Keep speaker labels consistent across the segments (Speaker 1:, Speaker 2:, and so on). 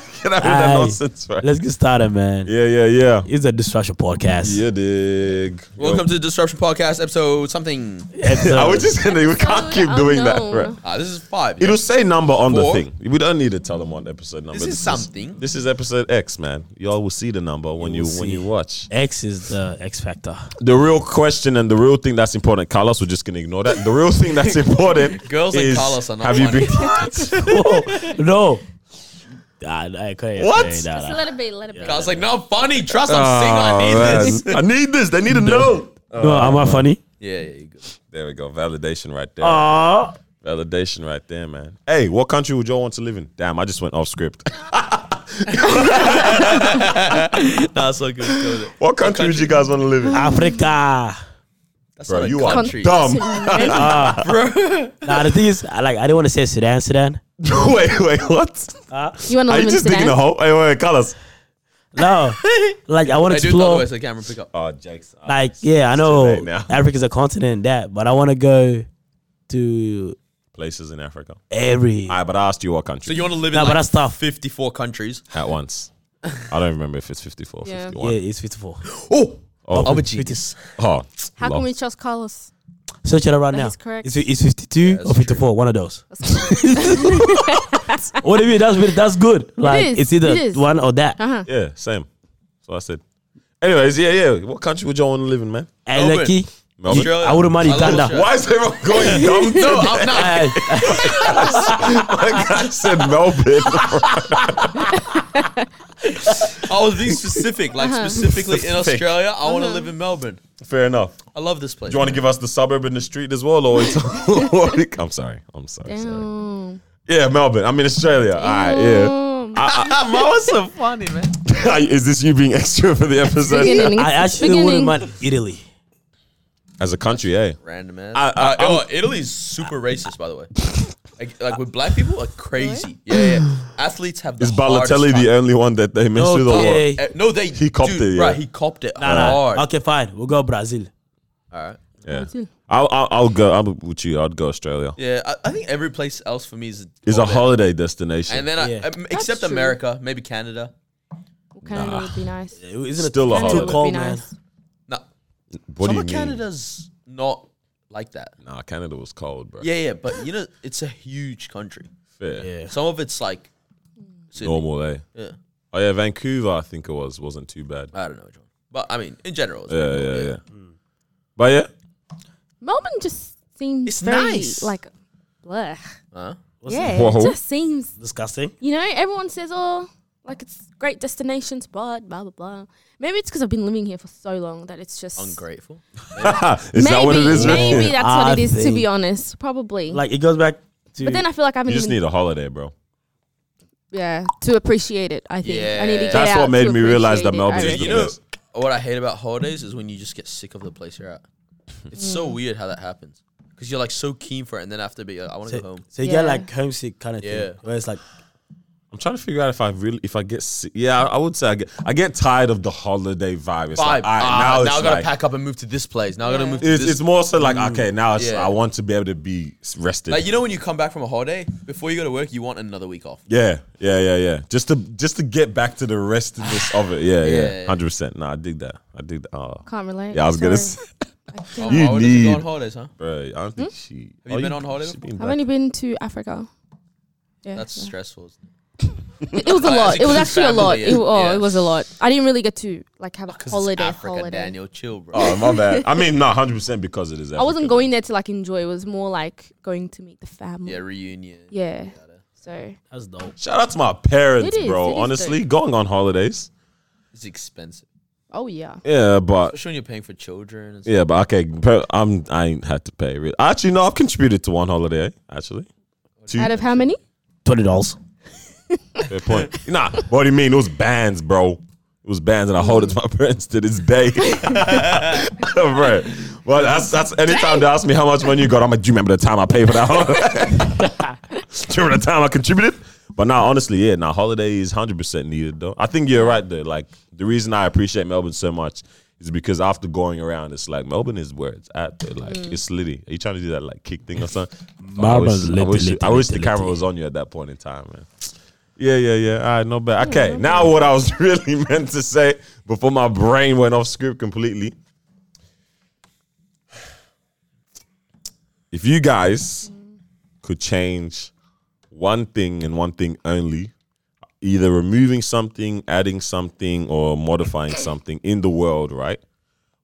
Speaker 1: Get out of that
Speaker 2: Aye.
Speaker 1: nonsense, man.
Speaker 2: Let's get started, man.
Speaker 1: Yeah, yeah, yeah.
Speaker 2: It's a distraction podcast.
Speaker 1: Yeah, dig.
Speaker 3: Welcome to the Disruption Podcast, episode something.
Speaker 2: Episode-
Speaker 1: I was just gonna. We can't
Speaker 4: Episode
Speaker 1: keep doing that,
Speaker 4: unknown.
Speaker 1: right?
Speaker 3: Ah, this is five.
Speaker 1: It'll say number on
Speaker 3: Four.
Speaker 1: the thing. We don't need to tell them what episode number.
Speaker 3: This is something.
Speaker 1: This is episode X, man. Y'all will see the number when you,
Speaker 2: will
Speaker 1: when
Speaker 2: see.
Speaker 1: you watch.
Speaker 2: X is the X factor.
Speaker 1: The real question and the real thing that's important. Carlos, we're just gonna ignore that. The real thing that's important.
Speaker 3: Girls like
Speaker 1: is,
Speaker 3: Carlos are not
Speaker 1: Have you
Speaker 3: funny.
Speaker 1: been?
Speaker 2: Whoa, no. Ah, I couldn't
Speaker 1: What?
Speaker 2: say
Speaker 4: Just
Speaker 2: that.
Speaker 4: a little bit, a little bit.
Speaker 3: I was like, no, funny. Trust, I'm single. I need
Speaker 1: Oh,
Speaker 3: this.
Speaker 1: man. I need this. They need to know.
Speaker 2: No, am I funny?
Speaker 3: Yeah, yeah, you good.
Speaker 1: There we go. Validation right there.
Speaker 2: Aww.
Speaker 1: Validation right there, man. Hey, what country would y'all want to live in? Damn, I just went off script.
Speaker 3: Nah, so good. Go with it.
Speaker 1: what country would you guys want to live in?
Speaker 2: Africa.
Speaker 3: That's
Speaker 1: Bro,
Speaker 3: not a
Speaker 1: you are
Speaker 3: country.
Speaker 1: dumb.
Speaker 2: Nah, the thing is, I like, I didn't want to say Sudan, Sudan.
Speaker 1: wait, wait, what?
Speaker 4: you
Speaker 1: Are
Speaker 4: want to live
Speaker 1: you
Speaker 4: in
Speaker 1: just digging a
Speaker 4: Sudan?
Speaker 1: hole? Hey, wait, wait, Carlos.
Speaker 2: No, like I want
Speaker 3: I
Speaker 2: to
Speaker 3: do it the other
Speaker 2: explore.
Speaker 3: way so the camera pick up.
Speaker 1: Oh, Jake's. uh,
Speaker 2: Like, yeah, I know
Speaker 1: late now.
Speaker 2: Africa's a continent, that, but I want to go to
Speaker 1: places in Africa.
Speaker 2: every.
Speaker 1: Alright, but I asked you what
Speaker 3: So
Speaker 1: country
Speaker 3: you want to live in
Speaker 2: Nah, but
Speaker 3: like
Speaker 2: that's tough.
Speaker 3: 54 countries?
Speaker 1: at once. I don't remember if it's 54
Speaker 4: Yeah.
Speaker 1: 51.
Speaker 2: Yeah, it's beautiful.
Speaker 3: Oh,
Speaker 1: Oh,
Speaker 3: I'm a genius.
Speaker 1: oh,
Speaker 4: How
Speaker 1: lol.
Speaker 4: can we trust Carlos?
Speaker 2: Search it up right
Speaker 4: That
Speaker 2: now.
Speaker 4: is correct.
Speaker 2: It's, it's 52
Speaker 3: that's
Speaker 2: or 54, one of those.
Speaker 4: That's
Speaker 2: What do you mean? That's really- that's good. Like
Speaker 4: is,
Speaker 2: it's either
Speaker 4: it is.
Speaker 2: one or that.
Speaker 4: Uh-huh.
Speaker 1: Yeah, same. So I said. Anyways, yeah, yeah. What country would y'all want to live in, man?
Speaker 2: And
Speaker 3: Melbourne.
Speaker 2: lucky,
Speaker 1: Melbourne?
Speaker 3: Australia.
Speaker 2: I wouldn't mind
Speaker 3: love
Speaker 2: Uganda.
Speaker 3: Australia.
Speaker 1: Why is everyone going dumb?
Speaker 3: No, I'm not.
Speaker 2: uh,
Speaker 1: Like I said, Melbourne.
Speaker 3: I was being specific, like specifically in
Speaker 1: Specific.
Speaker 3: Australia. I want to live in Melbourne.
Speaker 1: Fair enough.
Speaker 3: I love this place.
Speaker 1: Do you want to give us the suburb and the street as well, or it's I'm sorry, I'm sorry, sorry.
Speaker 4: Damn.
Speaker 1: Yeah, Melbourne. I'm in Australia. All right, yeah.
Speaker 4: Damn.
Speaker 3: so funny, man.
Speaker 1: Is this you being extra for the episode?
Speaker 4: Beginning.
Speaker 2: I
Speaker 4: It's
Speaker 2: actually wouldn't
Speaker 4: beginning.
Speaker 2: mind Italy.
Speaker 1: As a country, eh?
Speaker 3: Random man.
Speaker 1: I- I-
Speaker 3: uh, oh, Italy's super racist, by the way. Like, like with black people, are crazy. Yeah, yeah. Athletes have the
Speaker 1: Is
Speaker 3: hardest
Speaker 1: Balotelli
Speaker 3: time.
Speaker 1: the only one that they missed with? or
Speaker 2: Okay.
Speaker 1: what?
Speaker 3: Uh, no, they
Speaker 1: He copped
Speaker 3: dude,
Speaker 1: it, yeah.
Speaker 3: Right, he copped it
Speaker 2: Nah, nah.
Speaker 3: hard.
Speaker 2: Okay, fine. We'll go Brazil.
Speaker 3: All right.
Speaker 1: Yeah. I'll, I'll I'll go. I'm with you. I'd go Australia.
Speaker 3: Yeah, I, I think every place else for me is
Speaker 1: It's a
Speaker 3: holiday.
Speaker 1: holiday destination.
Speaker 3: And then, I-
Speaker 2: Yeah.
Speaker 3: um, except
Speaker 4: true.
Speaker 3: America, maybe Canada.
Speaker 4: Canada would be nice.
Speaker 2: Isn't
Speaker 1: Still a
Speaker 2: it too
Speaker 1: holiday.
Speaker 2: cold,
Speaker 4: Be
Speaker 2: man?
Speaker 4: nice.
Speaker 3: No,
Speaker 1: what do
Speaker 3: some
Speaker 1: you
Speaker 3: of
Speaker 1: mean?
Speaker 3: Canada's not like that.
Speaker 1: Nah, Canada was cold, bro.
Speaker 3: Yeah, yeah, but you know, it's a huge country.
Speaker 1: Fair.
Speaker 2: Yeah.
Speaker 3: Some of it's like Sydney.
Speaker 1: Normal, eh?
Speaker 3: Yeah,
Speaker 1: Oh yeah, Vancouver. I think it was wasn't too bad.
Speaker 3: I don't know, John. But I mean, in general, it's
Speaker 1: Yeah,
Speaker 3: pretty
Speaker 1: yeah,
Speaker 3: cool,
Speaker 1: yeah. But yeah,
Speaker 4: Melbourne just seems
Speaker 3: It's
Speaker 4: very,
Speaker 3: nice.
Speaker 4: like, bleh.
Speaker 3: Huh?
Speaker 4: yeah,
Speaker 1: Whoa.
Speaker 4: it just seems,
Speaker 2: Disgusting.
Speaker 4: you know, everyone says, oh, like it's great destination spot, blah, blah, blah. Maybe it's because I've been living here for so long that it's just.
Speaker 3: Ungrateful.
Speaker 1: is
Speaker 4: maybe,
Speaker 1: that what it is? man?
Speaker 4: Maybe that's what
Speaker 2: I
Speaker 4: it is, to
Speaker 2: think-
Speaker 4: be honest. Probably.
Speaker 2: Like it goes back to.
Speaker 4: but then I feel like I haven't
Speaker 1: You just
Speaker 4: even
Speaker 1: need a holiday, bro.
Speaker 4: Yeah, to appreciate it, I think. I need to
Speaker 3: Yeah.
Speaker 4: get
Speaker 1: That's
Speaker 4: out
Speaker 1: what made
Speaker 4: to
Speaker 1: me realize that
Speaker 4: appreciate it,
Speaker 1: Melbourne
Speaker 4: I
Speaker 1: is
Speaker 4: reckon.
Speaker 1: the
Speaker 3: You know-
Speaker 1: best.
Speaker 3: What I hate about holidays is when you just get sick of the place you're at. It's so weird how that happens because you're like so keen for it, and then after be like, I want to
Speaker 2: so,
Speaker 3: go home.
Speaker 2: so you get
Speaker 4: Yeah.
Speaker 2: like homesick kind of
Speaker 3: Yeah.
Speaker 2: thing, where it's like,
Speaker 1: I'm trying to figure out if I really, if I get, sick. yeah, I, I would say I get, I get tired of the holiday vibe. It's
Speaker 3: Five.
Speaker 1: like, all right,
Speaker 3: ah,
Speaker 1: now
Speaker 3: now,
Speaker 1: it's
Speaker 3: I gotta
Speaker 1: like,
Speaker 3: pack up and move to this place. Now I gotta
Speaker 4: Yeah.
Speaker 3: move to
Speaker 1: it's,
Speaker 3: this.
Speaker 1: it's more so like, okay, now it's,
Speaker 3: Yeah.
Speaker 1: I want to be able to be s- rested.
Speaker 3: like you know when you come back from a holiday before you go to work, you want another week off.
Speaker 1: yeah, yeah, yeah, yeah. Just to, just to get back to the restedness of it. Yeah,
Speaker 3: Yeah,
Speaker 1: yeah,
Speaker 3: yeah.
Speaker 1: hundred percent. Nah, I dig that. I dig that. Oh,
Speaker 4: Can't relate.
Speaker 1: yeah, I was gonna.
Speaker 4: sorry.
Speaker 1: Say,
Speaker 4: I
Speaker 3: Oh,
Speaker 4: think-
Speaker 1: You
Speaker 3: why would you go
Speaker 1: need-
Speaker 3: on holidays, huh?
Speaker 1: bro, I don't
Speaker 4: Hmm?
Speaker 1: think she. oh,
Speaker 3: Have you been on holiday
Speaker 1: she
Speaker 3: before?
Speaker 1: been
Speaker 4: I've
Speaker 1: back.
Speaker 4: only been to Africa. Yeah,
Speaker 3: That's
Speaker 4: so-
Speaker 3: stressful. isn't it?
Speaker 4: it, it was a
Speaker 3: Like,
Speaker 4: lot.
Speaker 3: it's a
Speaker 4: It was
Speaker 3: good
Speaker 4: actually a lot.
Speaker 3: family,
Speaker 4: It, oh,
Speaker 3: yeah.
Speaker 4: it was a lot. I didn't really get to like have a
Speaker 3: 'Cause it's
Speaker 4: holiday.
Speaker 3: Africa,
Speaker 4: holiday.
Speaker 3: Daniel, chill, bro.
Speaker 1: Oh, my bad. I mean, no, hundred percent because it is.
Speaker 4: I wasn't
Speaker 1: Africa.
Speaker 4: going there to like enjoy. It was more like going to meet the family.
Speaker 3: yeah,
Speaker 4: Yeah.
Speaker 3: reunion.
Speaker 4: So
Speaker 2: that's dope.
Speaker 1: Shout out to my parents,
Speaker 4: It is,
Speaker 1: bro.
Speaker 4: it is
Speaker 1: Honestly, going on holidays.
Speaker 3: It's expensive,
Speaker 4: oh yeah.
Speaker 1: Yeah, but
Speaker 3: especially when you're paying for children. And stuff.
Speaker 1: Yeah, but okay, per- I'm I ain't had to pay. Really. Actually, no, I've contributed to one holiday. Actually, two.
Speaker 4: Out of how many?
Speaker 2: Twenty dollars.
Speaker 1: Fair point. Nah, what do you mean? It was bands, bro. It was bands, and I hold it to my parents to this day, bro. Well, that's that's anytime they ask me how much money you got, I'm like, do you remember the time I paid for that holiday? do you remember the time I contributed? But now, honestly, yeah, now holiday is hundred percent needed though. I think you're right though. Like the reason I appreciate Melbourne so much is because after going around, it's like Melbourne is where it's at. though. Like it's litty. Are you trying to do that like kick thing or something? I wish,
Speaker 2: Melbourne's
Speaker 1: I wish,
Speaker 2: litty,
Speaker 1: I wish
Speaker 2: litty,
Speaker 1: the camera
Speaker 2: litty.
Speaker 1: was on you at that point in time, man. Yeah, yeah, yeah. All right, no bad. Okay, now what I was really meant to say before my brain went off script completely. If you guys could change one thing and one thing only, either removing something, adding something, or modifying something in the world, right?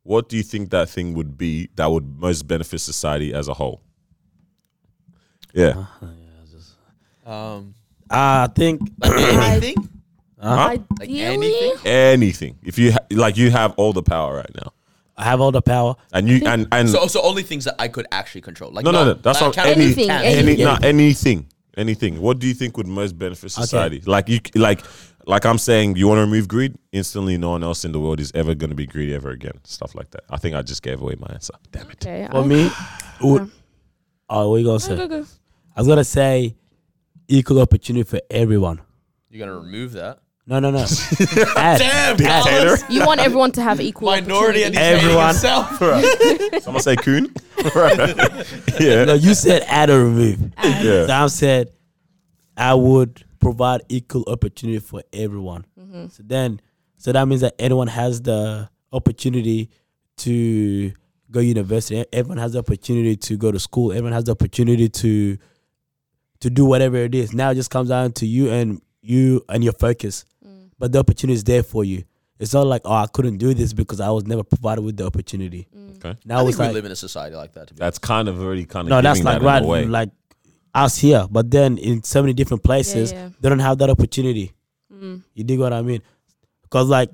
Speaker 1: What do you think that thing would be that would most benefit society as a whole? Yeah.
Speaker 3: Um,
Speaker 2: I think
Speaker 3: anything?
Speaker 1: Huh?
Speaker 3: Like
Speaker 4: Ideally,
Speaker 3: anything?
Speaker 1: anything. If you ha- like, you have all the power right now,
Speaker 2: I have all the power.
Speaker 1: and you and and
Speaker 3: So, so only things that I could actually control. Like
Speaker 1: no, no, no,
Speaker 3: not-
Speaker 1: that's
Speaker 3: like,
Speaker 1: not
Speaker 3: I can't-
Speaker 1: anything. Any,
Speaker 4: Anything, anything.
Speaker 1: no, anything, anything. What do you think would most benefit society? Like you, like, like I'm saying, you want to remove greed instantly. No one else in the world is ever going to be greedy ever again. Stuff like that. I think I just gave away my answer. Damn it.
Speaker 4: okay.
Speaker 2: For
Speaker 4: I-
Speaker 2: me, would, oh, what you gonna
Speaker 4: Oh.
Speaker 2: say?
Speaker 4: Go, go, go.
Speaker 2: I was gonna say equal opportunity for everyone.
Speaker 3: You're gonna remove that.
Speaker 2: No, no, no. Add.
Speaker 1: Dictator.
Speaker 4: You want everyone to have equal
Speaker 3: Minority and
Speaker 4: opportunity.
Speaker 3: he's
Speaker 2: Everyone.
Speaker 3: everyone. Himself.
Speaker 1: Someone say coon. yeah,
Speaker 2: No, you said add or remove.
Speaker 1: yeah.
Speaker 2: Sam said, I would provide equal opportunity for everyone. So then, so that means that everyone has the opportunity to go university. Everyone has the opportunity to go to school. Everyone has the opportunity to to do whatever it is. Now it just comes down to you and you and your focus.
Speaker 4: Mm,
Speaker 2: But the opportunity is there for you. It's not like oh I couldn't do this because I was never provided with the opportunity.
Speaker 4: mm.
Speaker 1: Okay.
Speaker 2: Now
Speaker 3: I think
Speaker 2: it's
Speaker 3: we
Speaker 2: like
Speaker 3: live in a society like that. To be
Speaker 1: That's kind of already kind of
Speaker 2: no, that's
Speaker 1: giving
Speaker 2: like
Speaker 1: that
Speaker 2: right,
Speaker 1: away.
Speaker 2: like us here. But then in so many different places,
Speaker 4: yeah. Mm,
Speaker 2: they don't have that opportunity. You dig what I mean? Because like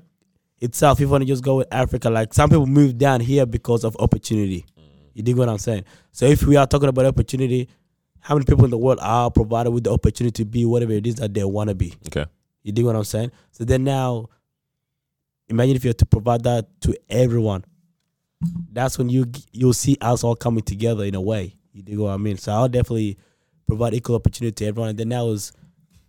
Speaker 2: itself, if you want to just go with Africa, like some people move down here because of opportunity.
Speaker 3: Mm.
Speaker 2: You dig what I'm saying? So if we are talking about opportunity, how many people in the world are provided with the opportunity to be whatever it is that they want to be?
Speaker 1: okay.
Speaker 2: You dig what I'm saying? So then now, imagine if you had to provide that to everyone. That's when you g- you'll see us all coming together in a way. You dig what I mean? So I'll definitely provide equal opportunity to everyone. And then now is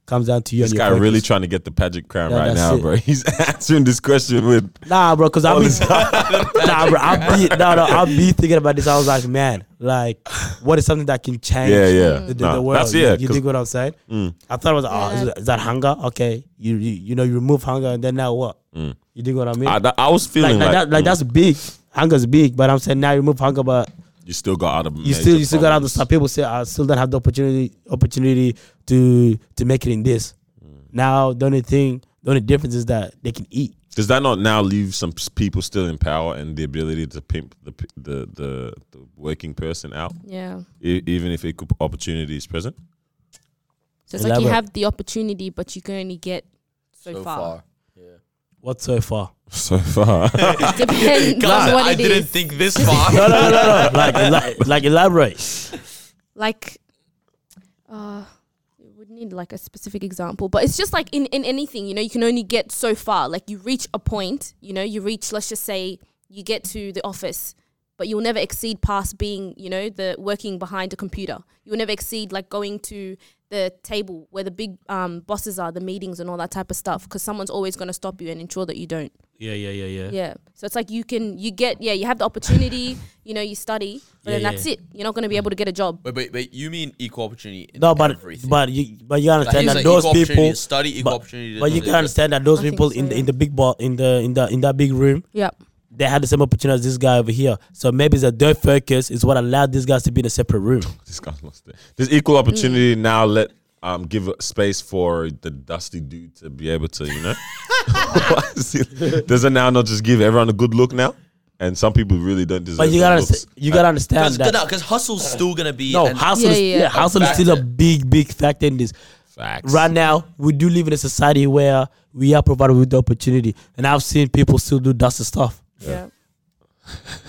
Speaker 2: comes down to you
Speaker 1: This
Speaker 2: and
Speaker 1: guy
Speaker 2: your
Speaker 1: really
Speaker 2: focus.
Speaker 1: trying to get the pageant crown
Speaker 2: Yeah,
Speaker 1: right
Speaker 2: that's
Speaker 1: now,
Speaker 2: it.
Speaker 1: bro. He's answering this question with
Speaker 2: nah, bro. Because I'll
Speaker 1: all
Speaker 2: be
Speaker 1: this.
Speaker 2: nah, bro. I'll be no, no. I'll be thinking about this. I was like, man, like, what is something that can change?
Speaker 1: Yeah, yeah.
Speaker 2: The, the,
Speaker 1: Nah,
Speaker 2: the world.
Speaker 1: that's
Speaker 2: You-
Speaker 1: yeah,
Speaker 2: You,
Speaker 1: 'cause- Mm.
Speaker 2: dig what I'm saying? I thought it was, oh, is,
Speaker 4: Yeah.
Speaker 2: is that hunger? Okay, you, you you know you remove hunger and then now what? You dig what I mean?
Speaker 1: Mm. I, that- I was
Speaker 2: like,
Speaker 1: feeling
Speaker 2: like,
Speaker 1: like,
Speaker 2: that, like that's
Speaker 3: mm.
Speaker 2: big. Hunger's big, but I'm saying now you remove hunger, but
Speaker 1: you still got other.
Speaker 2: you still you still got other stuff. People say I still don't have the opportunity opportunity to to make it in this. Now the only thing, the only difference is that they can eat.
Speaker 1: Does that not now leave some s- people still in power and the ability to pimp the p- the the, the working person out,
Speaker 4: Yeah.
Speaker 1: e- even if equal opportunity is present?
Speaker 4: So it's like you
Speaker 2: Elaborate.
Speaker 4: have the opportunity, but you can only get so,
Speaker 3: so
Speaker 4: far.
Speaker 3: far.
Speaker 2: What so far?
Speaker 1: So far,
Speaker 4: Depends on what
Speaker 3: I
Speaker 4: it
Speaker 3: didn't
Speaker 4: is.
Speaker 3: think this far.
Speaker 2: No, no, no, no, no. like, like, like elaborate.
Speaker 4: Like, uh, we would need like a specific example, but it's just like in, in anything, you know, you can only get so far. Like you reach a point, you know, you reach, let's just say you get to the office, but you'll never exceed past being, you know, the working behind a computer. You'll never exceed like going to the table where the big um, bosses are, the meetings and all that type of stuff, because someone's always going to stop you and ensure that you don't.
Speaker 2: Yeah, yeah, yeah,
Speaker 4: Yeah. So it's like you can you get yeah you have the opportunity you know you study but
Speaker 2: Yeah,
Speaker 4: then
Speaker 2: yeah.
Speaker 4: that's it you're not going to be able to get a job.
Speaker 3: Wait, wait, wait. You mean equal opportunity? In
Speaker 2: No, but
Speaker 3: everything.
Speaker 2: but you but you
Speaker 3: Like,
Speaker 2: understand
Speaker 3: he's
Speaker 2: that
Speaker 3: like,
Speaker 2: those
Speaker 3: equal opportunity
Speaker 2: people
Speaker 3: to study, equal
Speaker 2: but,
Speaker 3: opportunity. to
Speaker 2: but you
Speaker 3: do
Speaker 2: can
Speaker 3: this.
Speaker 2: understand that those
Speaker 4: I think
Speaker 2: people
Speaker 4: so,
Speaker 2: in the
Speaker 4: yeah.
Speaker 2: in the big ball in the in the in that big room
Speaker 4: Yeah.
Speaker 2: they had the same opportunity as this guy over here. So maybe the their focus is what allowed these guys to be in a separate room.
Speaker 1: this guy's lost it. This equal
Speaker 2: Mm.
Speaker 1: opportunity now let um give space for the dusty dude to be able to, you know. Does it now not just give everyone a good look now? And some people really don't deserve.
Speaker 2: But you
Speaker 1: good
Speaker 2: gotta
Speaker 1: looks.
Speaker 2: understand, you gotta understand
Speaker 3: Because
Speaker 2: that.
Speaker 3: no, 'cause hustle's still gonna be.
Speaker 2: No,
Speaker 3: and-
Speaker 2: hustle is
Speaker 4: Yeah, yeah,
Speaker 2: yeah,
Speaker 4: yeah.
Speaker 2: hustle is still a big, big factor in this.
Speaker 1: Facts.
Speaker 2: Right now, we do live in a society where we are provided with the opportunity, and I've seen people still do dusty stuff.
Speaker 4: Yeah.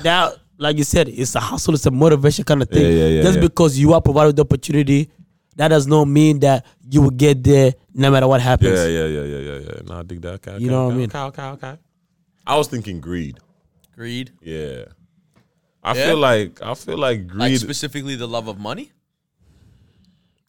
Speaker 2: Now, like you said, it's a hustle, it's a motivation kind of thing.
Speaker 1: Yeah, yeah, yeah,
Speaker 2: Just
Speaker 1: yeah.
Speaker 2: because you are provided with the opportunity, that does not mean that you will get there no matter what happens.
Speaker 1: Yeah, yeah, yeah, yeah, yeah, yeah. No, I dig that. Okay, okay,
Speaker 2: You know what I
Speaker 1: okay,
Speaker 2: mean?
Speaker 1: Okay, okay, okay. I was thinking greed.
Speaker 3: greed.
Speaker 1: Yeah. I
Speaker 3: Yeah?
Speaker 1: feel like I feel like greed.
Speaker 3: Like specifically the love of money,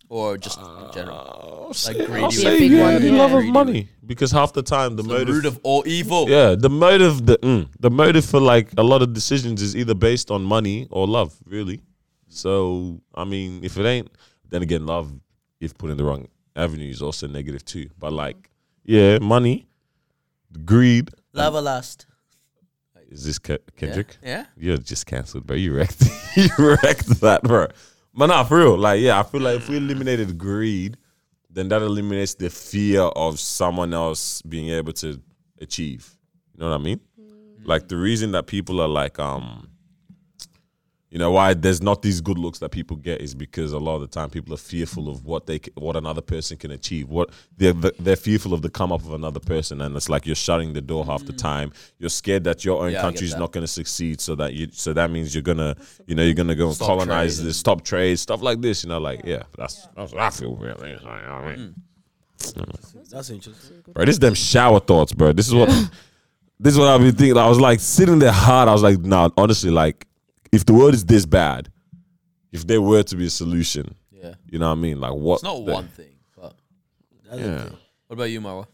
Speaker 3: or just
Speaker 4: Uh,
Speaker 3: in general,
Speaker 1: I'll
Speaker 3: like
Speaker 1: say-
Speaker 3: greedy
Speaker 1: I'll
Speaker 3: would
Speaker 1: say
Speaker 4: be a big
Speaker 1: yeah,
Speaker 4: one,
Speaker 1: the
Speaker 4: yeah.
Speaker 1: love of
Speaker 3: Greedy
Speaker 1: money because half the time the
Speaker 3: the
Speaker 1: motive.
Speaker 3: root of all evil.
Speaker 1: yeah, the motive, the mm, the motive for like a lot of decisions is either based on money or love, really. So I mean, if it ain't, then again, love, if put in the wrong avenue is also negative too. But like, yeah, money, greed.
Speaker 3: Lava last.
Speaker 1: Is this Ke- Kendrick?
Speaker 3: Yeah.
Speaker 1: You're just cancelled, bro. You wrecked. you wrecked that, bro. But nah, for real. Like, yeah, I feel like if we eliminated greed, then that eliminates the fear of someone else being able to achieve. You know what I mean? Like the reason that people are like, um, you know, why there's not these good looks that people get is because a lot of the time people are fearful of what they, c- what another person can achieve. What they're they're fearful of the come up of another person, and it's like you're shutting the door half the time. You're scared that your own
Speaker 3: Mm. Yeah, I get
Speaker 1: country's
Speaker 3: that.
Speaker 1: not going to succeed, so that you, so that means you're gonna, you know, you're gonna go and
Speaker 3: Stop
Speaker 1: colonize
Speaker 3: trade.
Speaker 1: this, stop trade, stuff like this. You know, like yeah, that's that's what I feel. Really, you know what I mean?
Speaker 2: That's interesting.
Speaker 1: Bro, this is them shower thoughts, bro. This is what this is what I've been thinking. I was like sitting there hard. I was like, nah, honestly, like if the world is this bad, if there were to be a solution,
Speaker 3: Yeah.
Speaker 1: you know what I mean? Like what?
Speaker 3: It's not
Speaker 1: the-
Speaker 3: one thing, but
Speaker 2: That's
Speaker 1: Yeah.
Speaker 2: interesting.
Speaker 3: what about you, Marwa?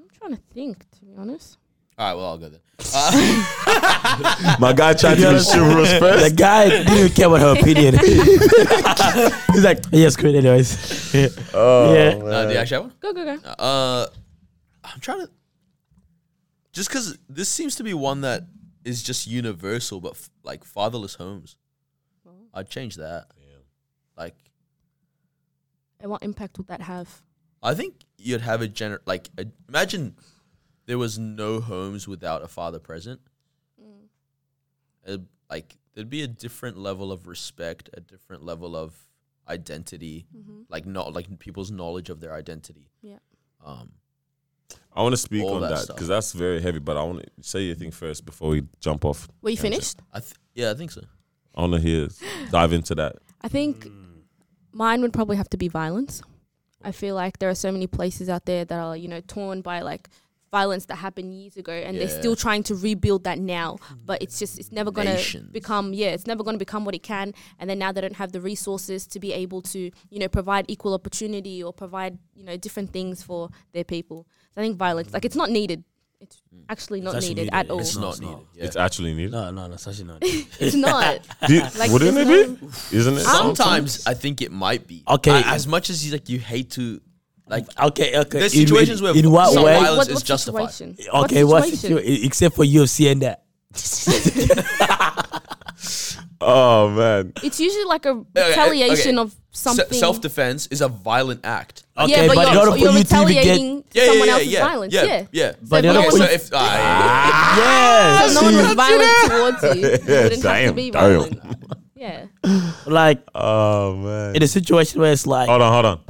Speaker 4: I'm trying to think, to be honest.
Speaker 3: All right, well, I'll go then. Uh,
Speaker 1: My guy tried to be chivalrous
Speaker 2: The
Speaker 1: first.
Speaker 2: guy didn't even care about her opinion. He's like, yes, quit anyways.
Speaker 1: Oh,
Speaker 2: Yeah.
Speaker 3: uh, do you actually have one?
Speaker 4: Go, go, go.
Speaker 3: Uh, I'm trying to. Just because this seems to be one that is just universal, but f- like fatherless homes, I'd change that. Like,
Speaker 4: And what impact would that have?
Speaker 3: I think you'd have a gener like a, imagine there was no homes without a father present. It'd- like there'd be a different level of respect, a different level of identity,
Speaker 4: Mm-hmm.
Speaker 3: like not like people's knowledge of their identity.
Speaker 4: Yeah.
Speaker 3: Um,
Speaker 1: I want to speak
Speaker 3: All
Speaker 1: on
Speaker 3: that
Speaker 1: that
Speaker 3: stuff.
Speaker 1: because that's very heavy. But I want to say your thing first before we jump off.
Speaker 4: Were you finished?
Speaker 3: I th- yeah, I think so.
Speaker 1: I want to hear dive into that.
Speaker 4: I think mine would probably have to be violence. I feel like there are so many places out there that are, you know, torn by like violence that happened years ago and they're
Speaker 3: Yeah.
Speaker 4: still trying to rebuild that now. But it's just it's never gonna
Speaker 3: Nations.
Speaker 4: become yeah, it's never gonna become what it can and then now they don't have the resources to be able to, you know, provide equal opportunity or provide, you know, different things for their people. So I think violence like it's not needed. It's actually not
Speaker 2: actually
Speaker 4: needed
Speaker 2: needed,
Speaker 4: at all.
Speaker 3: It's
Speaker 2: No,
Speaker 3: not
Speaker 2: it's not.
Speaker 3: needed. Yeah.
Speaker 1: It's actually needed.
Speaker 2: No, no, no, it's actually not.
Speaker 4: It's not.
Speaker 1: Do you-
Speaker 4: Like,
Speaker 1: wouldn't it
Speaker 4: there's
Speaker 1: be? Isn't it?
Speaker 3: Sometimes I think it might be.
Speaker 2: Okay.
Speaker 3: I- as much as you like, you hate to like.
Speaker 2: okay, okay.
Speaker 3: There's
Speaker 2: In- in-
Speaker 3: situations where
Speaker 2: in what
Speaker 3: some
Speaker 2: way?
Speaker 3: violence is justified.
Speaker 4: Situation?
Speaker 2: Okay, what situation? Except for UFC and that.
Speaker 1: Oh man.
Speaker 4: It's usually like a
Speaker 3: okay,
Speaker 4: retaliation
Speaker 3: okay.
Speaker 4: of something.
Speaker 3: Self defense is a violent act.
Speaker 2: Okay,
Speaker 4: yeah, but,
Speaker 2: but in
Speaker 4: you're,
Speaker 2: order
Speaker 4: so
Speaker 2: for
Speaker 4: you're
Speaker 2: you to even get-
Speaker 4: retaliating to someone else's violence. Yeah.
Speaker 3: yeah, yeah.
Speaker 2: But
Speaker 4: so
Speaker 2: the
Speaker 4: if no
Speaker 2: other
Speaker 3: Okay,
Speaker 4: one,
Speaker 2: point-
Speaker 3: so
Speaker 2: one-
Speaker 3: if ah, yeah,
Speaker 4: so
Speaker 2: yes.
Speaker 4: no one was violent towards you, you wouldn't have to
Speaker 1: Damn,
Speaker 4: be
Speaker 1: damn.
Speaker 4: violent. Yeah.
Speaker 2: like
Speaker 1: Oh man.
Speaker 2: in a situation where it's like,
Speaker 3: Oh,
Speaker 1: Hold on, hold on.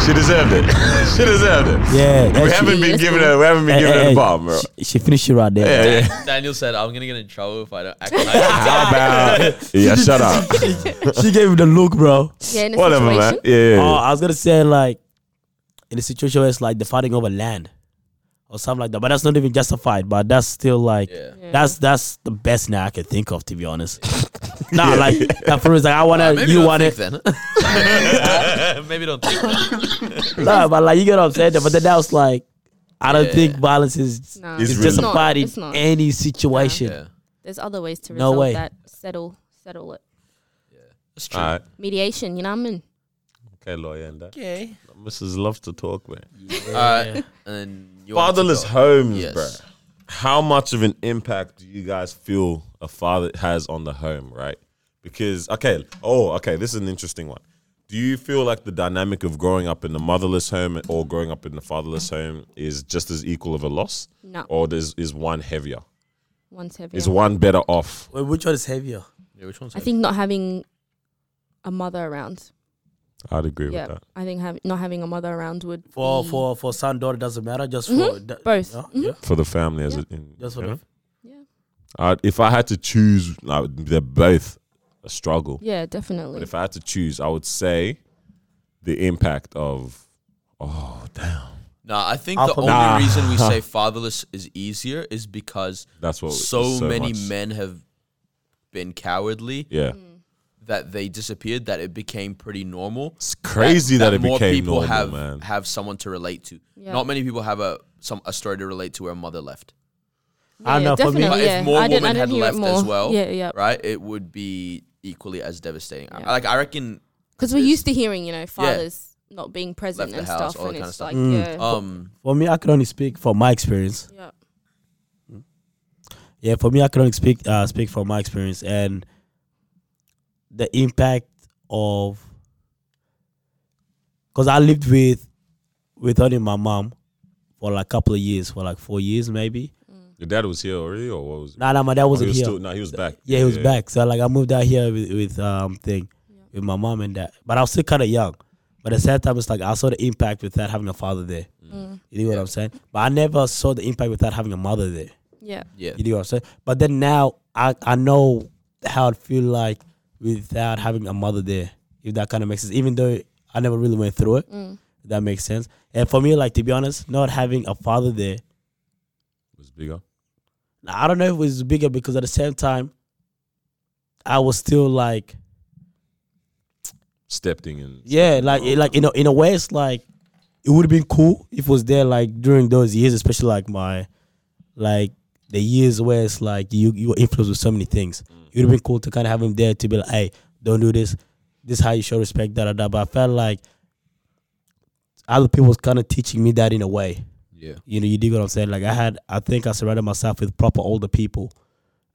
Speaker 1: She deserved it. she deserved it.
Speaker 2: yeah,
Speaker 1: We
Speaker 2: that's-
Speaker 1: haven't been
Speaker 4: Let's
Speaker 1: giving
Speaker 4: do
Speaker 1: her. We haven't been
Speaker 2: hey,
Speaker 1: giving
Speaker 2: hey,
Speaker 1: her the
Speaker 2: hey,
Speaker 1: bomb, bro.
Speaker 2: eh, She, she finished it right there.
Speaker 1: Yeah, yeah.
Speaker 3: yeah. Daniel said, "I'm gonna get in trouble if I don't act like."
Speaker 1: How about? Yeah, shut up.
Speaker 2: she gave him the look, bro.
Speaker 4: Yeah, in a
Speaker 1: Whatever, man.
Speaker 4: situation.
Speaker 1: Yeah, yeah,
Speaker 2: Oh,
Speaker 1: yeah.
Speaker 2: I was gonna say like in a situation where it's like the fighting over land or something like that, but that's not even justified. But that's still like
Speaker 3: Yeah.
Speaker 4: Yeah.
Speaker 2: that's that's the best now I can think of to be honest. nah, like that for us, like I wanna,
Speaker 3: Maybe
Speaker 2: Uh, you
Speaker 3: don't
Speaker 2: want
Speaker 3: think
Speaker 2: it,
Speaker 3: then. Maybe don't think. that.
Speaker 2: no, but like you get what I'm saying. But then that was like, I don't
Speaker 3: Yeah.
Speaker 2: think violence is
Speaker 4: No,
Speaker 1: It's
Speaker 2: is
Speaker 1: really-
Speaker 4: not.
Speaker 2: justified in
Speaker 4: It's not.
Speaker 2: any situation.
Speaker 3: Yeah,
Speaker 4: There's other ways to
Speaker 2: No
Speaker 4: resolve
Speaker 2: way.
Speaker 4: that. Settle, settle it.
Speaker 3: that's true.
Speaker 1: All right.
Speaker 4: Mediation. You know what I mean?
Speaker 1: Okay, lawyer and that.
Speaker 3: Okay.
Speaker 1: Mrs. loves to talk, man.
Speaker 3: All right. And you want to
Speaker 1: Fatherless
Speaker 3: go.
Speaker 1: homes,
Speaker 3: Yes.
Speaker 1: bro. How much of an impact do you guys feel a father has on the home, right? Because okay, oh, okay, this is an interesting one. Do you feel like the dynamic of growing up in the motherless home or growing up in the fatherless home is just as equal of a loss?
Speaker 4: No.
Speaker 1: Or is is one heavier?
Speaker 4: One's heavier.
Speaker 1: Is one better off?
Speaker 2: Wait, which one is heavier?
Speaker 3: Yeah, which one's
Speaker 4: I think not having a mother around.
Speaker 1: I'd agree
Speaker 4: Yeah.
Speaker 1: with that.
Speaker 4: I think hav- not having a mother around would.
Speaker 2: For
Speaker 4: be-
Speaker 2: for for son daughter doesn't matter. Just for
Speaker 4: Mhm,
Speaker 2: that,
Speaker 4: both.
Speaker 2: Yeah,
Speaker 4: Mhm.
Speaker 2: yeah,
Speaker 1: For the family as
Speaker 4: Yeah.
Speaker 1: it in,
Speaker 2: just for
Speaker 1: you know?
Speaker 2: the
Speaker 4: Yeah.
Speaker 1: I'd, if I had to choose, like, they're both a struggle.
Speaker 4: Yeah,
Speaker 1: But
Speaker 4: definitely.
Speaker 1: if I had to choose, I would say the impact of oh damn,
Speaker 3: No, I think
Speaker 2: I'll
Speaker 3: the
Speaker 2: put-
Speaker 3: only
Speaker 1: Nah.
Speaker 3: reason we say fatherless is easier is because
Speaker 1: that's what
Speaker 3: so, many
Speaker 1: much-
Speaker 3: men have been cowardly
Speaker 1: Yeah,
Speaker 2: Mm.
Speaker 3: that they disappeared that it became pretty normal.
Speaker 1: it's crazy that, it
Speaker 3: more
Speaker 1: became
Speaker 3: people
Speaker 1: normal,
Speaker 3: have
Speaker 1: man.
Speaker 3: have someone to relate to.
Speaker 4: Yeah.
Speaker 3: Not many people have a some a story to relate to where a mother left.
Speaker 2: I know, for me-
Speaker 4: definitely.
Speaker 3: But
Speaker 4: yeah.
Speaker 3: if more
Speaker 4: I didn't, I
Speaker 3: women
Speaker 4: didn't
Speaker 3: had
Speaker 4: hear it
Speaker 3: left
Speaker 4: more.
Speaker 3: as well,
Speaker 4: Yeah, yeah.
Speaker 3: right, it would be equally as devastating. I-
Speaker 4: Yeah.
Speaker 3: Like I reckon
Speaker 4: because we're
Speaker 3: It's-
Speaker 4: used to hearing, you know, fathers not being present
Speaker 3: the
Speaker 4: and
Speaker 3: house,
Speaker 4: stuff,
Speaker 3: all that
Speaker 4: and
Speaker 3: kinda
Speaker 4: it's
Speaker 3: stuff.
Speaker 4: like,
Speaker 2: Mm.
Speaker 4: yeah,
Speaker 3: Um,
Speaker 2: For me, I can only speak from my experience.
Speaker 4: yeah,
Speaker 2: Yeah, for me, I can only speak uh, speak from my experience and the impact of because I lived with with only my mom for like a couple of years, for like four years maybe.
Speaker 1: Your dad was here already, or what was?
Speaker 2: Nah, nah, my dad
Speaker 1: Oh, he
Speaker 2: wasn't
Speaker 1: was
Speaker 2: here.
Speaker 1: still- nah, he was back.
Speaker 2: yeah, he was back. So like I moved out here with, with um thing with my mom and dad, but I was still kind of young. But at the same time, it's like I saw the impact without having a father there.
Speaker 3: Oh.
Speaker 2: You know what I'm saying? But I never saw the impact without having a mother there.
Speaker 4: yeah,
Speaker 3: yeah,
Speaker 2: You know what I'm saying? But then now I, I know how it feel like without having a mother there. If that kind of makes sense. Even though I never really went through it.
Speaker 3: Mm.
Speaker 4: Mm.
Speaker 2: if That makes sense. And for me, like to be honest, not having a father there,
Speaker 1: Was bigger.
Speaker 2: I don't know if it was bigger because at the same time, I was still like
Speaker 1: Stepped in and
Speaker 2: Yeah, like it- like in a, in a way, it's like it would have been cool if it was there like during those years, especially like my like the years where it's like you you were influenced with so many things. It would have been cool to kind of have him there to be like, hey, don't do this. This is how you show respect, da da da. But I felt like other people was kind of teaching me that in a way.
Speaker 3: yeah,
Speaker 2: You know, you dig what I'm saying? Like I had, I think I surrounded myself with proper older people,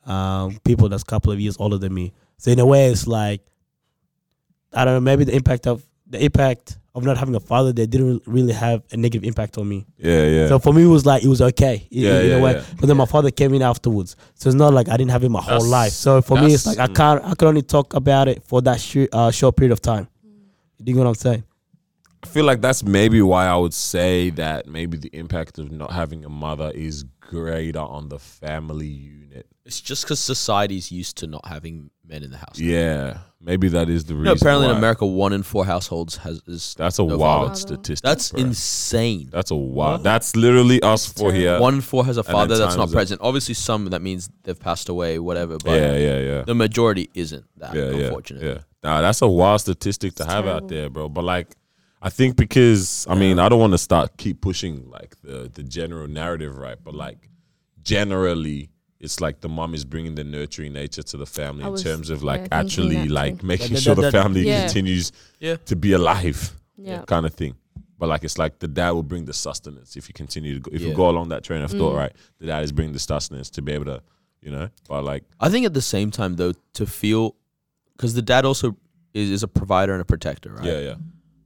Speaker 2: um, people that's a couple of years older than me. So in a way, it's like, I don't know, maybe the impact of the impact of not having a father that didn't really have a negative impact on me.
Speaker 1: yeah, yeah.
Speaker 2: So for me, it was like it was okay in,
Speaker 1: Yeah,
Speaker 2: in
Speaker 1: yeah,
Speaker 2: a way.
Speaker 1: yeah.
Speaker 2: But then my father came in afterwards, so it's not like I didn't have him my whole
Speaker 1: That's-
Speaker 2: life. So for me, it's
Speaker 1: that's- mm.
Speaker 2: like I can't, I can only talk about it for that short, uh, short period of time. You dig what I'm saying?
Speaker 1: I feel like that's maybe why I would say that maybe the impact of not having a mother is greater on the family unit.
Speaker 3: it's just because society's used to not having men in the house.
Speaker 1: Yeah, maybe that is the reason.
Speaker 3: You know, apparently in
Speaker 1: why.
Speaker 3: America, one in four households has is
Speaker 1: that's a
Speaker 3: no
Speaker 1: wild
Speaker 3: father.
Speaker 1: statistic.
Speaker 3: That's
Speaker 1: bruh.
Speaker 3: insane.
Speaker 1: That's a wild. That's literally us four here.
Speaker 3: One in four has a
Speaker 1: then
Speaker 3: father that's not
Speaker 1: times that-
Speaker 3: present. Obviously, some that means they've passed away, whatever. But
Speaker 1: yeah, yeah, yeah.
Speaker 3: the majority isn't that.
Speaker 1: yeah,
Speaker 3: unfortunately,
Speaker 1: Yeah, yeah. Nah, that's a wild statistic to have out there, bro. But like, I think because I mean, I don't want to start keep pushing like the the general narrative, right? But like, generally, it's like the mom is bringing the nurturing nature to the family
Speaker 4: I
Speaker 1: in
Speaker 4: was,
Speaker 1: terms of
Speaker 4: yeah,
Speaker 1: like
Speaker 4: thinking
Speaker 1: actually
Speaker 4: that
Speaker 1: like
Speaker 4: too.
Speaker 1: making
Speaker 2: That-
Speaker 1: sure the
Speaker 2: that- that-
Speaker 1: family
Speaker 4: Yeah.
Speaker 1: continues
Speaker 3: Yeah.
Speaker 1: to be alive,
Speaker 4: Yeah.
Speaker 1: kind of thing. But like, it's like the dad will bring the sustenance if you continue to go, if you
Speaker 3: Yeah.
Speaker 1: go along that train of
Speaker 4: Mm.
Speaker 1: thought, right? The dad is bringing the sustenance to be able to, you know, but like,
Speaker 3: I think at the same time though, to feel because the dad also is, is a provider and a protector, right?
Speaker 1: yeah, yeah,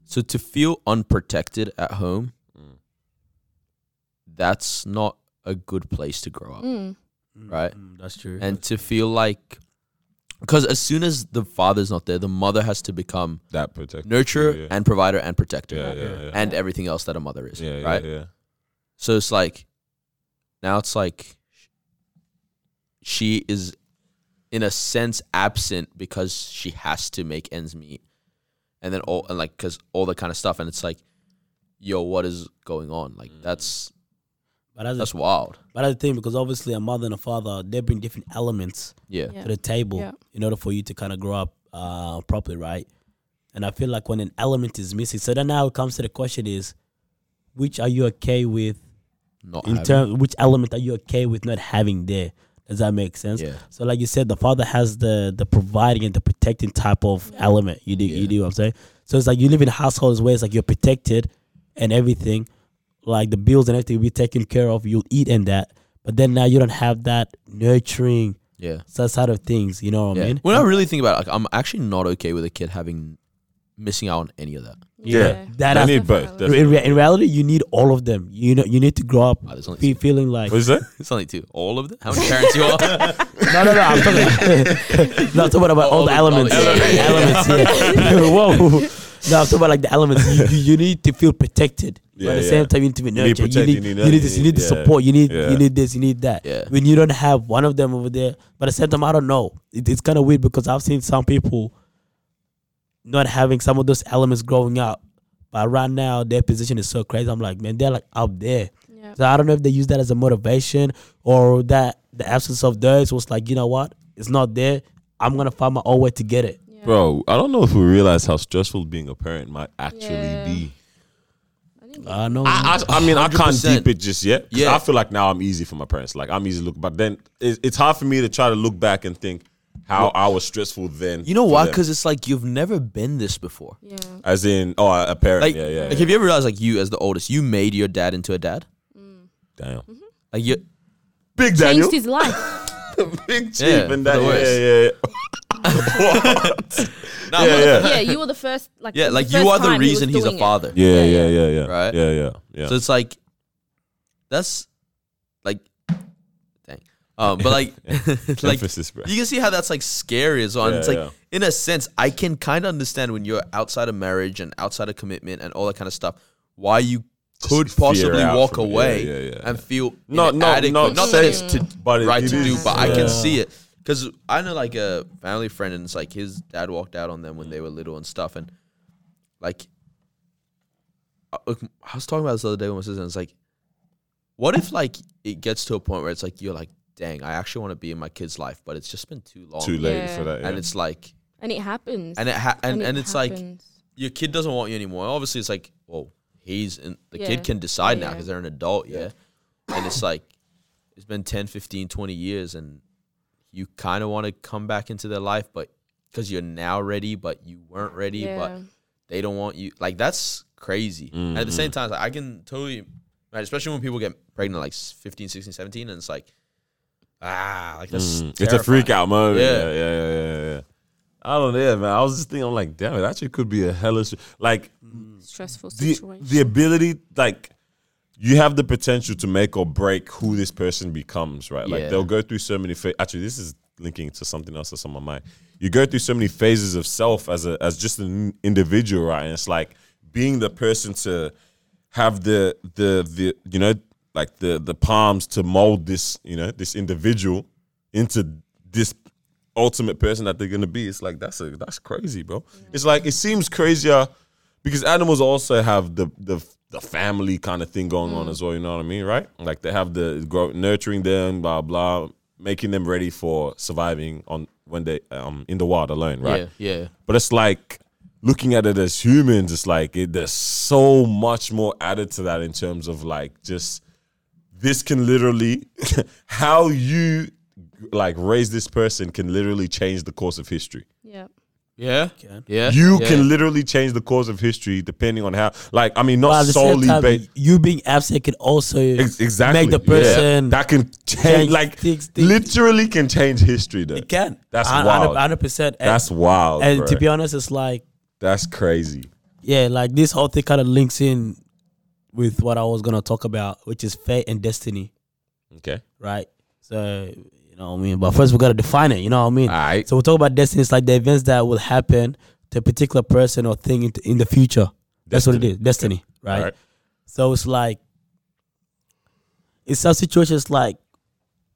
Speaker 3: So to feel unprotected at home,
Speaker 1: Mm.
Speaker 3: that's not a good place to grow up,
Speaker 4: mm,
Speaker 3: right?
Speaker 2: mm, that's true.
Speaker 3: And to feel like, because as soon as the father's not there, the mother has to become
Speaker 1: that protect.
Speaker 3: nurturer
Speaker 1: Yeah, yeah.
Speaker 3: and provider and protector
Speaker 1: Yeah, yeah, yeah.
Speaker 3: and everything else that a mother is,
Speaker 1: yeah,
Speaker 3: right?
Speaker 1: yeah, yeah.
Speaker 3: So it's like now it's like sh- she is in a sense absent because she has to make ends meet. And then all and like cuz all that kind of stuff and it's like yo what is going on? Like
Speaker 1: Mm.
Speaker 3: that's
Speaker 2: but that's,
Speaker 3: that's wild.
Speaker 2: but that's the thing because obviously a mother and a father they bring different elements.
Speaker 3: Yeah.
Speaker 4: yeah,
Speaker 2: to the table
Speaker 4: Yeah.
Speaker 2: in order for you to kind of grow up uh, properly, right? And I feel like when an element is missing, so then now it comes to the question is, which are you okay with
Speaker 3: Not
Speaker 2: in
Speaker 3: having-
Speaker 2: terms? Which element are you okay with not having there? Does that make sense?
Speaker 3: Yeah.
Speaker 2: So like you said, the father has the the providing and the protecting type of element. You do you do what I'm saying? So it's like you live in households where it's like you're protected and everything, like the bills and everything will be taken care of. You'll eat and that, but then now you don't have that nurturing
Speaker 3: Yeah.
Speaker 2: so side of things. You know what I
Speaker 3: yeah.
Speaker 2: mean?
Speaker 3: When I really think about it, like I'm actually not okay with a kid having missing out on any of that.
Speaker 1: Yeah.
Speaker 2: That
Speaker 1: I
Speaker 2: has-
Speaker 1: need both.
Speaker 2: in,
Speaker 4: Definitely.
Speaker 1: definitely.
Speaker 2: rea- in reality, you need all of them. You know, you need to grow up
Speaker 3: Wow, Ah, there's only
Speaker 2: fe- feeling like
Speaker 1: What is that?
Speaker 3: It's only two. All of them? How many parents you are?
Speaker 2: no, no, no. I'm talking, no, I'm talking about all,
Speaker 3: All
Speaker 2: the
Speaker 3: the-
Speaker 2: elements.
Speaker 3: all the-
Speaker 2: Yeah, elements. Yeah. Whoa. No, I'm talking about like the elements. You, you, you need to feel protected. but
Speaker 1: Yeah,
Speaker 2: at the
Speaker 1: yeah.
Speaker 2: same time, you need to be
Speaker 1: need
Speaker 2: nurtured. You
Speaker 1: protect,
Speaker 2: need, you
Speaker 1: you
Speaker 2: need,
Speaker 1: need that,
Speaker 2: this. You need the
Speaker 1: yeah.
Speaker 2: support. You need,
Speaker 1: Yeah.
Speaker 2: you need this. You need that.
Speaker 3: Yeah.
Speaker 2: When you don't have one of them over there, but at the same time, I don't know. It, it's kind of weird because I've seen some people not having some of those elements growing up. But right now, their position is so crazy. I'm like, man, they're like up there.
Speaker 4: yeah,
Speaker 2: So I don't know if they use that as a motivation or that the absence of those was like, you know what, it's not there. I'm gonna find my own way to get it.
Speaker 4: yeah.
Speaker 1: Bro, I don't know if we realize how stressful being a parent might actually
Speaker 4: Yeah.
Speaker 1: be.
Speaker 4: I think
Speaker 2: I know.
Speaker 1: I, I, I mean, I can't
Speaker 3: 100%.
Speaker 1: deep it just yet. Yeah.
Speaker 3: Yeah.
Speaker 1: I feel like now I'm easy for my parents. Like, I'm easy to look. But then it's, it's hard for me to try to look back and think, how I was stressful then.
Speaker 3: You know
Speaker 1: for
Speaker 3: why?
Speaker 1: them.
Speaker 3: Because it's like you've never been this before.
Speaker 4: Yeah.
Speaker 1: as in, oh, a parent.
Speaker 3: Like,
Speaker 1: yeah, yeah.
Speaker 3: like
Speaker 1: yeah.
Speaker 3: have you ever realized, like, you as the oldest, you made your dad into a dad?
Speaker 1: Damn.
Speaker 3: Like, you,
Speaker 1: Big Daniel,
Speaker 4: Changed his life.
Speaker 1: big chief,
Speaker 3: Yeah,
Speaker 1: and
Speaker 3: for
Speaker 1: that.
Speaker 3: the worst.
Speaker 1: Yeah, yeah, yeah.
Speaker 3: Nah,
Speaker 1: Yeah,
Speaker 3: but-
Speaker 1: yeah.
Speaker 4: yeah, you were the first. Like
Speaker 3: yeah,
Speaker 4: it was
Speaker 3: like
Speaker 4: first
Speaker 3: you are the
Speaker 4: time he was
Speaker 3: reason he's
Speaker 4: doing
Speaker 3: a
Speaker 4: it.
Speaker 3: father.
Speaker 1: Yeah, yeah, yeah, yeah.
Speaker 3: Right?
Speaker 1: Yeah, yeah, yeah.
Speaker 3: So it's like that's like dang. Um but like like
Speaker 1: Emphasis, bro.
Speaker 3: you can see how that's like scary as well. And
Speaker 1: Yeah,
Speaker 3: it's like
Speaker 1: yeah.
Speaker 3: in a sense, I can kinda understand when you're outside of marriage and outside of commitment and all that kind of stuff, why you
Speaker 1: Just
Speaker 3: could
Speaker 1: fear
Speaker 3: possibly
Speaker 1: out
Speaker 3: walk
Speaker 1: from- yeah,
Speaker 3: away
Speaker 1: yeah, yeah,
Speaker 3: and feel
Speaker 1: not, not,
Speaker 3: inadequate.
Speaker 1: not,
Speaker 3: that it's
Speaker 1: safe to, but it-
Speaker 3: right
Speaker 1: it
Speaker 3: to do,
Speaker 1: is,
Speaker 3: but I
Speaker 1: yeah.
Speaker 3: can see it because I know like a family friend, and it's like his dad walked out on them when they were little and stuff, and like I look, uh, I was talking about this the other day with my sister, and it's like, what if like it gets to a point where it's like you're like, dang, I actually want to be in my kid's life, but it's just been too long,
Speaker 1: Too late
Speaker 4: Yeah.
Speaker 1: for that. Yeah.
Speaker 3: and it's like,
Speaker 4: And it happens.
Speaker 3: and it ha- and, and,
Speaker 4: it
Speaker 3: it's like
Speaker 4: happens.
Speaker 3: your kid doesn't want you anymore. Obviously, it's like, well, he's in, the
Speaker 4: Yeah.
Speaker 3: kid can decide now
Speaker 4: Yeah.
Speaker 3: because they're an adult, yeah. And it's like, it's been 10, 15, 20 years, and you kind of want to come back into their life, but because you're now ready, but you weren't ready, but Mm.
Speaker 4: Yeah.
Speaker 3: they don't want you. Like, that's crazy. And
Speaker 1: Mm-hmm.
Speaker 3: at the same time, it's like, I can totally, right, especially when people get pregnant, like s- 15, 16, 17, and it's like, ah, like that's
Speaker 1: Mm, it's a freak
Speaker 3: terrifying.
Speaker 1: out moment. Yeah. Yeah,
Speaker 3: Yeah.
Speaker 1: yeah, yeah, yeah, yeah. I don't know, man. I was just thinking, I'm like, damn, it actually could be a hellish. Like,
Speaker 4: stressful
Speaker 1: the,
Speaker 4: situation.
Speaker 1: the ability, like, you have the potential to make or break who this person becomes, right? Like,
Speaker 3: Yeah.
Speaker 1: they'll go through so many. Fa- actually, this is linking to something else that's on my mind. You go through so many phases of self as a as just an individual, right? And it's like being the person to have the the the you know like the the palms to mold this you know this individual into this ultimate person that they're gonna be. It's like that's a that's crazy, bro. It's like it seems crazier because animals also have the the the family kind of thing going on as well. You know what I mean, right? Like they have the grow, nurturing them, blah blah, making them ready for surviving on when they um in the wild alone, right?
Speaker 3: Yeah, yeah.
Speaker 1: But it's like looking at it as humans, it's like it, there's so much more added to that in terms of like just this can literally how you like raise this person can literally change the course of history.
Speaker 4: yeah.
Speaker 3: Yeah. Yeah.
Speaker 1: You
Speaker 3: yeah.
Speaker 1: can literally change the course of history depending on how like I mean not
Speaker 2: But at the same
Speaker 1: solely
Speaker 2: time,
Speaker 1: based
Speaker 2: you being absent can also
Speaker 1: Ex- exactly
Speaker 2: make the
Speaker 1: Yeah.
Speaker 2: person.
Speaker 1: that can change
Speaker 2: change
Speaker 1: like
Speaker 2: things- things-
Speaker 1: literally can change history though.
Speaker 2: it can.
Speaker 1: That's
Speaker 2: Hun-
Speaker 1: wild.
Speaker 2: Hundred percent. And-
Speaker 1: That's wild.
Speaker 2: And
Speaker 1: bro.
Speaker 2: to be honest, it's like
Speaker 1: that's crazy.
Speaker 2: yeah, like this whole thing kind of links in with what I was gonna talk about, which is fate and destiny,
Speaker 1: Okay.
Speaker 2: right? So you know what I mean. But first, we gotta define it. You know what I mean.
Speaker 1: All right.
Speaker 2: So we talk about destiny. It's like the events that will happen to a particular person or thing in, in the future. That's what it
Speaker 1: Destiny.
Speaker 2: is. Destiny, right?
Speaker 1: Alright.
Speaker 2: So it's like it's such situations like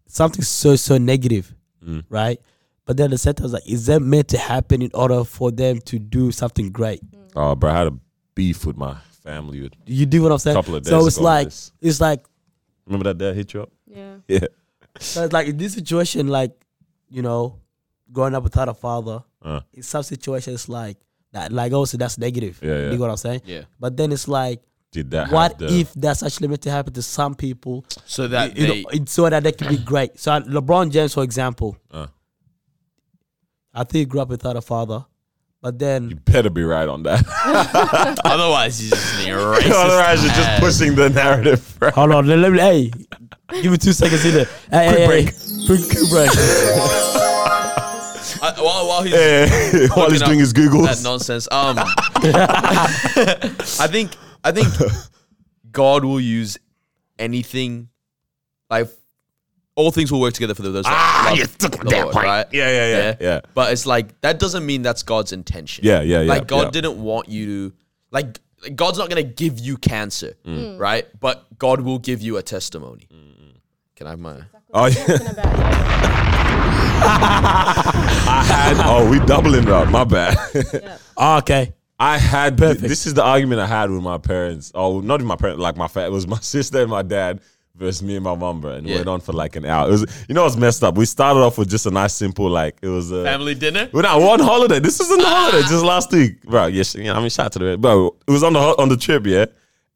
Speaker 2: something so so negative,
Speaker 1: Mm.
Speaker 2: right? But then the center is like, is that meant to happen in order for them to do something great?
Speaker 1: Oh, bro, I had a beef with my family. With,
Speaker 2: You do what I'm saying?
Speaker 1: Couple of days
Speaker 2: so it's
Speaker 1: ago,
Speaker 2: like
Speaker 1: this-
Speaker 2: it's like
Speaker 1: remember that dad hit you up?
Speaker 4: Yeah.
Speaker 1: Yeah.
Speaker 2: so it's like in this situation, like you know, growing up without a father,
Speaker 1: Uh.
Speaker 2: in some situations like that, like also that's negative.
Speaker 1: Yeah, yeah.
Speaker 2: You know what I'm saying?
Speaker 3: Yeah.
Speaker 2: But then it's like,
Speaker 1: Did that?
Speaker 2: what
Speaker 1: have the-
Speaker 2: if that's actually meant to happen to some people?
Speaker 3: So that
Speaker 2: you
Speaker 3: they,
Speaker 2: know, it- so that they can be great. So uh, LeBron James, for example,
Speaker 1: Uh.
Speaker 2: I think he grew up without a father, but
Speaker 1: You
Speaker 2: then
Speaker 1: better be right on that.
Speaker 3: otherwise he's just an racist.
Speaker 1: Otherwise, you're just pushing the narrative. Bro.
Speaker 2: hold on, let, let me, hey, give me two seconds in there. Hey, hey, hey, Quick, quick break.
Speaker 3: I, while, while he's
Speaker 1: Yeah. While he's
Speaker 3: looking
Speaker 1: doing
Speaker 3: up
Speaker 1: his Googles.
Speaker 3: that nonsense. Um, I think I think God will use anything, like all things will work together for those.
Speaker 1: Ah,
Speaker 3: that love
Speaker 1: you took my
Speaker 3: the
Speaker 1: damn
Speaker 3: Lord,
Speaker 1: point. Yeah, yeah, yeah, yeah.
Speaker 3: But it's like that doesn't mean that's God's intention.
Speaker 1: Yeah, yeah, yeah,
Speaker 3: Like God
Speaker 1: yeah.
Speaker 3: didn't want you to like. like, God's not gonna give you cancer,
Speaker 1: Mm.
Speaker 3: right? But God will give you a testimony. Can I have my?
Speaker 1: oh, yeah.
Speaker 4: Talking about-
Speaker 1: I had. Oh, we doubling up. My bad.
Speaker 2: Ah, okay.
Speaker 1: I had. th- This is the argument I had with my parents. Oh, not with my parents. Like my fa- it was my sister and my dad versus me and my mum, bro, and it
Speaker 3: Yeah.
Speaker 1: went on for like an hour. It was. You know what's messed up? We started off with just a nice, simple like it was a
Speaker 3: Family dinner?
Speaker 1: We're not one holiday. This isn't the holiday. Just last week, bro. Yes, you know, I mean, shout out to the bro. It was on the ho- on the trip, yeah,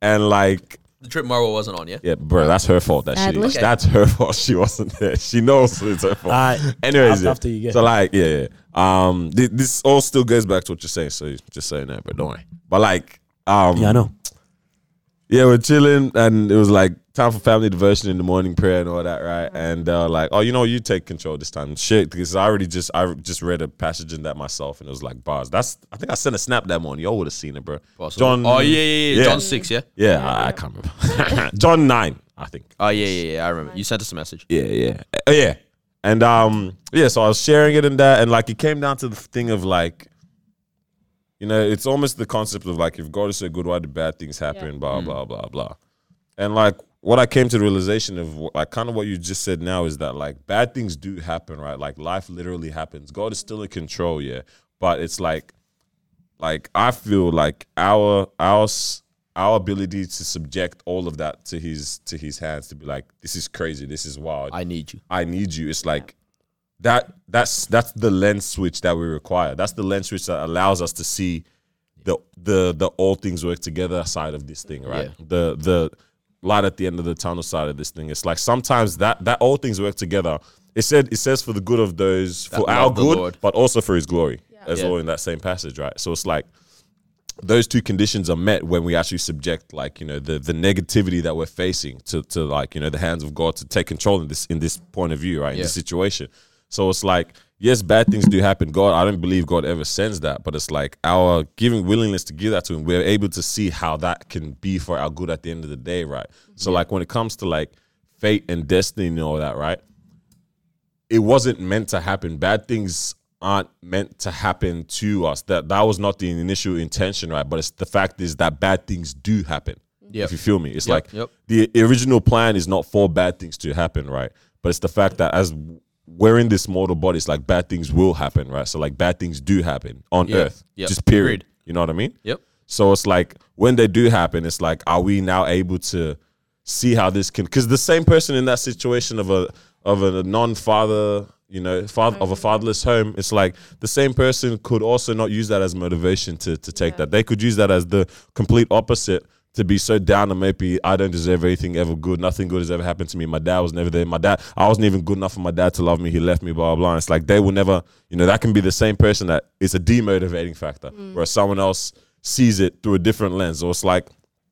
Speaker 1: and like
Speaker 3: the trip Marwa wasn't on, yeah?
Speaker 1: Yeah, bro, that's her fault that she.
Speaker 4: Sadly.
Speaker 3: Okay.
Speaker 1: That's her fault. She wasn't there. She knows it's her fault.
Speaker 2: Alright,
Speaker 1: Anyways,
Speaker 2: after-
Speaker 1: yeah.
Speaker 2: after you get-
Speaker 1: so like, yeah, yeah. Um, thi- this all still goes back to what you're saying. So just saying that, but don't worry. But like, um,
Speaker 2: Yeah, I know.
Speaker 1: yeah, we're chilling, and it was like time for family diversion in the morning prayer and all that, right? And they were like, "Oh, you know, you take control this time." Shit, because I already just I just read a passage in that myself, and it was like bars. That's I think I sent a snap that morning. Y'all would have seen it, bro.
Speaker 3: Possible. oh, yeah, yeah, yeah. John 6, yeah?
Speaker 1: Yeah, I, I can't remember. John nine, I think.
Speaker 3: Oh, yeah, yeah, yeah. I remember. You sent us a message.
Speaker 1: Yeah, yeah, Uh, yeah. And um, yeah. So I was sharing it and that, and like it came down to the thing of like, you know, it's almost the concept of like, if God is so good, why do bad things happen? Blah blah blah blah. And like, what I came to the realization of, wh- like, kind of what you just said now is that like bad things do happen, right? Like life literally happens. God is still in control, yeah. But it's like like I feel like our our s- our ability to subject all of that to his to his hands to be like this is crazy this is wild I,
Speaker 3: I need you.
Speaker 1: need you it's like that that's that's the lens switch that we require that's the lens switch that allows us to see the the the all things work together side of this thing right
Speaker 3: Yeah.
Speaker 1: the the light at the end of the tunnel side of this thing it's like sometimes that that all things work together it said it says for the good of those for our
Speaker 3: love the
Speaker 1: good
Speaker 3: Lord.
Speaker 1: but also for his glory as
Speaker 3: Yeah.
Speaker 1: well in that same passage right so it's like those two conditions are met when we actually subject like you know the the negativity that we're facing to to like you know the hands of God to take control in this in this point of view right in this
Speaker 3: Yeah.
Speaker 1: situation so it's like yes bad things do happen God I don't believe God ever sends that but it's like our giving willingness to give that to him we're able to see how that can be for our good at the end of the day right so like when it comes to like fate and destiny and all that right it wasn't meant to happen. Bad things aren't meant to happen to us. That that was not the initial intention, right? But it's the fact is that bad things do happen.
Speaker 3: Yep.
Speaker 1: If you feel me, it's
Speaker 3: Yep,
Speaker 1: like
Speaker 3: yep.
Speaker 1: the original plan is not for bad things to happen, right? But it's the fact that as we're in this mortal body, it's like bad things will happen, right? So like bad things do happen on
Speaker 3: Yeah,
Speaker 1: earth,
Speaker 3: yep.
Speaker 1: just period.
Speaker 3: Agreed.
Speaker 1: You know what I mean?
Speaker 3: Yep.
Speaker 1: So it's like when they do happen, it's like, are we now able to see how this can? Because the same person in that situation of a of a non-father, you know, father of a fatherless home, it's like the same person could also not use that as motivation to to take that. They could use that as the complete opposite. To be so down and maybe I don't deserve anything ever good. Nothing good has ever happened to me. My dad was never there. My dad, I wasn't even good enough for my dad to love me. He left me. Blah blah. blah. And It's like they will never. You know that can be the same person that it's a demotivating factor, whereas someone else sees it through a different lens. Or it's like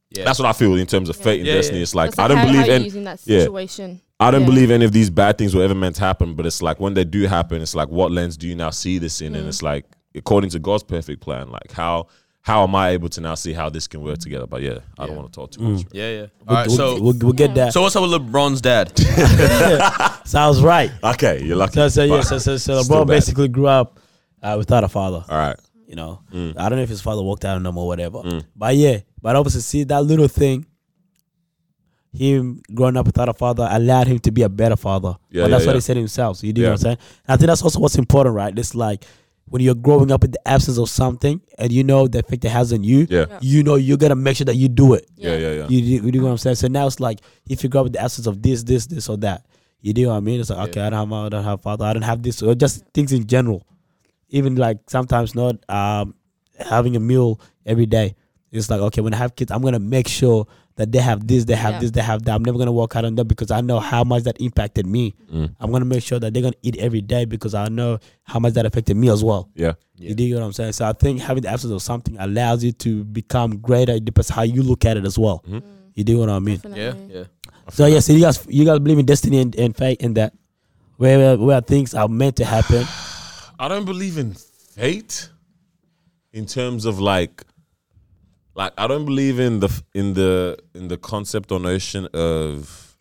Speaker 3: Yeah.
Speaker 1: that's what I feel in terms of fate and
Speaker 3: Yeah,
Speaker 1: destiny.
Speaker 3: yeah.
Speaker 1: It's like
Speaker 4: That's
Speaker 1: I don't
Speaker 4: how,
Speaker 1: believe
Speaker 4: how you
Speaker 1: any,
Speaker 4: using that
Speaker 1: yeah.
Speaker 4: situation.
Speaker 1: I don't
Speaker 4: Yeah.
Speaker 1: believe any of these bad things were ever meant to happen. But it's like when they do happen, it's like what lens do you now see this in? And it's like according to God's perfect plan, like how how am I able to now see how this can work together? But yeah, I don't want to talk too much.
Speaker 3: Yeah, yeah. All right,
Speaker 2: we'll,
Speaker 3: so
Speaker 2: we'll, we'll get that.
Speaker 3: so what's up with LeBron's dad?
Speaker 2: Sounds right.
Speaker 1: Okay, you're lucky.
Speaker 2: Mm. So so yeah,
Speaker 1: But-
Speaker 2: so so, so
Speaker 1: still
Speaker 2: LeBron
Speaker 1: bad.
Speaker 2: basically grew up uh, without a father.
Speaker 1: all right.
Speaker 2: You know,
Speaker 1: Mm.
Speaker 2: I don't know if his father walked out on him or whatever. But yeah, but obviously, see that little thing. Him growing up without a father allowed him to be a better father.
Speaker 1: Yeah,
Speaker 2: but that's
Speaker 1: yeah,
Speaker 2: what
Speaker 1: yeah.
Speaker 2: he said himself. So you do
Speaker 1: Yeah.
Speaker 2: know what I'm saying. And I think that's also what's important, right? It's like when you're growing up in the absence of something, and you know the effect it has on you.
Speaker 1: Yeah.
Speaker 2: You know you're gonna make sure that you do it.
Speaker 1: Yeah, yeah, yeah.
Speaker 2: You, do- you do what I'm saying. So now it's like if you grow up with the absence of this, this, this, or that, you do what I mean. It's like okay, I don't have, my- I don't have father, I don't have this, or just things in general. Even like sometimes not um, having a meal every day. It's like okay, when I have kids, I'm gonna make sure that they have this, they have
Speaker 4: Yeah.
Speaker 2: this, they have that. I'm never gonna walk out on them because I know how much that impacted me.
Speaker 1: Mm.
Speaker 2: I'm gonna make sure that they're gonna eat every day because I know how much that affected me as well.
Speaker 1: Yeah.
Speaker 3: Yeah.
Speaker 2: You dig what I'm saying? So I think having the absence of something allows you to become greater. It depends how you look at it as well.
Speaker 3: Mm-hmm.
Speaker 2: You dig what I mean?
Speaker 3: yeah,
Speaker 4: Definitely.
Speaker 3: yeah.
Speaker 2: So yeah, so you guys, you guys believe in destiny and, and fate and that, where, where where things are meant to happen.
Speaker 1: I don't believe in fate in terms of like like I don't believe in the in the in the concept or notion of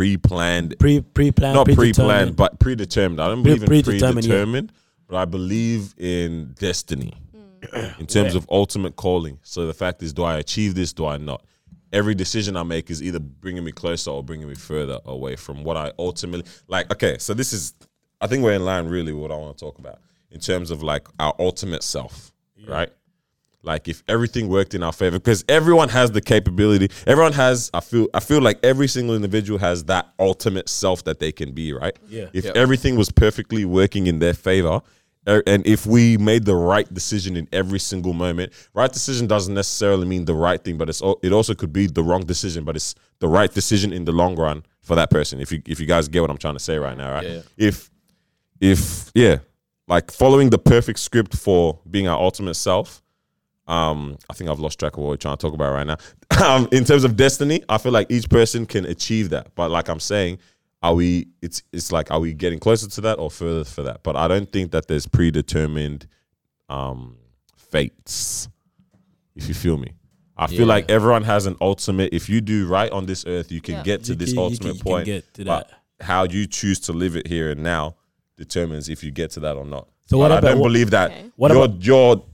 Speaker 1: pre-planned
Speaker 2: Pre pre planned,
Speaker 1: not pre-planned but predetermined. I don't
Speaker 2: Pre-
Speaker 1: believe in
Speaker 2: predetermined, yeah.
Speaker 1: predetermined, but I believe in destiny in terms of ultimate calling. So the fact is, do I achieve this? Do I not? Every decision I make is either bringing me closer or bringing me further away from what I ultimately like. Okay, so this is, I think we're in line really with what I want to talk about in terms of like our ultimate self, right? Like if everything worked in our favor, because everyone has the capability. Everyone has. I feel. I feel like every single individual has that ultimate self that they can be. Right.
Speaker 2: Yeah.
Speaker 1: If
Speaker 3: Yeah.
Speaker 1: everything was perfectly working in their favor, er, and if we made the right decision in every single moment, right decision doesn't necessarily mean the right thing, but it's al- it also could be the wrong decision, but it's the right decision in the long run for that person. If you if you guys get what I'm trying to say right now, right?
Speaker 3: Yeah, yeah.
Speaker 1: If if yeah, like following the perfect script for being our ultimate self. Um, I think I've lost track of what we're trying to talk about right now. um, in terms of destiny, I feel like each person can achieve that. But like I'm saying, are we? It's it's like are we getting closer to that or further for that? But I don't think that there's predetermined um, fates. If you feel me, I feel
Speaker 3: Yeah.
Speaker 1: like everyone has an ultimate. If you do right on this earth, you can
Speaker 4: Yeah.
Speaker 1: get to
Speaker 2: You
Speaker 1: this
Speaker 2: can- you
Speaker 1: ultimate
Speaker 2: can- you can
Speaker 1: point.
Speaker 2: get to
Speaker 1: but
Speaker 2: that.
Speaker 1: how you choose to live it here and now determines if you get to that or not.
Speaker 2: So what
Speaker 1: But I
Speaker 2: about-
Speaker 1: don't
Speaker 2: what-
Speaker 1: believe that
Speaker 4: Okay.
Speaker 2: What
Speaker 1: your
Speaker 2: about-
Speaker 1: your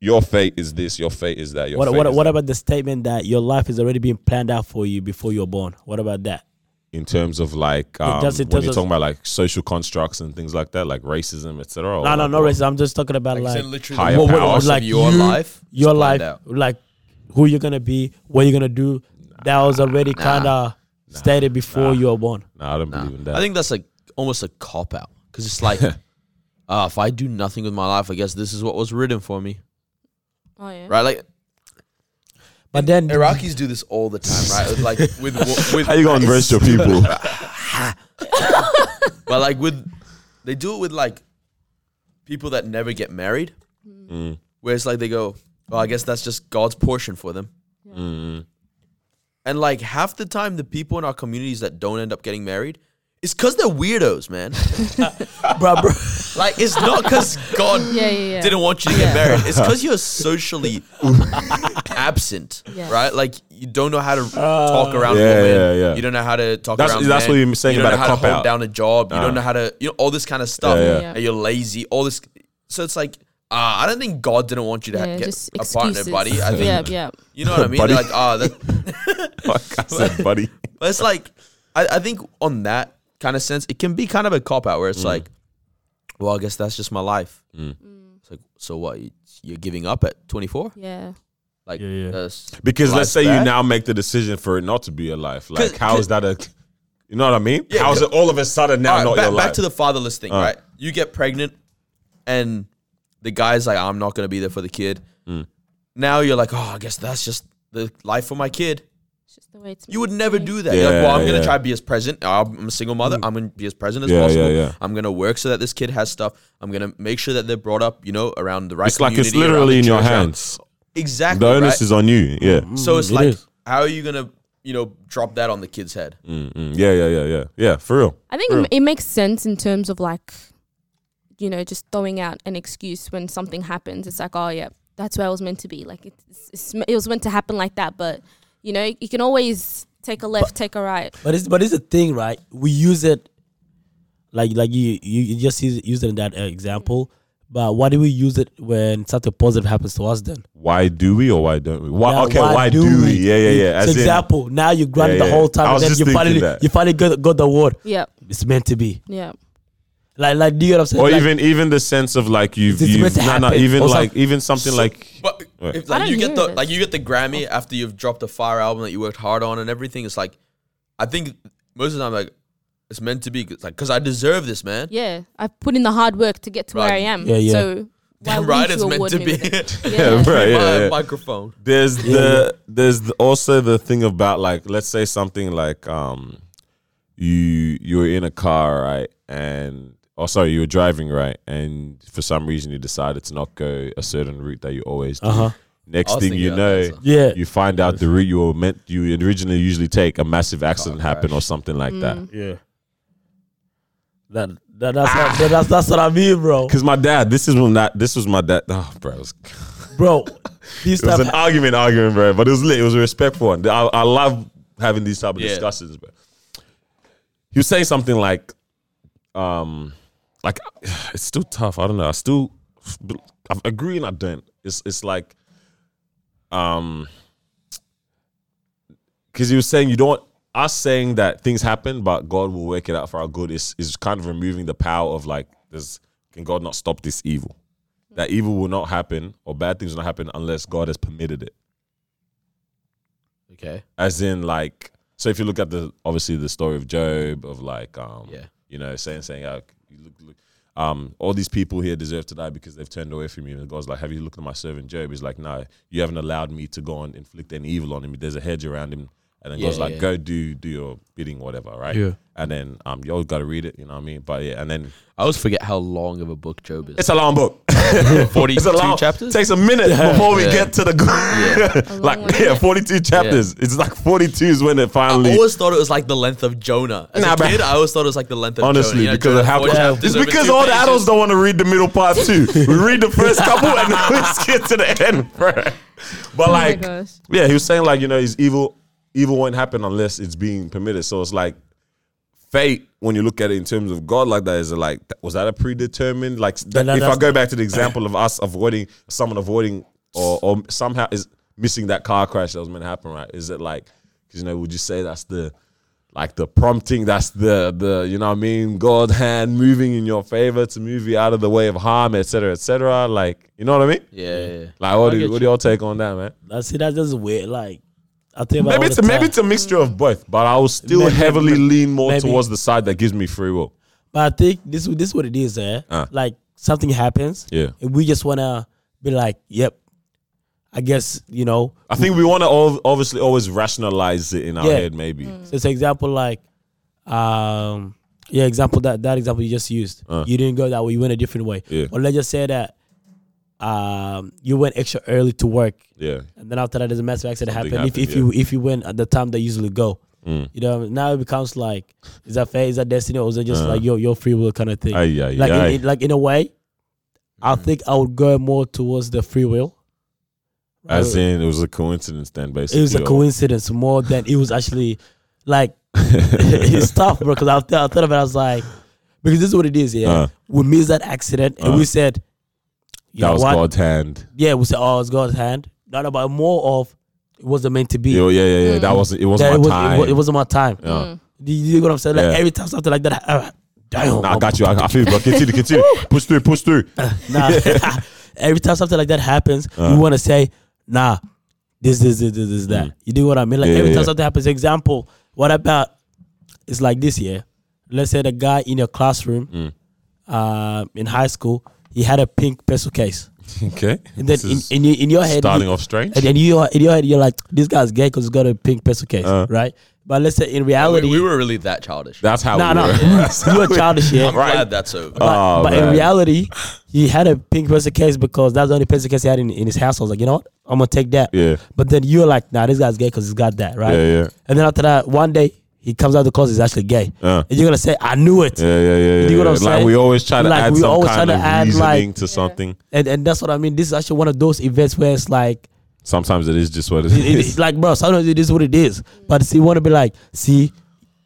Speaker 1: your fate is this, your fate is that, your
Speaker 2: What
Speaker 1: fate
Speaker 2: what
Speaker 1: is
Speaker 2: what
Speaker 1: that.
Speaker 2: about the statement that your life is already being planned out for you before you're born? What about that?
Speaker 1: in terms of like um,
Speaker 2: just in
Speaker 1: when
Speaker 2: terms
Speaker 1: you're
Speaker 2: of-
Speaker 1: talking about like social constructs and things like that, like racism, etc.
Speaker 2: No, no, no racism. I'm just talking about
Speaker 5: Like,
Speaker 2: like
Speaker 5: like literally,
Speaker 1: higher
Speaker 2: what- what-
Speaker 1: power.
Speaker 3: Most of your
Speaker 2: you-
Speaker 3: life is
Speaker 2: your
Speaker 3: planned
Speaker 2: life,
Speaker 3: out.
Speaker 2: like who you're gonna be, what you're gonna do. that was already kind of stated before you were born.
Speaker 1: No, I don't believe in that.
Speaker 3: I think that's like almost a cop out because it's like, uh, if I do nothing with my life, I guess this is what was written for me,
Speaker 4: Oh yeah.
Speaker 3: right? Like
Speaker 2: But then,
Speaker 5: Iraqis do this
Speaker 3: all the time, right? It's like with wa- with
Speaker 1: how you gonna embrace your people?
Speaker 3: but like with they do it with like people that never get married,
Speaker 1: Mm.
Speaker 3: where it's like they go, well, I guess that's just God's portion for them.
Speaker 1: Mm.
Speaker 3: And like half the time, the people in our communities that don't end up getting married. It's because they're weirdos, man.
Speaker 2: bro, bro,
Speaker 3: Like, it's not because God
Speaker 4: Yeah, yeah, yeah.
Speaker 3: didn't want you to get married. It's because you're socially absent,
Speaker 4: Yeah.
Speaker 3: right? Like you don't know how to talk around
Speaker 1: Uh, Yeah,
Speaker 3: women.
Speaker 1: yeah, yeah.
Speaker 3: You don't know how to talk
Speaker 1: That's-
Speaker 3: around.
Speaker 1: that's
Speaker 3: men.
Speaker 1: what you're saying
Speaker 3: you don't
Speaker 1: about
Speaker 3: know
Speaker 1: a
Speaker 3: how to
Speaker 1: cop-out.
Speaker 3: hold down a job. You don't know how to, you know, all this kind of stuff.
Speaker 1: Yeah, yeah.
Speaker 4: Yeah.
Speaker 3: And you're lazy. All this. So it's like, ah, I don't think God didn't want you to ha-
Speaker 4: Yeah,
Speaker 3: get
Speaker 4: just
Speaker 3: a
Speaker 4: excuses.
Speaker 3: partner, buddy. I think
Speaker 4: yeah, yeah.
Speaker 3: you know what I mean. They're
Speaker 1: Buddy.
Speaker 3: like, ah, that,
Speaker 1: Like I said, buddy.
Speaker 3: but it's like, I, I think on that kind of sense, it can be kind of a cop out where
Speaker 1: Mm.
Speaker 3: it's like, well, I guess that's just my life. It's like, so what? You- You're giving up at 24?
Speaker 4: Yeah.
Speaker 3: Like,
Speaker 2: Yeah, yeah.
Speaker 3: that's-
Speaker 1: Because let's
Speaker 3: Life's
Speaker 1: say you
Speaker 3: bad.
Speaker 1: now make the decision for it not to be your life. Like,
Speaker 3: 'Cause-
Speaker 1: how is that a? You know what I mean?
Speaker 3: Yeah,
Speaker 1: how is it all of a sudden now
Speaker 3: All right,
Speaker 1: not
Speaker 3: ba-
Speaker 1: your
Speaker 3: back,
Speaker 1: life?
Speaker 3: to the fatherless thing, right? You get pregnant, and the guy's like, "I'm not gonna be there for the kid."
Speaker 1: Mm.
Speaker 3: Now you're like, "Oh, I guess that's just the life for my kid."
Speaker 4: It's just the way it's.
Speaker 3: You would
Speaker 4: meant
Speaker 3: never
Speaker 4: to be.
Speaker 3: do that. You're like,
Speaker 1: Yeah,
Speaker 3: well, I'm gonna
Speaker 1: yeah. Mm.
Speaker 3: try to be as present. I'm a single mother. I'm gonna be as present as
Speaker 1: Yeah, yeah,
Speaker 3: possible.
Speaker 1: yeah.
Speaker 3: I'm gonna work so that this kid has stuff. I'm gonna make sure that they're brought up, you know, around the right.
Speaker 1: it's like it's
Speaker 3: community, around
Speaker 1: literally
Speaker 3: the
Speaker 1: in your
Speaker 3: church, around-
Speaker 1: hands.
Speaker 3: Exactly.
Speaker 1: The onus
Speaker 3: right?
Speaker 1: is on you. Yeah.
Speaker 3: so it's
Speaker 2: It
Speaker 3: like,
Speaker 2: is.
Speaker 3: how are you gonna, you know, drop that on the kid's head?
Speaker 1: Mm, yeah, yeah, yeah, yeah, yeah. For real.
Speaker 4: I think it makes sense in terms of like, you know, just throwing out an excuse when something happens. It's like, oh yeah, that's where I was meant to be. Like it's, it's, it was meant to happen like that. But you know, you can always take a left, take a right.
Speaker 2: but it's but it's a thing, right? We use it like like you you, you just use, use it in that uh, example. But why do we use it when something positive happens to us then?
Speaker 1: Why do we or why don't we? Why,
Speaker 2: Now,
Speaker 1: Uh, okay, why, do we? Yeah, yeah, yeah.
Speaker 2: So
Speaker 1: As in-
Speaker 2: example, now you grinded
Speaker 1: yeah,
Speaker 2: the whole
Speaker 1: yeah. I
Speaker 2: time,
Speaker 1: was
Speaker 2: and then
Speaker 1: just
Speaker 2: you
Speaker 1: thinking
Speaker 2: finally
Speaker 1: that.
Speaker 2: you finally got, got the word.
Speaker 4: Yeah,
Speaker 2: It's meant to be.
Speaker 4: yeah,
Speaker 2: Like like do you get what I'm saying?
Speaker 1: or
Speaker 2: Like,
Speaker 1: even even the sense of like you've
Speaker 2: It's
Speaker 1: you've
Speaker 2: meant to
Speaker 1: no no
Speaker 2: happen
Speaker 1: even
Speaker 2: or
Speaker 1: like
Speaker 2: something.
Speaker 1: even something like
Speaker 3: But
Speaker 1: Right.
Speaker 3: if like
Speaker 4: I don't
Speaker 3: you get
Speaker 4: hear
Speaker 3: the
Speaker 4: this.
Speaker 3: like you get the Grammy after you've dropped a fire album that you worked hard on and everything, it's like I think most of the time like it's meant to be it's like because I deserve this, man.
Speaker 4: yeah. I put in the hard work to get to where I
Speaker 3: Right.
Speaker 4: am.
Speaker 2: Yeah, yeah.
Speaker 4: So why
Speaker 3: Damn
Speaker 4: would
Speaker 3: right,
Speaker 4: you
Speaker 3: it's meant
Speaker 4: award
Speaker 3: to
Speaker 4: me
Speaker 3: be.
Speaker 4: with it?
Speaker 3: My
Speaker 4: Yeah, yeah.
Speaker 1: right yeah, yeah.
Speaker 3: microphone.
Speaker 1: there's the there's the, also the thing about like let's say something like um you you were in a car right and oh sorry you were driving right and for some reason you decided to not go a certain route that you always do.
Speaker 2: Uh-huh.
Speaker 1: Next
Speaker 3: I was
Speaker 1: thing you
Speaker 3: thinking about
Speaker 1: know,
Speaker 3: that, so.
Speaker 2: Yeah.
Speaker 1: you find out the route you were meant you originally usually take a massive accident happened or something like that.
Speaker 3: Mm.
Speaker 2: Yeah. That, that that's what, that, that's that's what I mean, bro.
Speaker 1: Because my dad, this is when that this was my dad. Oh, bro, it was,
Speaker 2: Bro, these
Speaker 1: it was
Speaker 2: type
Speaker 1: an argument, argument, bro. But it was lit. It was a respectful one. I, I love having these type of
Speaker 3: Yeah.
Speaker 1: discussions, bro. He was saying something like, um, like it's still tough. I don't know. I still I agree and I don't. It's it's like, um, because he was saying you don't us saying that things happen, but God will work it out for our good. Is is kind of removing the power of like, does can God not stop this evil? That evil will not happen or bad things will not happen unless God has permitted it.
Speaker 3: Okay.
Speaker 1: As in, like, so if you look at the obviously the story of Job of like, um,
Speaker 3: Yeah.
Speaker 1: "Oh, you know, saying saying, uh, you look, look, um, all these people here deserve to die because they've turned away from you. And God's like, have you looked at my servant Job? He's like, no, you haven't allowed me to go and inflict any evil on him. There's a hedge around him. And then
Speaker 3: Yeah,
Speaker 1: God's like,
Speaker 3: yeah.
Speaker 1: go do do your bidding, whatever, right?
Speaker 2: Yeah.
Speaker 1: And then um, you all got to read it, you know what I mean? But yeah, and then
Speaker 3: I always forget how long of a book Job is.
Speaker 1: it's a long book. It's
Speaker 3: Forty-two
Speaker 1: a long
Speaker 3: chapters.
Speaker 1: Takes a minute before we
Speaker 3: Yeah.
Speaker 1: get to the
Speaker 4: A long one,
Speaker 1: like
Speaker 4: isn't
Speaker 1: yeah,
Speaker 4: it?
Speaker 1: forty two chapters. It's like forty two is when it finally.
Speaker 3: I always thought it was like the length of Jonah. As
Speaker 1: Nah,
Speaker 3: a
Speaker 1: bruh.
Speaker 3: kid, I always thought it was like the length of
Speaker 1: Honestly,
Speaker 3: Jonah. You know,
Speaker 1: because
Speaker 3: Jonah,
Speaker 1: of how
Speaker 3: four chapters
Speaker 1: it's
Speaker 3: over
Speaker 1: because
Speaker 3: two
Speaker 1: all the
Speaker 3: pages.
Speaker 1: adults don't want to read the middle part too. we read the first couple and then we skip to the end, bro. But
Speaker 4: Oh my
Speaker 1: like,
Speaker 4: gosh.
Speaker 1: yeah, he was saying like you know, his evil, evil won't happen unless it's being permitted. So it's like fate when you look at it in terms of God like that is like was that a predetermined like that,
Speaker 2: no,
Speaker 1: if I
Speaker 2: that's-
Speaker 1: go back to the example of us avoiding someone avoiding or, or somehow is missing that car crash that was meant to happen right is it like because you know would you say that's the like the prompting that's the the you know what I mean God hand moving in your favor to move you out of the way of harm etc etc like you know what I mean
Speaker 3: Yeah, yeah, yeah.
Speaker 1: like what do,
Speaker 3: get
Speaker 1: what do y'all take on that man
Speaker 2: I see that's just weird. Like I think about
Speaker 1: maybe
Speaker 2: all
Speaker 1: it's
Speaker 2: the
Speaker 1: a, maybe
Speaker 2: time.
Speaker 1: it's a mixture of both but I will still
Speaker 2: Maybe-
Speaker 1: heavily lean more
Speaker 2: maybe-
Speaker 1: towards the side that gives me free will
Speaker 2: But I think this this is what it is, eh?
Speaker 1: Uh.
Speaker 2: Like something happens,
Speaker 1: Yeah.
Speaker 2: and we just wanna be like, "Yep, I guess you know."
Speaker 1: I think we want to obviously always rationalize it in our
Speaker 2: Yeah.
Speaker 1: head, maybe.
Speaker 4: Mm.
Speaker 2: So it's an example like, um, yeah, example that that example you just used.
Speaker 1: Uh.
Speaker 2: You didn't go that way; you went a different way.
Speaker 1: Yeah.
Speaker 2: Or let's just say that, um, you went extra early to work,
Speaker 1: Yeah.
Speaker 2: and then after that, there's a massive accident
Speaker 1: Something
Speaker 2: happened. If
Speaker 1: happened,
Speaker 2: if you if you went at the time they usually go,
Speaker 1: Mm.
Speaker 2: you know, now it becomes like, is that fair? Is that destiny, or is it just
Speaker 1: Uh-huh.
Speaker 2: like your your free will kind of thing?
Speaker 1: Aye, aye,
Speaker 2: like
Speaker 1: aye.
Speaker 2: in, in, like in a way, I
Speaker 1: Mm.
Speaker 2: think I would go more towards the free will.
Speaker 1: As
Speaker 2: Uh,
Speaker 1: in, it was a coincidence then, basically.
Speaker 2: it was a
Speaker 1: or-
Speaker 2: coincidence more than it was actually like it's tough, bro. Because I, th- I thought of it, I was like, because this is what it is. Yeah,
Speaker 1: Uh.
Speaker 2: we missed that accident, and
Speaker 1: Uh.
Speaker 2: we said, you
Speaker 1: That
Speaker 2: know
Speaker 1: was
Speaker 2: what?
Speaker 1: God's hand.
Speaker 2: Yeah, we said, oh, it's God's hand. Not about more of it wasn't meant to be.
Speaker 1: Yeah, yeah, yeah. yeah. That wasn't. It wasn't my
Speaker 2: That Mm. it, was,
Speaker 1: time.
Speaker 2: It, was, it wasn't my time.
Speaker 1: Yeah.
Speaker 2: Do you, you know what I'm saying? Like
Speaker 1: Yeah.
Speaker 2: every time something like that, I, I, damn.
Speaker 1: Nah, I got you. I, I feel you, bro. Continue, continue. Push through, push through.
Speaker 2: Nah. every time something like that happens,
Speaker 1: Uh-huh.
Speaker 2: you want to say, nah, this, this, this, this, this, that. You do what I mean? Like
Speaker 1: Mm. Yeah,
Speaker 2: every
Speaker 1: yeah,
Speaker 2: time
Speaker 1: yeah.
Speaker 2: something happens, example, what about, it's like this year. Let's say the guy in your classroom
Speaker 1: Mm.
Speaker 2: uh, in high school, he had a pink pencil case.
Speaker 1: Okay.
Speaker 2: And then in, in, your- in your head,
Speaker 1: starting
Speaker 2: you-
Speaker 1: off strange.
Speaker 2: and then you, in your head, you're like, this guy's gay because he's got a pink pencil case,
Speaker 1: Uh.
Speaker 2: right? But let's say in
Speaker 3: We,
Speaker 2: reality,
Speaker 3: we were really that childish.
Speaker 1: That's how.
Speaker 2: no,
Speaker 1: we
Speaker 2: no,
Speaker 1: were.
Speaker 2: you were childish, yeah.
Speaker 3: I'm glad that's over.
Speaker 2: But,
Speaker 1: Oh,
Speaker 2: but in
Speaker 1: man.
Speaker 2: reality, he had a pink pencil case because that's the only pencil case he had in, in his house. I was like, you know what? I'm gonna take that.
Speaker 1: Yeah.
Speaker 2: But then you're like, nah, this guy's gay because he's got that, right?
Speaker 1: Yeah, yeah.
Speaker 2: And then after that, one day he comes out of the closet, he's actually gay.
Speaker 1: Uh.
Speaker 2: And you're gonna say, I knew it.
Speaker 1: Yeah, yeah, yeah. yeah,
Speaker 2: You know what I'm
Speaker 1: yeah. like
Speaker 2: saying?
Speaker 1: we always try to
Speaker 2: Like,
Speaker 1: add
Speaker 2: we
Speaker 1: some
Speaker 2: always
Speaker 1: kind
Speaker 2: try to
Speaker 1: of
Speaker 2: add,
Speaker 1: reasoning
Speaker 2: like-
Speaker 1: to something.
Speaker 2: And and that's what I mean. This is actually one of those events where it's like,
Speaker 1: Sometimes it is just what it
Speaker 2: it- it-
Speaker 1: is.
Speaker 2: like, bro, sometimes it is what it is. But see, you want to be like, see,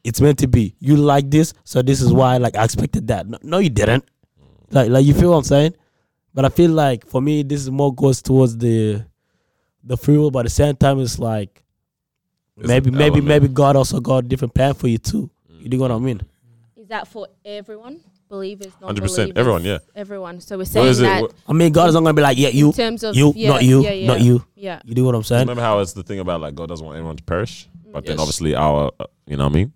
Speaker 2: it's meant to be. You like this, so this is why. Like, I expected that. No, no you didn't. Like, like you feel what I'm saying? But I feel like for me, this is more goes towards the the free will. But at the same time, it's like
Speaker 1: It's
Speaker 2: maybe,
Speaker 1: an
Speaker 2: maybe,
Speaker 1: element. Mm.
Speaker 2: maybe God also got a different plan for you too. You know what I mean?
Speaker 4: Is that for everyone? Believers, not
Speaker 1: 100%,
Speaker 4: believers.
Speaker 1: everyone, yeah.
Speaker 4: Everyone. So we're
Speaker 1: What
Speaker 4: saying
Speaker 1: is
Speaker 4: that
Speaker 1: it? What-
Speaker 2: I mean, God is not gonna be like, yeah, you,
Speaker 4: in terms of
Speaker 2: you,
Speaker 4: yeah,
Speaker 2: not you,
Speaker 4: yeah, yeah,
Speaker 2: not you.
Speaker 4: Yeah.
Speaker 2: You do what I'm saying?
Speaker 1: Remember how it's the thing about like God doesn't want anyone to perish, but then
Speaker 3: Yes.
Speaker 1: obviously our, uh, you know what I mean,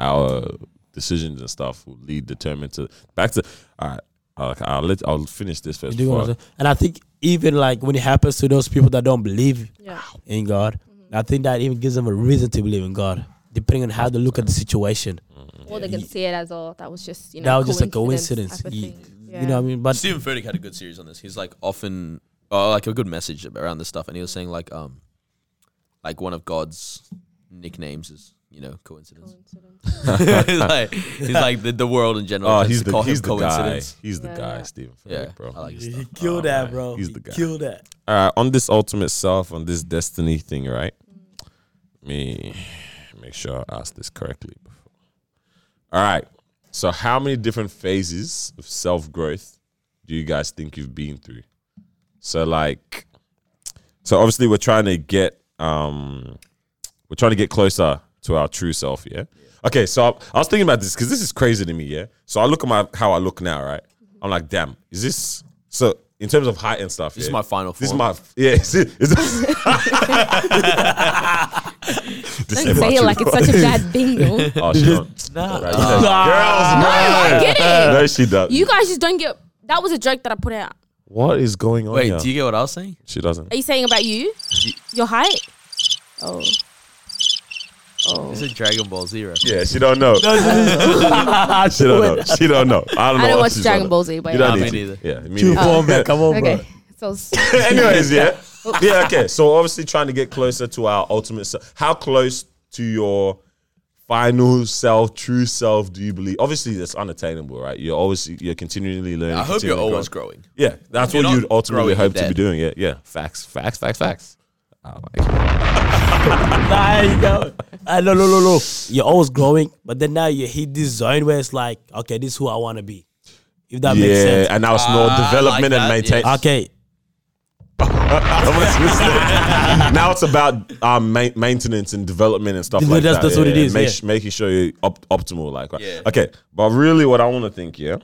Speaker 1: our decisions and stuff will lead determined to back to. All right, I'll, I'll let I'll finish this first.
Speaker 2: You do what I'm
Speaker 1: before I-
Speaker 2: saying? And I think even like when it happens to those people that don't believe
Speaker 4: Yeah.
Speaker 2: in God. I think that even gives them a reason to believe in God, depending on how they look at the situation.
Speaker 4: Or they can see it as all that was just you know
Speaker 2: that was just a
Speaker 4: coincidence
Speaker 2: coincidence.
Speaker 4: type of
Speaker 2: You,
Speaker 4: thing.
Speaker 2: you know what I mean? But
Speaker 3: Stephen Furtick had a good series on this. He's like often, uh, like a good message around this stuff, and he was saying like, um, like one of God's nicknames is you know coincidence.
Speaker 4: Coincidence.
Speaker 3: he's like, he's like the, the world in general.
Speaker 1: Oh,
Speaker 3: tends
Speaker 1: he's
Speaker 3: to
Speaker 1: the
Speaker 3: call him
Speaker 1: he's the guy.
Speaker 3: coincidence.
Speaker 1: He's the
Speaker 4: Yeah,
Speaker 1: guy,
Speaker 4: yeah.
Speaker 1: Stephen. Furtick,
Speaker 3: Yeah,
Speaker 1: bro.
Speaker 3: I like his
Speaker 2: he
Speaker 3: stuff.
Speaker 2: killed
Speaker 1: Oh,
Speaker 2: that,
Speaker 1: man.
Speaker 2: bro.
Speaker 1: He's
Speaker 2: he
Speaker 1: the guy.
Speaker 2: killed that.
Speaker 1: All right, Uh, on this ultimate self, on this destiny thing, right? Let me make sure I ask this correctly. Before. All right, so how many different phases of self growth do you guys think you've been through? So, like, so obviously we're trying to get um, we're trying to get closer to our true self, yeah. Okay, so I, I was thinking about this because this is crazy to me, yeah. So I look at my how I look now, right? I'm like, damn, is this so? in terms of height and stuff.
Speaker 3: This is
Speaker 1: yeah.
Speaker 3: my final
Speaker 1: This is
Speaker 3: form.
Speaker 1: my yeah. Is it, is this,
Speaker 4: Don't say it like it's such a bad thing, though.
Speaker 1: oh, she don't.
Speaker 2: Nah.
Speaker 1: Right, she does. Girls, man.
Speaker 4: I get it.
Speaker 1: No, she does.
Speaker 4: You guys just don't get. That was a joke that I put out.
Speaker 1: what is going on?
Speaker 3: Wait,
Speaker 1: here?
Speaker 3: do you get what I was saying?
Speaker 1: she doesn't.
Speaker 4: Are you saying about you? Your height? Oh. Oh.
Speaker 3: It's a Dragon Ball Z reference.
Speaker 1: Yeah, she don't know. she don't know. She don't know. I don't know.
Speaker 4: I don't
Speaker 1: what
Speaker 4: watch
Speaker 1: she's
Speaker 4: Dragon
Speaker 1: on.
Speaker 4: Ball Z, but
Speaker 1: You don't
Speaker 3: Nah,
Speaker 1: need
Speaker 3: me
Speaker 1: to.
Speaker 3: neither.
Speaker 1: Yeah, me
Speaker 2: Two
Speaker 1: neither.
Speaker 2: form, man. Come on, bro.
Speaker 4: Oh, Okay. So
Speaker 1: Anyways, yeah. Yeah, okay. So obviously trying to get closer to our ultimate self. How close to your final self, true self do you believe? Obviously that's unattainable, right? You're always you're continually learning.
Speaker 3: I hope you're
Speaker 1: continually
Speaker 3: always
Speaker 1: growing.
Speaker 3: growing.
Speaker 1: Yeah, that's
Speaker 3: You're
Speaker 1: what
Speaker 3: not
Speaker 1: you'd ultimately
Speaker 3: growing
Speaker 1: hope to
Speaker 3: dead.
Speaker 1: be doing. Yeah, yeah. Facts, facts, facts, facts. Oh my God.
Speaker 2: Nah, you go. Ah, no, no, no, no. You're always growing, but then now you hit this zone where it's like, okay, this is who I want to be. If that makes
Speaker 1: yeah,
Speaker 2: sense.
Speaker 1: and now it's no
Speaker 3: Ah,
Speaker 1: development and
Speaker 3: like that,
Speaker 1: maintain.
Speaker 3: yes.
Speaker 2: Okay.
Speaker 1: I'm gonna switch that. now it's about um, ma- maintenance and development and stuff
Speaker 2: Yeah,
Speaker 1: like
Speaker 2: that's-
Speaker 1: that.
Speaker 2: that's what it is,
Speaker 1: Make-
Speaker 2: yeah.
Speaker 1: Making sure you're op- optimal, like right?
Speaker 3: Yeah.
Speaker 1: okay. But really, what I want to think, yeah.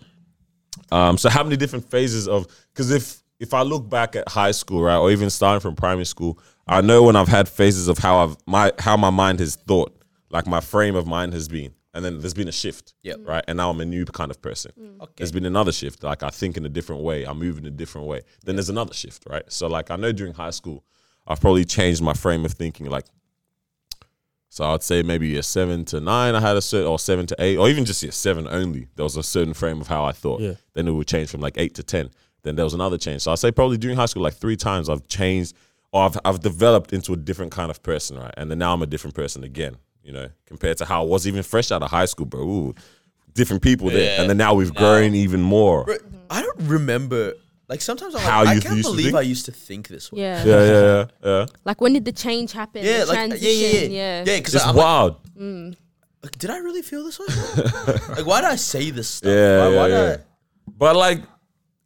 Speaker 1: Um, so how many different phases of? Because if if I look back at high school, right, or even starting from primary school, I know when I've had phases of how I've my how my mind has thought, like my frame of mind has been, and then there's been a shift,
Speaker 3: Yep.
Speaker 1: right, and now I'm a new kind of person. Okay. There's been another shift, like I think in a different way, I move in a different way. Then there's another shift, right? So like I know during high school, I've probably changed my frame of thinking, like so I'd say maybe year seven to nine, I had a certain, or seven to eight, or even just year seven only. There was a certain frame of how I thought.
Speaker 2: Yeah.
Speaker 1: Then it would change from like eight to ten. Then there was another change. So I'd say probably during high school, like three times, I've changed, or I've I've developed into a different kind of person, right? And then now I'm a different person again, you know, compared to how I was even fresh out of high school, bro. Ooh, different people there,
Speaker 3: Yeah.
Speaker 1: and then now we've grown even more.
Speaker 3: Bro, I don't remember. Like sometimes I'm
Speaker 1: How
Speaker 3: like, I
Speaker 1: you
Speaker 3: can't
Speaker 1: used to
Speaker 3: believe
Speaker 1: think?
Speaker 3: I used to think this way.
Speaker 4: yeah.
Speaker 1: Yeah, yeah, yeah, yeah.
Speaker 4: Like when did the change happen?
Speaker 3: Yeah,
Speaker 4: the
Speaker 3: like uh, yeah, yeah,
Speaker 4: transition,
Speaker 3: yeah,
Speaker 4: yeah.
Speaker 3: yeah. Because
Speaker 1: It's
Speaker 3: I'm like,
Speaker 1: wild.
Speaker 3: like, did I really feel this way? like, why did I say this stuff?
Speaker 1: Yeah,
Speaker 3: why,
Speaker 1: yeah,
Speaker 3: why did
Speaker 1: yeah.
Speaker 3: I-
Speaker 1: but like,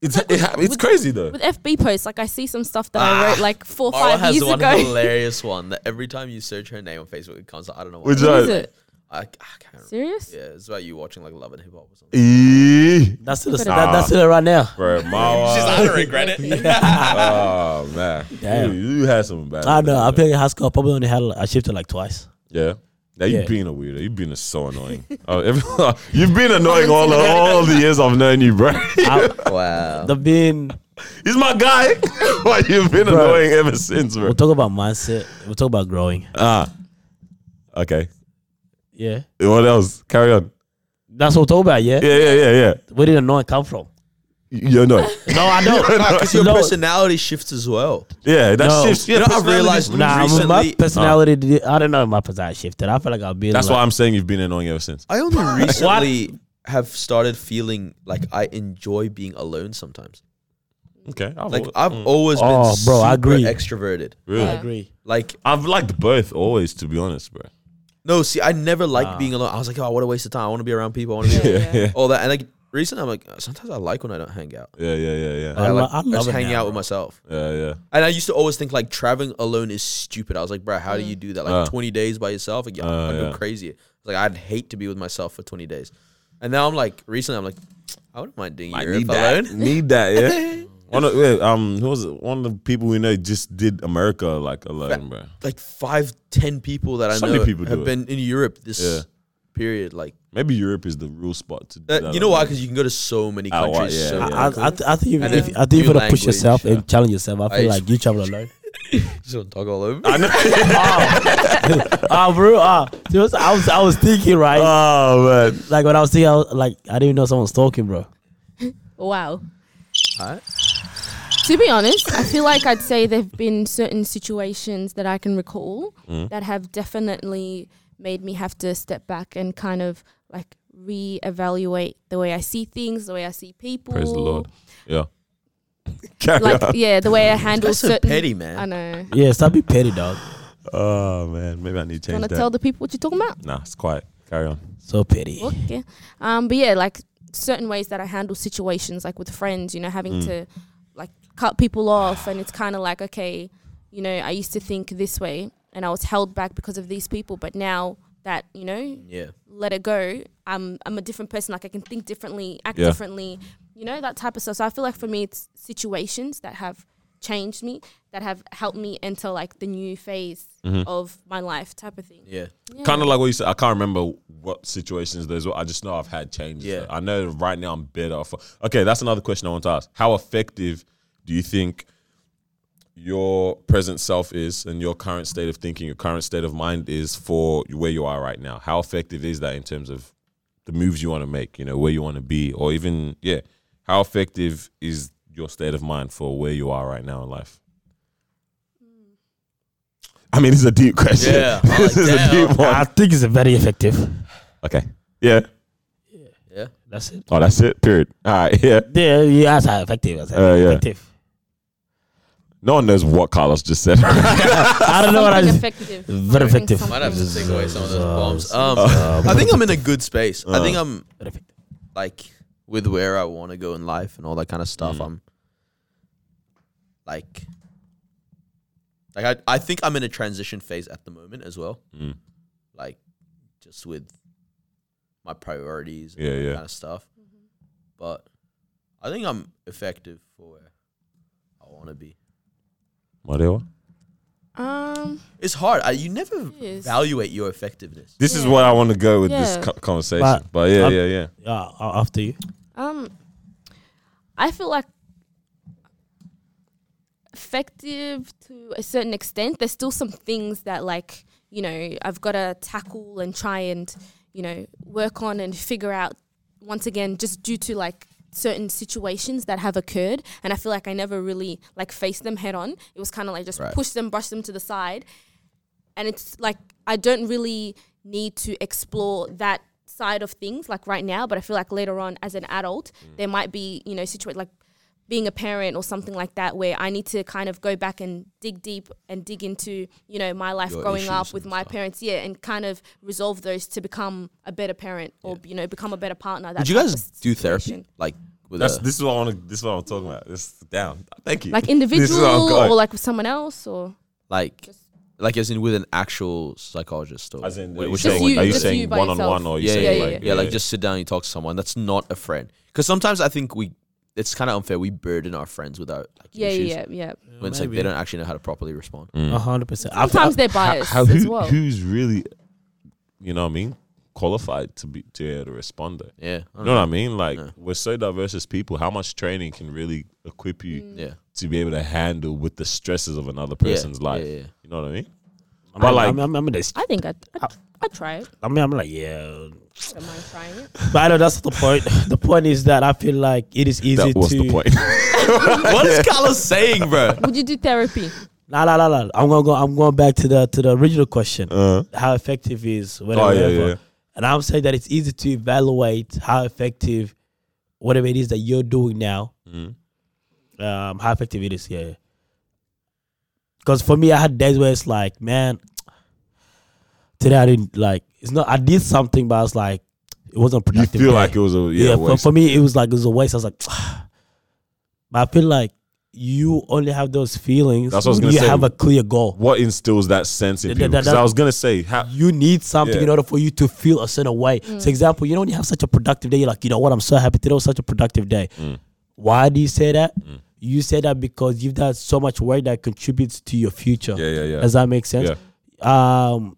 Speaker 1: it's it, ha- it's crazy though.
Speaker 4: With FB posts, like I see some stuff that I wrote like four,
Speaker 3: Marwa
Speaker 4: five
Speaker 3: Ah. has
Speaker 4: years
Speaker 3: one
Speaker 4: ago.
Speaker 3: hilarious one that every time you search her name on Facebook, it comes. Up. I don't know why.
Speaker 1: Which
Speaker 4: What
Speaker 1: one?
Speaker 4: is it?
Speaker 3: I, I can't remember.
Speaker 4: Serious?
Speaker 3: Yeah, it's about you watching like Love and Hip Hop or something.
Speaker 1: Eee.
Speaker 2: That's it. That,
Speaker 1: Nah.
Speaker 2: that's it right now.
Speaker 1: Bro, Mawa.
Speaker 3: I don't regret it.
Speaker 1: oh man,
Speaker 2: Damn.
Speaker 1: You, you had some bad.
Speaker 2: I know.
Speaker 1: days,
Speaker 2: I
Speaker 1: man.
Speaker 2: played in high school. I probably only had, I shifted like twice.
Speaker 1: Yeah. Now you've
Speaker 2: Yeah.
Speaker 1: been a weirdo. You've been so annoying. oh, every- you've been annoying all the, all the years I've known you, bro.
Speaker 3: wow.
Speaker 2: The being,
Speaker 1: He's my guy. Why you've been annoying ever since, bro?
Speaker 2: we'll talk about mindset. We'll talk about growing.
Speaker 1: Ah, okay.
Speaker 2: Yeah.
Speaker 1: What else? Carry on.
Speaker 2: That's what we'll talk about, yeah?
Speaker 1: Yeah, yeah, yeah, yeah.
Speaker 2: Where did the annoying come from?
Speaker 1: Y- You're annoying.
Speaker 2: No, I don't.
Speaker 3: Because your
Speaker 2: No.
Speaker 3: personality shifts as well.
Speaker 1: Yeah, that
Speaker 2: No.
Speaker 1: shifts.
Speaker 3: You
Speaker 1: Yeah,
Speaker 3: know, I've
Speaker 1: personality
Speaker 3: realized
Speaker 1: just-
Speaker 2: Nah,
Speaker 3: recently.
Speaker 2: my personality. did- I don't know. if My personality shifted. I feel like I've been.
Speaker 1: uh, That's
Speaker 2: like,
Speaker 1: why I'm saying you've been annoying ever since.
Speaker 3: I only recently have started feeling like I enjoy being alone sometimes.
Speaker 1: Okay, I've
Speaker 3: Like
Speaker 1: al-
Speaker 3: I've always been
Speaker 2: Oh, bro, I
Speaker 3: super
Speaker 2: agree.
Speaker 3: extroverted.
Speaker 1: really.
Speaker 4: Yeah.
Speaker 2: agree.
Speaker 3: Like
Speaker 1: I've liked both always, to be honest, bro.
Speaker 3: no, see, I never liked
Speaker 2: Ah.
Speaker 3: being alone. I was like, oh, what a waste of time. I want to be around people. I want to be
Speaker 4: Yeah, yeah.
Speaker 3: all that. And like recently, I'm like uh, sometimes I like when I don't hang out.
Speaker 1: yeah, yeah, yeah, yeah.
Speaker 2: I
Speaker 4: Uh,
Speaker 3: I
Speaker 2: lo-
Speaker 3: like
Speaker 2: I love
Speaker 3: just
Speaker 2: it
Speaker 3: hanging
Speaker 2: now,
Speaker 3: out
Speaker 2: bro.
Speaker 3: with myself.
Speaker 1: Yeah, yeah.
Speaker 3: And I used to always think like traveling alone is stupid. I was like, bro, how do you do that?
Speaker 1: Uh.
Speaker 3: Like 20 days by yourself? Like, yeah,
Speaker 1: Uh,
Speaker 3: I'd
Speaker 1: yeah.
Speaker 3: go crazy. I was like, I'd hate to be with myself for 20 days. And now I'm like, recently, I'm like, I wouldn't mind doing
Speaker 1: I
Speaker 3: Europe
Speaker 1: need that.
Speaker 3: alone.
Speaker 1: Need that, yeah. One of yeah, um, who was it? one of the people we know just did America like alone, bro.
Speaker 3: Like five, ten people that I
Speaker 1: So
Speaker 3: know
Speaker 1: many people do
Speaker 3: have
Speaker 1: it.
Speaker 3: been in Europe this
Speaker 1: Yeah.
Speaker 3: period. Like,
Speaker 1: Maybe Europe is the real spot to do
Speaker 4: Uh,
Speaker 3: that-
Speaker 1: that
Speaker 3: you know
Speaker 1: alone.
Speaker 3: why? Because you can go to so many
Speaker 1: Ah, why?
Speaker 3: countries.
Speaker 1: Yeah,
Speaker 3: so
Speaker 1: yeah.
Speaker 2: I, I, I, th- I think if,
Speaker 3: And
Speaker 2: if
Speaker 3: then
Speaker 2: I think if you
Speaker 3: new
Speaker 2: gotta push
Speaker 3: language,
Speaker 2: yourself
Speaker 3: yeah.
Speaker 2: and challenge yourself, I feel
Speaker 3: I-
Speaker 2: like you travel alone.
Speaker 3: Just want to talk all over.
Speaker 1: I know.
Speaker 2: Ah, bro. Ah, you know, I was I was thinking right.
Speaker 1: oh man,
Speaker 2: like when I was thinking, I was, like I didn't even know someone was talking, bro.
Speaker 4: Wow.
Speaker 3: Alright.
Speaker 4: To be honest, I feel like I'd say there've been certain situations that I can recall
Speaker 1: Mm.
Speaker 4: that have definitely made me have to step back and kind of like reevaluate the way I see things, the way I see people.
Speaker 1: praise the Lord. Yeah. Carry
Speaker 4: Like
Speaker 1: on.
Speaker 4: yeah, the way I handle
Speaker 3: That's so
Speaker 4: certain
Speaker 3: petty,
Speaker 4: I
Speaker 3: man.
Speaker 4: know.
Speaker 2: Yeah, stop being petty, dog.
Speaker 1: Oh man, maybe I need to
Speaker 4: Want
Speaker 1: change
Speaker 4: to
Speaker 1: that.
Speaker 4: tell the people what you're talking about?
Speaker 1: nah, it's quiet. Carry on.
Speaker 2: So petty.
Speaker 4: Okay. Um, but yeah, like certain ways that I handle situations, like with friends, you know, having
Speaker 2: Mm.
Speaker 4: to like cut people off, and it's kind of like, okay, you know, I used to think this way, and I was held back because of these people, but now that you know,
Speaker 3: Yeah.
Speaker 4: let it go, I'm I'm a different person. Like I can think differently, act
Speaker 1: Yeah.
Speaker 4: differently. You you know that type of stuff so i feel like for me it's situations that have changed me that have helped me enter like the new phase
Speaker 2: Mm-hmm.
Speaker 4: of my life type of thing
Speaker 3: Yeah.
Speaker 4: Yeah.
Speaker 1: Kind of like what you said. I can't remember what situations those were. I just know I've had changes.
Speaker 3: Yeah.
Speaker 1: I know right now I'm better. For, okay, that's another question I want to ask. How effective do you think your present self is and your current state of thinking, your current state of mind is for where you are right now? How effective is that in terms of the moves you want to make, you know, where you want to be, or even, yeah, how effective is your state of mind for where you are right now in life? I mean, it's a deep question.
Speaker 3: Yeah, I'm
Speaker 1: this
Speaker 3: like,
Speaker 1: is a
Speaker 3: damn.
Speaker 1: deep one.
Speaker 2: I think it's very effective.
Speaker 1: Okay. Yeah.
Speaker 3: Yeah.
Speaker 2: That's it.
Speaker 1: Oh, that's it. Period. All right. Yeah.
Speaker 2: Yeah, yeah, that's how effective. That's how
Speaker 1: Uh, yeah.
Speaker 2: effective.
Speaker 1: No one knows what Carlos just said.
Speaker 2: I don't know what I
Speaker 4: Something
Speaker 2: just.
Speaker 4: effective
Speaker 2: Very
Speaker 4: Something,
Speaker 2: effective.
Speaker 4: something.
Speaker 3: Might have to take away some of those bombs. Um,
Speaker 1: Mm,
Speaker 3: I think I'm in a good space. I
Speaker 1: Uh.
Speaker 3: think I'm
Speaker 2: Very effective.
Speaker 3: like with where I want to go in life and all that kind of stuff.
Speaker 1: Mm.
Speaker 3: I'm like, like I, I think I'm in a transition phase at the moment as well.
Speaker 1: Mm.
Speaker 3: Like, just with my priorities, and
Speaker 1: Yeah,
Speaker 3: all that
Speaker 1: yeah.
Speaker 3: kind of stuff. But I think I'm effective for where I want to be.
Speaker 1: Modelo?
Speaker 4: um
Speaker 3: It's hard. I, you never
Speaker 4: It is.
Speaker 3: evaluate your effectiveness.
Speaker 1: This is
Speaker 4: Yeah.
Speaker 1: what I want to go with this
Speaker 4: Yeah.
Speaker 1: co- conversation. But,
Speaker 2: But-
Speaker 1: yeah,
Speaker 2: I'm-
Speaker 1: yeah, yeah.
Speaker 2: Yeah, a- after you.
Speaker 4: Um, I feel like effective to a certain extent. There's still some things that, like, you know, I've got to tackle and try and, you know, work on and figure out once again, just due to like certain situations that have occurred. And I feel like I never really like faced them head on. It was kind of like just
Speaker 3: Right.
Speaker 4: push them, brush them to the side. And it's like, I don't really need to explore that side of things like right now, but I feel like later on as an adult,
Speaker 3: Mm.
Speaker 4: there might be, you know, situation like being a parent or something like that where I need to kind of go back and dig deep and dig into, you know, my life
Speaker 3: Your
Speaker 4: growing up
Speaker 3: issues
Speaker 4: with
Speaker 3: and
Speaker 4: my
Speaker 3: stuff.
Speaker 4: parents, yeah, and kind of resolve those to become a better parent or, you know, become a better partner. That
Speaker 3: Did you
Speaker 4: type
Speaker 3: guys
Speaker 4: of
Speaker 3: do therapy?
Speaker 4: situation.
Speaker 3: Like, with
Speaker 1: That's
Speaker 3: a,
Speaker 1: this is what I want to. This is what I'm talking about. This down. Thank you.
Speaker 4: Like
Speaker 1: This is
Speaker 4: individual
Speaker 1: what I'm going.
Speaker 4: or like with someone else or
Speaker 3: like,
Speaker 4: Just-
Speaker 3: like as in with an actual psychologist or
Speaker 1: As in,
Speaker 3: wh-
Speaker 1: are you
Speaker 3: whichever
Speaker 1: saying,
Speaker 3: one-
Speaker 4: you-
Speaker 1: are you
Speaker 4: just
Speaker 1: saying
Speaker 4: you by
Speaker 1: one on one
Speaker 4: yourself.
Speaker 1: or are you
Speaker 3: yeah,
Speaker 1: saying
Speaker 3: yeah, yeah,
Speaker 1: like
Speaker 3: yeah. like just sit down and talk to someone that's not a friend. Because sometimes I think we, it's kind of unfair. We burden our friends with our like
Speaker 4: yeah,
Speaker 3: issues
Speaker 4: yeah, yeah, yeah.
Speaker 3: when it's like they
Speaker 2: Maybe.
Speaker 3: don't actually know how to properly respond.
Speaker 1: Mm.
Speaker 2: A hundred percent. I-
Speaker 3: uh,
Speaker 4: Sometimes they're
Speaker 1: How-
Speaker 4: biased
Speaker 1: Uh, how-
Speaker 4: as
Speaker 1: who,
Speaker 4: well.
Speaker 1: who's really, you know what I mean, qualified to be to be able to respond though?
Speaker 3: Yeah, I
Speaker 1: You
Speaker 3: don't
Speaker 1: know what
Speaker 2: Uh-huh.
Speaker 1: I mean? Like
Speaker 3: Yeah.
Speaker 1: we're so diverse as people. How much training can really equip
Speaker 4: Mm.
Speaker 1: you
Speaker 3: know. yeah,
Speaker 1: to be able to handle with the stresses of another person's
Speaker 3: yeah,
Speaker 1: life?
Speaker 3: yeah, yeah.
Speaker 1: You know what I mean?
Speaker 2: I'm,
Speaker 1: But like,
Speaker 2: I'm, I'm, I'm, in this-
Speaker 4: I think I'd,
Speaker 3: Uh,
Speaker 4: I'd, I'd try it.
Speaker 2: I mean, I'm like, yeah.
Speaker 4: I don't mind trying it.
Speaker 2: But I know that's not the point. the point is that I feel like it is easy
Speaker 1: that was
Speaker 2: to.
Speaker 1: the point.
Speaker 3: what is Carlos saying, bro?
Speaker 4: Would you do therapy?
Speaker 2: Nah, nah, nah, nah. I'm gonna go. I'm going back to the to the original question.
Speaker 1: Uh,
Speaker 2: How effective is whatever?
Speaker 1: oh yeah,
Speaker 2: whatever.
Speaker 1: yeah.
Speaker 2: And I'm saying that it's easy to evaluate how effective whatever it is that you're doing now,
Speaker 1: Mhm.
Speaker 2: um, how effective it is. Yeah. Because for me, I had days where it's like, man, today I didn't like. It's not. I did something, but I was like, it wasn't
Speaker 1: You
Speaker 2: productive.
Speaker 1: feel
Speaker 2: day.
Speaker 1: like it was a yeah.
Speaker 2: yeah, for,
Speaker 1: waste.
Speaker 2: for me it was like it was a waste. I was like, but I feel like you only have those feelings.
Speaker 1: That's what I was
Speaker 2: when
Speaker 1: gonna
Speaker 2: you
Speaker 1: say.
Speaker 2: have a clear goal.
Speaker 1: what instills that sense in
Speaker 2: Th-
Speaker 1: people?
Speaker 2: th- that-
Speaker 1: 'Cause I was gonna say, how,
Speaker 2: You need something
Speaker 1: Yeah.
Speaker 2: in order for you to feel a certain way. So, example, you know when you have such a productive day, you're like, you know what, I'm so happy today was such a productive day.
Speaker 1: Mm.
Speaker 2: Why do you say that? You say that because you've done so much work that contributes to your future.
Speaker 1: yeah, yeah, yeah.
Speaker 2: Does that make sense?
Speaker 1: Yeah.
Speaker 2: Um,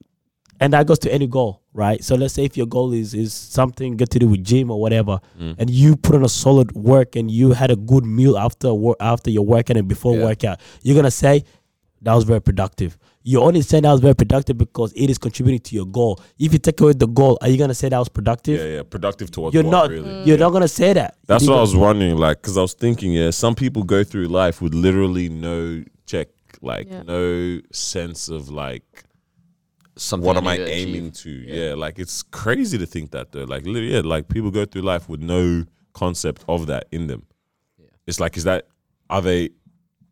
Speaker 2: and that goes to any goal, right? So let's say if your goal is is something got to do with gym or whatever,
Speaker 1: Mm.
Speaker 2: and you put on a solid work and you had a good meal after work after your workout and before
Speaker 3: Yeah.
Speaker 2: workout, you're gonna say that was very productive. You only say that was very productive because it is contributing to your goal. If you take away the goal, are you gonna say that was productive?
Speaker 1: yeah, yeah. Productive towards
Speaker 2: You're
Speaker 1: what,
Speaker 2: not. Mm.
Speaker 1: really.
Speaker 2: You're not gonna say that.
Speaker 1: That's
Speaker 2: You're
Speaker 1: what I
Speaker 2: gonna-
Speaker 1: was wondering, like, because I was thinking, yeah, some people go through life with literally no check, like,
Speaker 4: Yeah.
Speaker 1: no sense of like
Speaker 3: Something
Speaker 1: what am
Speaker 3: need
Speaker 1: I
Speaker 3: to achieve.
Speaker 1: aiming to? Yeah. like it's crazy to think that though. Like literally, yeah, like people go through life with no concept of that in them. It's like, is that are they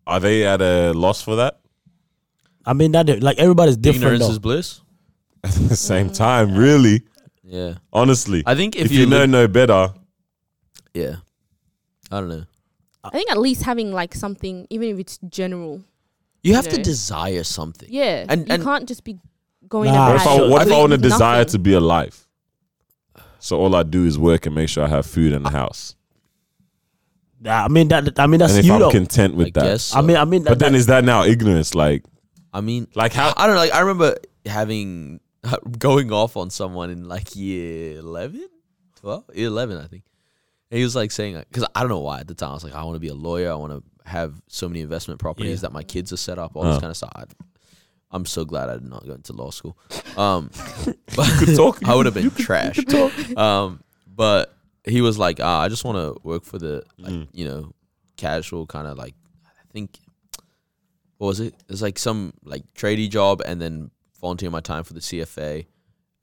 Speaker 1: are they at a loss for that?
Speaker 2: I mean, that like everybody's different.
Speaker 3: Ignorance
Speaker 2: though.
Speaker 3: is bliss.
Speaker 1: At the same time, really,
Speaker 3: Yeah,
Speaker 1: honestly,
Speaker 3: Mm. I think if,
Speaker 1: if, you, know
Speaker 3: live-
Speaker 1: no better,
Speaker 3: yeah, I don't know.
Speaker 4: I think at least having like something, even if it's general.
Speaker 3: You have to
Speaker 4: know?
Speaker 3: desire something.
Speaker 4: Yeah.
Speaker 3: And-
Speaker 4: you
Speaker 3: and-
Speaker 4: can't just be going
Speaker 2: Nah.
Speaker 1: what if
Speaker 4: about
Speaker 1: I,
Speaker 4: it
Speaker 1: what if I
Speaker 4: with
Speaker 1: want to desire
Speaker 4: nothing.
Speaker 1: to be
Speaker 3: Ah,
Speaker 1: alive? So all I do is work and make sure I have food in the house.
Speaker 2: I mean that. I mean that's
Speaker 1: and if
Speaker 2: you
Speaker 1: I'm
Speaker 2: though.
Speaker 1: content with
Speaker 3: I
Speaker 1: that.
Speaker 3: guess. So.
Speaker 2: I mean, I mean.
Speaker 1: But
Speaker 2: that,
Speaker 1: then is that now ignorance? Like,
Speaker 3: I mean,
Speaker 1: like how?
Speaker 3: I don't know. Like I remember having going off on someone in like year 11, 12, year 11, I think. And he was like saying, because I don't know why at the time, I was like, I want to be a lawyer. I want to have so many investment properties that my kids are set up, all
Speaker 1: Uh.
Speaker 3: this kind of stuff. I, I'm so glad I did not go into law school. Um, but
Speaker 1: could talk.
Speaker 3: I would have been trash. Um, but he was like, ah, I just want to work for the, like,
Speaker 1: Mm.
Speaker 3: you know, casual kind of like, I think, what was it? It's like some like tradie job and then volunteer my time for the CFA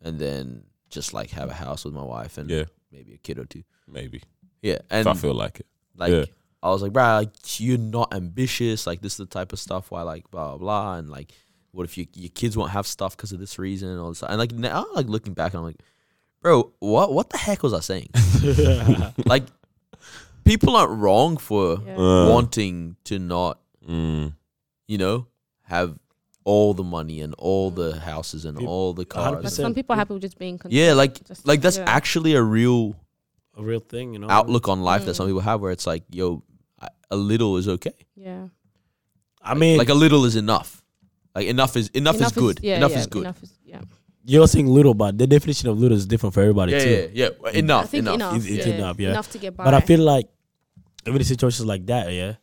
Speaker 3: and then just like have a house with my wife and
Speaker 1: Yeah,
Speaker 3: maybe a kid or two.
Speaker 1: maybe.
Speaker 3: Yeah.
Speaker 1: If I
Speaker 3: And
Speaker 1: feel like it.
Speaker 3: like
Speaker 1: Yeah.
Speaker 3: I was like, bruh, like, you're not ambitious. Like this is the type of stuff why like blah blah blah, and like what if you, your kids won't have stuff because of this reason and all this. And like now, like looking back, I'm like, bro, what what the heck was I saying? like people aren't wrong for
Speaker 4: Yeah.
Speaker 1: Uh,
Speaker 3: wanting to not,
Speaker 1: mm,
Speaker 3: you know, have all the money and all the houses and all the
Speaker 4: But
Speaker 3: cars.
Speaker 2: 100%.
Speaker 3: and-
Speaker 4: some people are happy with just being content.
Speaker 3: Yeah, like
Speaker 4: Just-
Speaker 3: like that's
Speaker 4: yeah.
Speaker 3: actually a real
Speaker 2: a real thing, you know.
Speaker 3: outlook on life that some
Speaker 4: Mm.
Speaker 3: people have, where it's like, yo, I- a little is okay.
Speaker 4: Yeah.
Speaker 2: I mean,
Speaker 3: like a little is enough. Like enough is enough, is good.
Speaker 4: yeah,
Speaker 3: enough
Speaker 4: yeah,
Speaker 3: is good.
Speaker 4: Enough is, yeah.
Speaker 2: you're saying little, but the definition of little is different for everybody
Speaker 3: Yeah,
Speaker 2: too.
Speaker 3: yeah, yeah. Well,
Speaker 4: I
Speaker 3: Enough,
Speaker 4: think
Speaker 3: enough.
Speaker 4: enough.
Speaker 2: It's- it's
Speaker 4: yeah.
Speaker 2: enough, yeah.
Speaker 4: Enough to get by.
Speaker 2: But I feel like even in situations like that, yeah,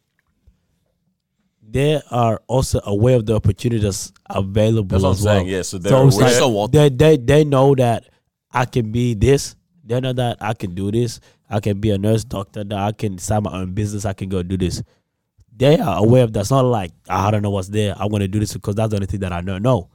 Speaker 2: they are also aware of the opportunities available
Speaker 1: that's what I'm
Speaker 2: as well.
Speaker 1: saying. Yeah, so they're
Speaker 2: so it's
Speaker 1: aware-
Speaker 3: just don't
Speaker 2: like
Speaker 3: want
Speaker 2: they, they they know that I can be this. They know that I can do this. I can be a nurse, doctor. That I can start my own business. I can go do this. They are aware of that. It's not like "Ah, I don't know what's there. I'm gonna do this because that's the only thing that I know. No,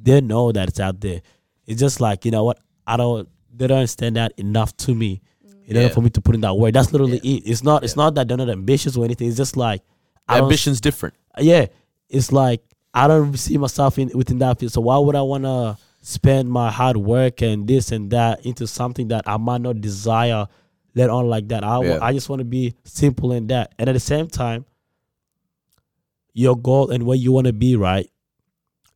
Speaker 2: they know that it's out there. It's just like you know what I don't. They don't understand that enough to me in order
Speaker 3: Yeah.
Speaker 2: for me to put in that word. That's literally it. It's not. It's not that they're not ambitious or anything. It's just like I don't
Speaker 3: Ambition's different.
Speaker 2: yeah, it's like I don't see myself in within that field. So why would I want to spend my hard work and this and that into something that I might not desire later on like that? I wa-
Speaker 3: Yeah.
Speaker 2: I just want to be simple in that. And at the same time, your goal and where you want to be, right,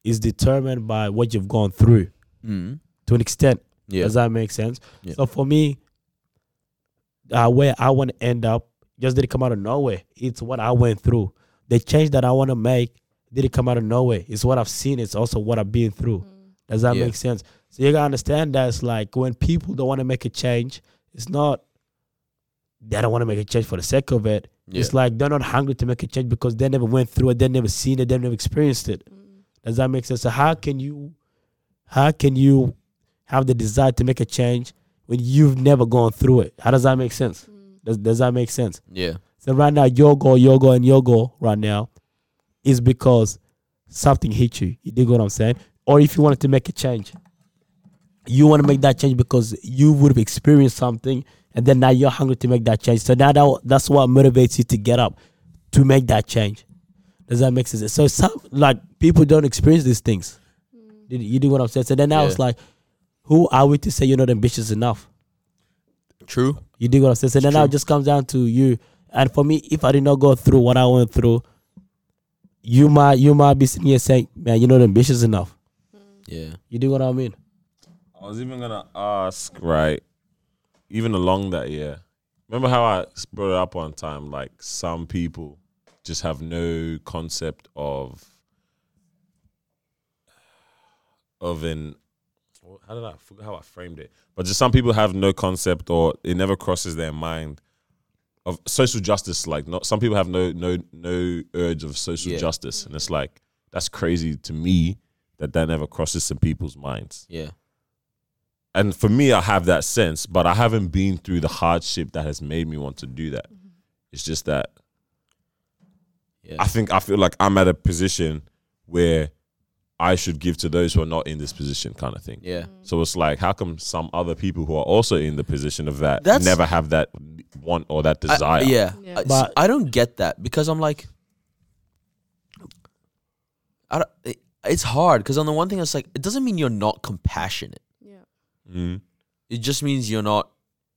Speaker 2: is determined by what you've gone through
Speaker 3: Mm.
Speaker 2: to an extent.
Speaker 3: Yeah,
Speaker 2: Does that make sense?
Speaker 3: Yeah.
Speaker 2: So for me, uh, where I want to end up just didn't come out of nowhere. It's what I went through. The change that I want to make didn't come out of nowhere. It's what I've seen. It's also what I've been through.
Speaker 4: Mm.
Speaker 2: Does that
Speaker 3: Yeah.
Speaker 2: make sense? So you gotta understand that it's like when people don't want to make a change, it's not they don't want to make a change for the sake of it.
Speaker 3: yeah.
Speaker 2: It's like they're not hungry to make a change because they never went through it, they never seen it, they never experienced it. Does that make sense? So how can you how can you have the desire to make a change when you've never gone through it? How does that make sense? Does does that make sense?
Speaker 3: yeah,
Speaker 2: So right now your goal, your goal and your goal right now is because something hit you. You dig what I'm saying? Or if you wanted to make a change. You want to make that change because you would have experienced something and then now you're hungry to make that change. So now that, that's what motivates you to get up to make that change. Does that make sense? So some like people don't experience these things. You, you do what I'm saying. So then now it's
Speaker 3: Yeah.
Speaker 2: like, who are we to say you're not ambitious enough?
Speaker 3: true.
Speaker 2: You dig what I'm saying? So then now it
Speaker 3: true.
Speaker 2: just comes down to you. And for me, if I did not go through what I went through, you might you might be sitting here saying, man, you're not ambitious enough.
Speaker 3: Yeah,
Speaker 2: You do what I mean?
Speaker 1: I was even gonna ask, right? Even along that year, remember how I s- brought it up one time? Like some people just have no concept of of an wh- how did I forget how I framed it? But just some people have no concept, or it never crosses their mind of social justice. Like not some people have no no no urge of social
Speaker 3: Yeah.
Speaker 1: justice, and it's like that's crazy to me that that never crosses some people's minds
Speaker 3: yeah,
Speaker 1: and for me i have that sense but i haven't been through the hardship that has made me want to do that it's just that
Speaker 3: Mm-hmm. yeah.
Speaker 1: i think i feel like i'm at a position where i should give to those who are not in this position kind of thing
Speaker 3: yeah,
Speaker 4: Mm.
Speaker 1: so it's like how come some other people who are also in the position of that
Speaker 3: That's-
Speaker 1: never have that want or that
Speaker 3: I-
Speaker 1: desire
Speaker 3: yeah.
Speaker 4: Yeah.
Speaker 3: I, s-
Speaker 2: But-
Speaker 3: I don't get that because I'm like, I don't. It, it's hard because on the one thing it's like it doesn't mean you're not compassionate.
Speaker 4: Yeah.
Speaker 1: Mm.
Speaker 3: It just means you're not,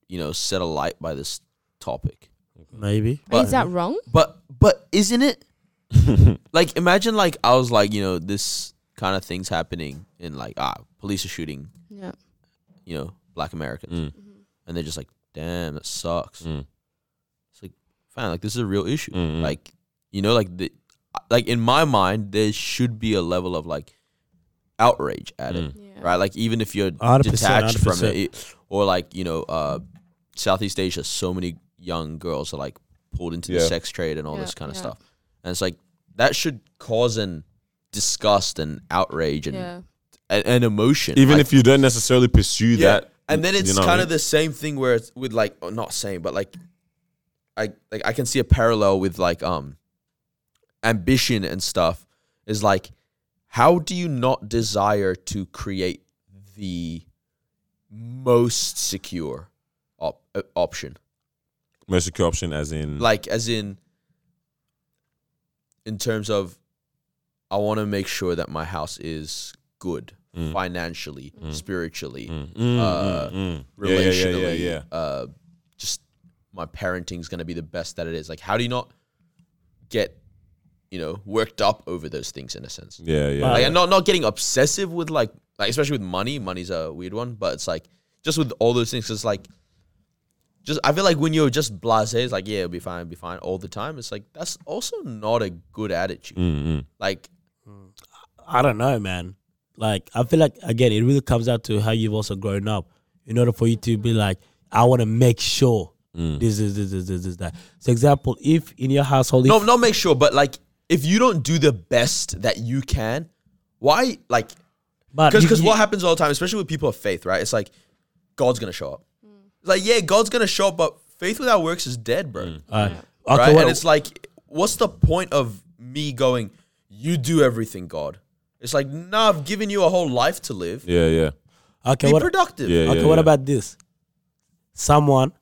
Speaker 3: you know, set alight by this topic.
Speaker 2: Maybe.
Speaker 3: But-
Speaker 4: is that wrong?
Speaker 3: But but isn't it
Speaker 1: Mm.
Speaker 3: like imagine like I was like you know this kind of things happening in like ah police are shooting
Speaker 4: Yeah. Mm-hmm.
Speaker 3: you know black
Speaker 1: Mm.
Speaker 3: Americans and they're just like damn that sucks.
Speaker 1: Mm.
Speaker 3: It's like fan, like this is a real issue. Like, you know, like the, like in my mind, there should be a level of like outrage at
Speaker 1: Mm.
Speaker 3: it,
Speaker 4: Yeah.
Speaker 3: right? Like even if you're
Speaker 2: 100%,
Speaker 3: detached from
Speaker 2: 100%.
Speaker 3: it, it, or like you know, uh, Southeast Asia, so many young girls are like pulled into the
Speaker 1: Yeah.
Speaker 3: sex trade and all
Speaker 4: Yeah,
Speaker 3: this kind of
Speaker 4: yeah.
Speaker 3: stuff, and it's like that should cause an disgust and outrage and
Speaker 4: yeah.
Speaker 3: and, and emotion,
Speaker 1: Even
Speaker 3: Like,
Speaker 1: if you don't necessarily pursue that.
Speaker 3: and then
Speaker 1: you
Speaker 3: it's
Speaker 1: know what I
Speaker 3: kind
Speaker 1: mean?
Speaker 3: of the same thing where it's with like oh, not same, but like I like I can see a parallel with like um ambition and stuff is like how do you not desire to create the most secure op- uh, option?
Speaker 1: most secure option, as in
Speaker 3: Like as in in terms of I want to make sure that my house is good
Speaker 1: Mm.
Speaker 3: financially, spiritually, uh, relationally.
Speaker 1: Yeah, yeah, yeah, yeah.
Speaker 3: Uh, just my parenting's gonna be the best that it is. Like, how do you not get, you know, worked up over those things in a sense?
Speaker 1: yeah, yeah.
Speaker 2: Wow.
Speaker 3: Like, and not not getting obsessive with like, like especially with money. Money's a weird one, but it's like just with all those things. 'cause It's like, just I feel like when you're just blasé, it's like yeah, it'll be fine, it'll be fine all the time. It's like that's also not a good attitude.
Speaker 1: Mm-hmm.
Speaker 3: Like,
Speaker 2: I don't know, man. Like I feel like again, it really comes out to how you've also grown up. In order for you to be like, I want to make sure
Speaker 3: Mm.
Speaker 2: this is this, this, this, this, that. So, example, if in your household, if-
Speaker 3: No, not make sure, but like if you don't do the best that you can, why like
Speaker 2: but
Speaker 3: because
Speaker 2: you-
Speaker 3: because
Speaker 2: you-
Speaker 3: what happens all the time, especially with people of faith, right? It's like God's gonna show up. It's like yeah, God's gonna show up, but faith without works is dead, bro.
Speaker 2: uh, okay,
Speaker 3: Right?
Speaker 2: what-
Speaker 3: and it's like, what's the point of me going? You do everything, God. It's like nah, I've given you a whole life to live.
Speaker 1: yeah, yeah.
Speaker 2: okay,
Speaker 3: Be
Speaker 2: what,
Speaker 3: productive.
Speaker 1: Yeah,
Speaker 2: okay,
Speaker 1: yeah,
Speaker 2: what
Speaker 1: yeah.
Speaker 2: about this? Someone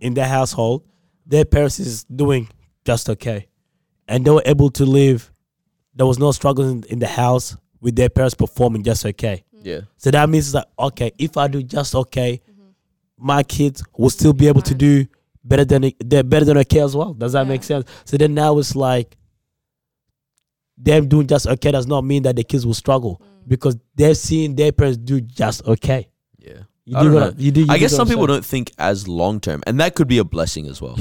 Speaker 2: in their household, their parents is doing just okay, and they were able to live. There was no struggle in, in the house with their parents performing just okay.
Speaker 1: Mm.
Speaker 3: yeah.
Speaker 2: So that means that okay, if I do just okay, my kids will still be able to do better than they're better than okay as well. Does that make sense? So then now it's like them doing just okay does not mean that the kids will struggle
Speaker 4: Mm-hmm.
Speaker 2: because they're seeing their parents do just okay.
Speaker 3: Yeah.
Speaker 2: You
Speaker 3: I
Speaker 2: do
Speaker 3: don't
Speaker 2: what I-
Speaker 3: know.
Speaker 2: you do- you
Speaker 3: I
Speaker 2: do
Speaker 3: guess
Speaker 2: what
Speaker 3: some
Speaker 2: I'm
Speaker 3: people
Speaker 2: saying.
Speaker 3: don't think as long term, and that could be a blessing as well.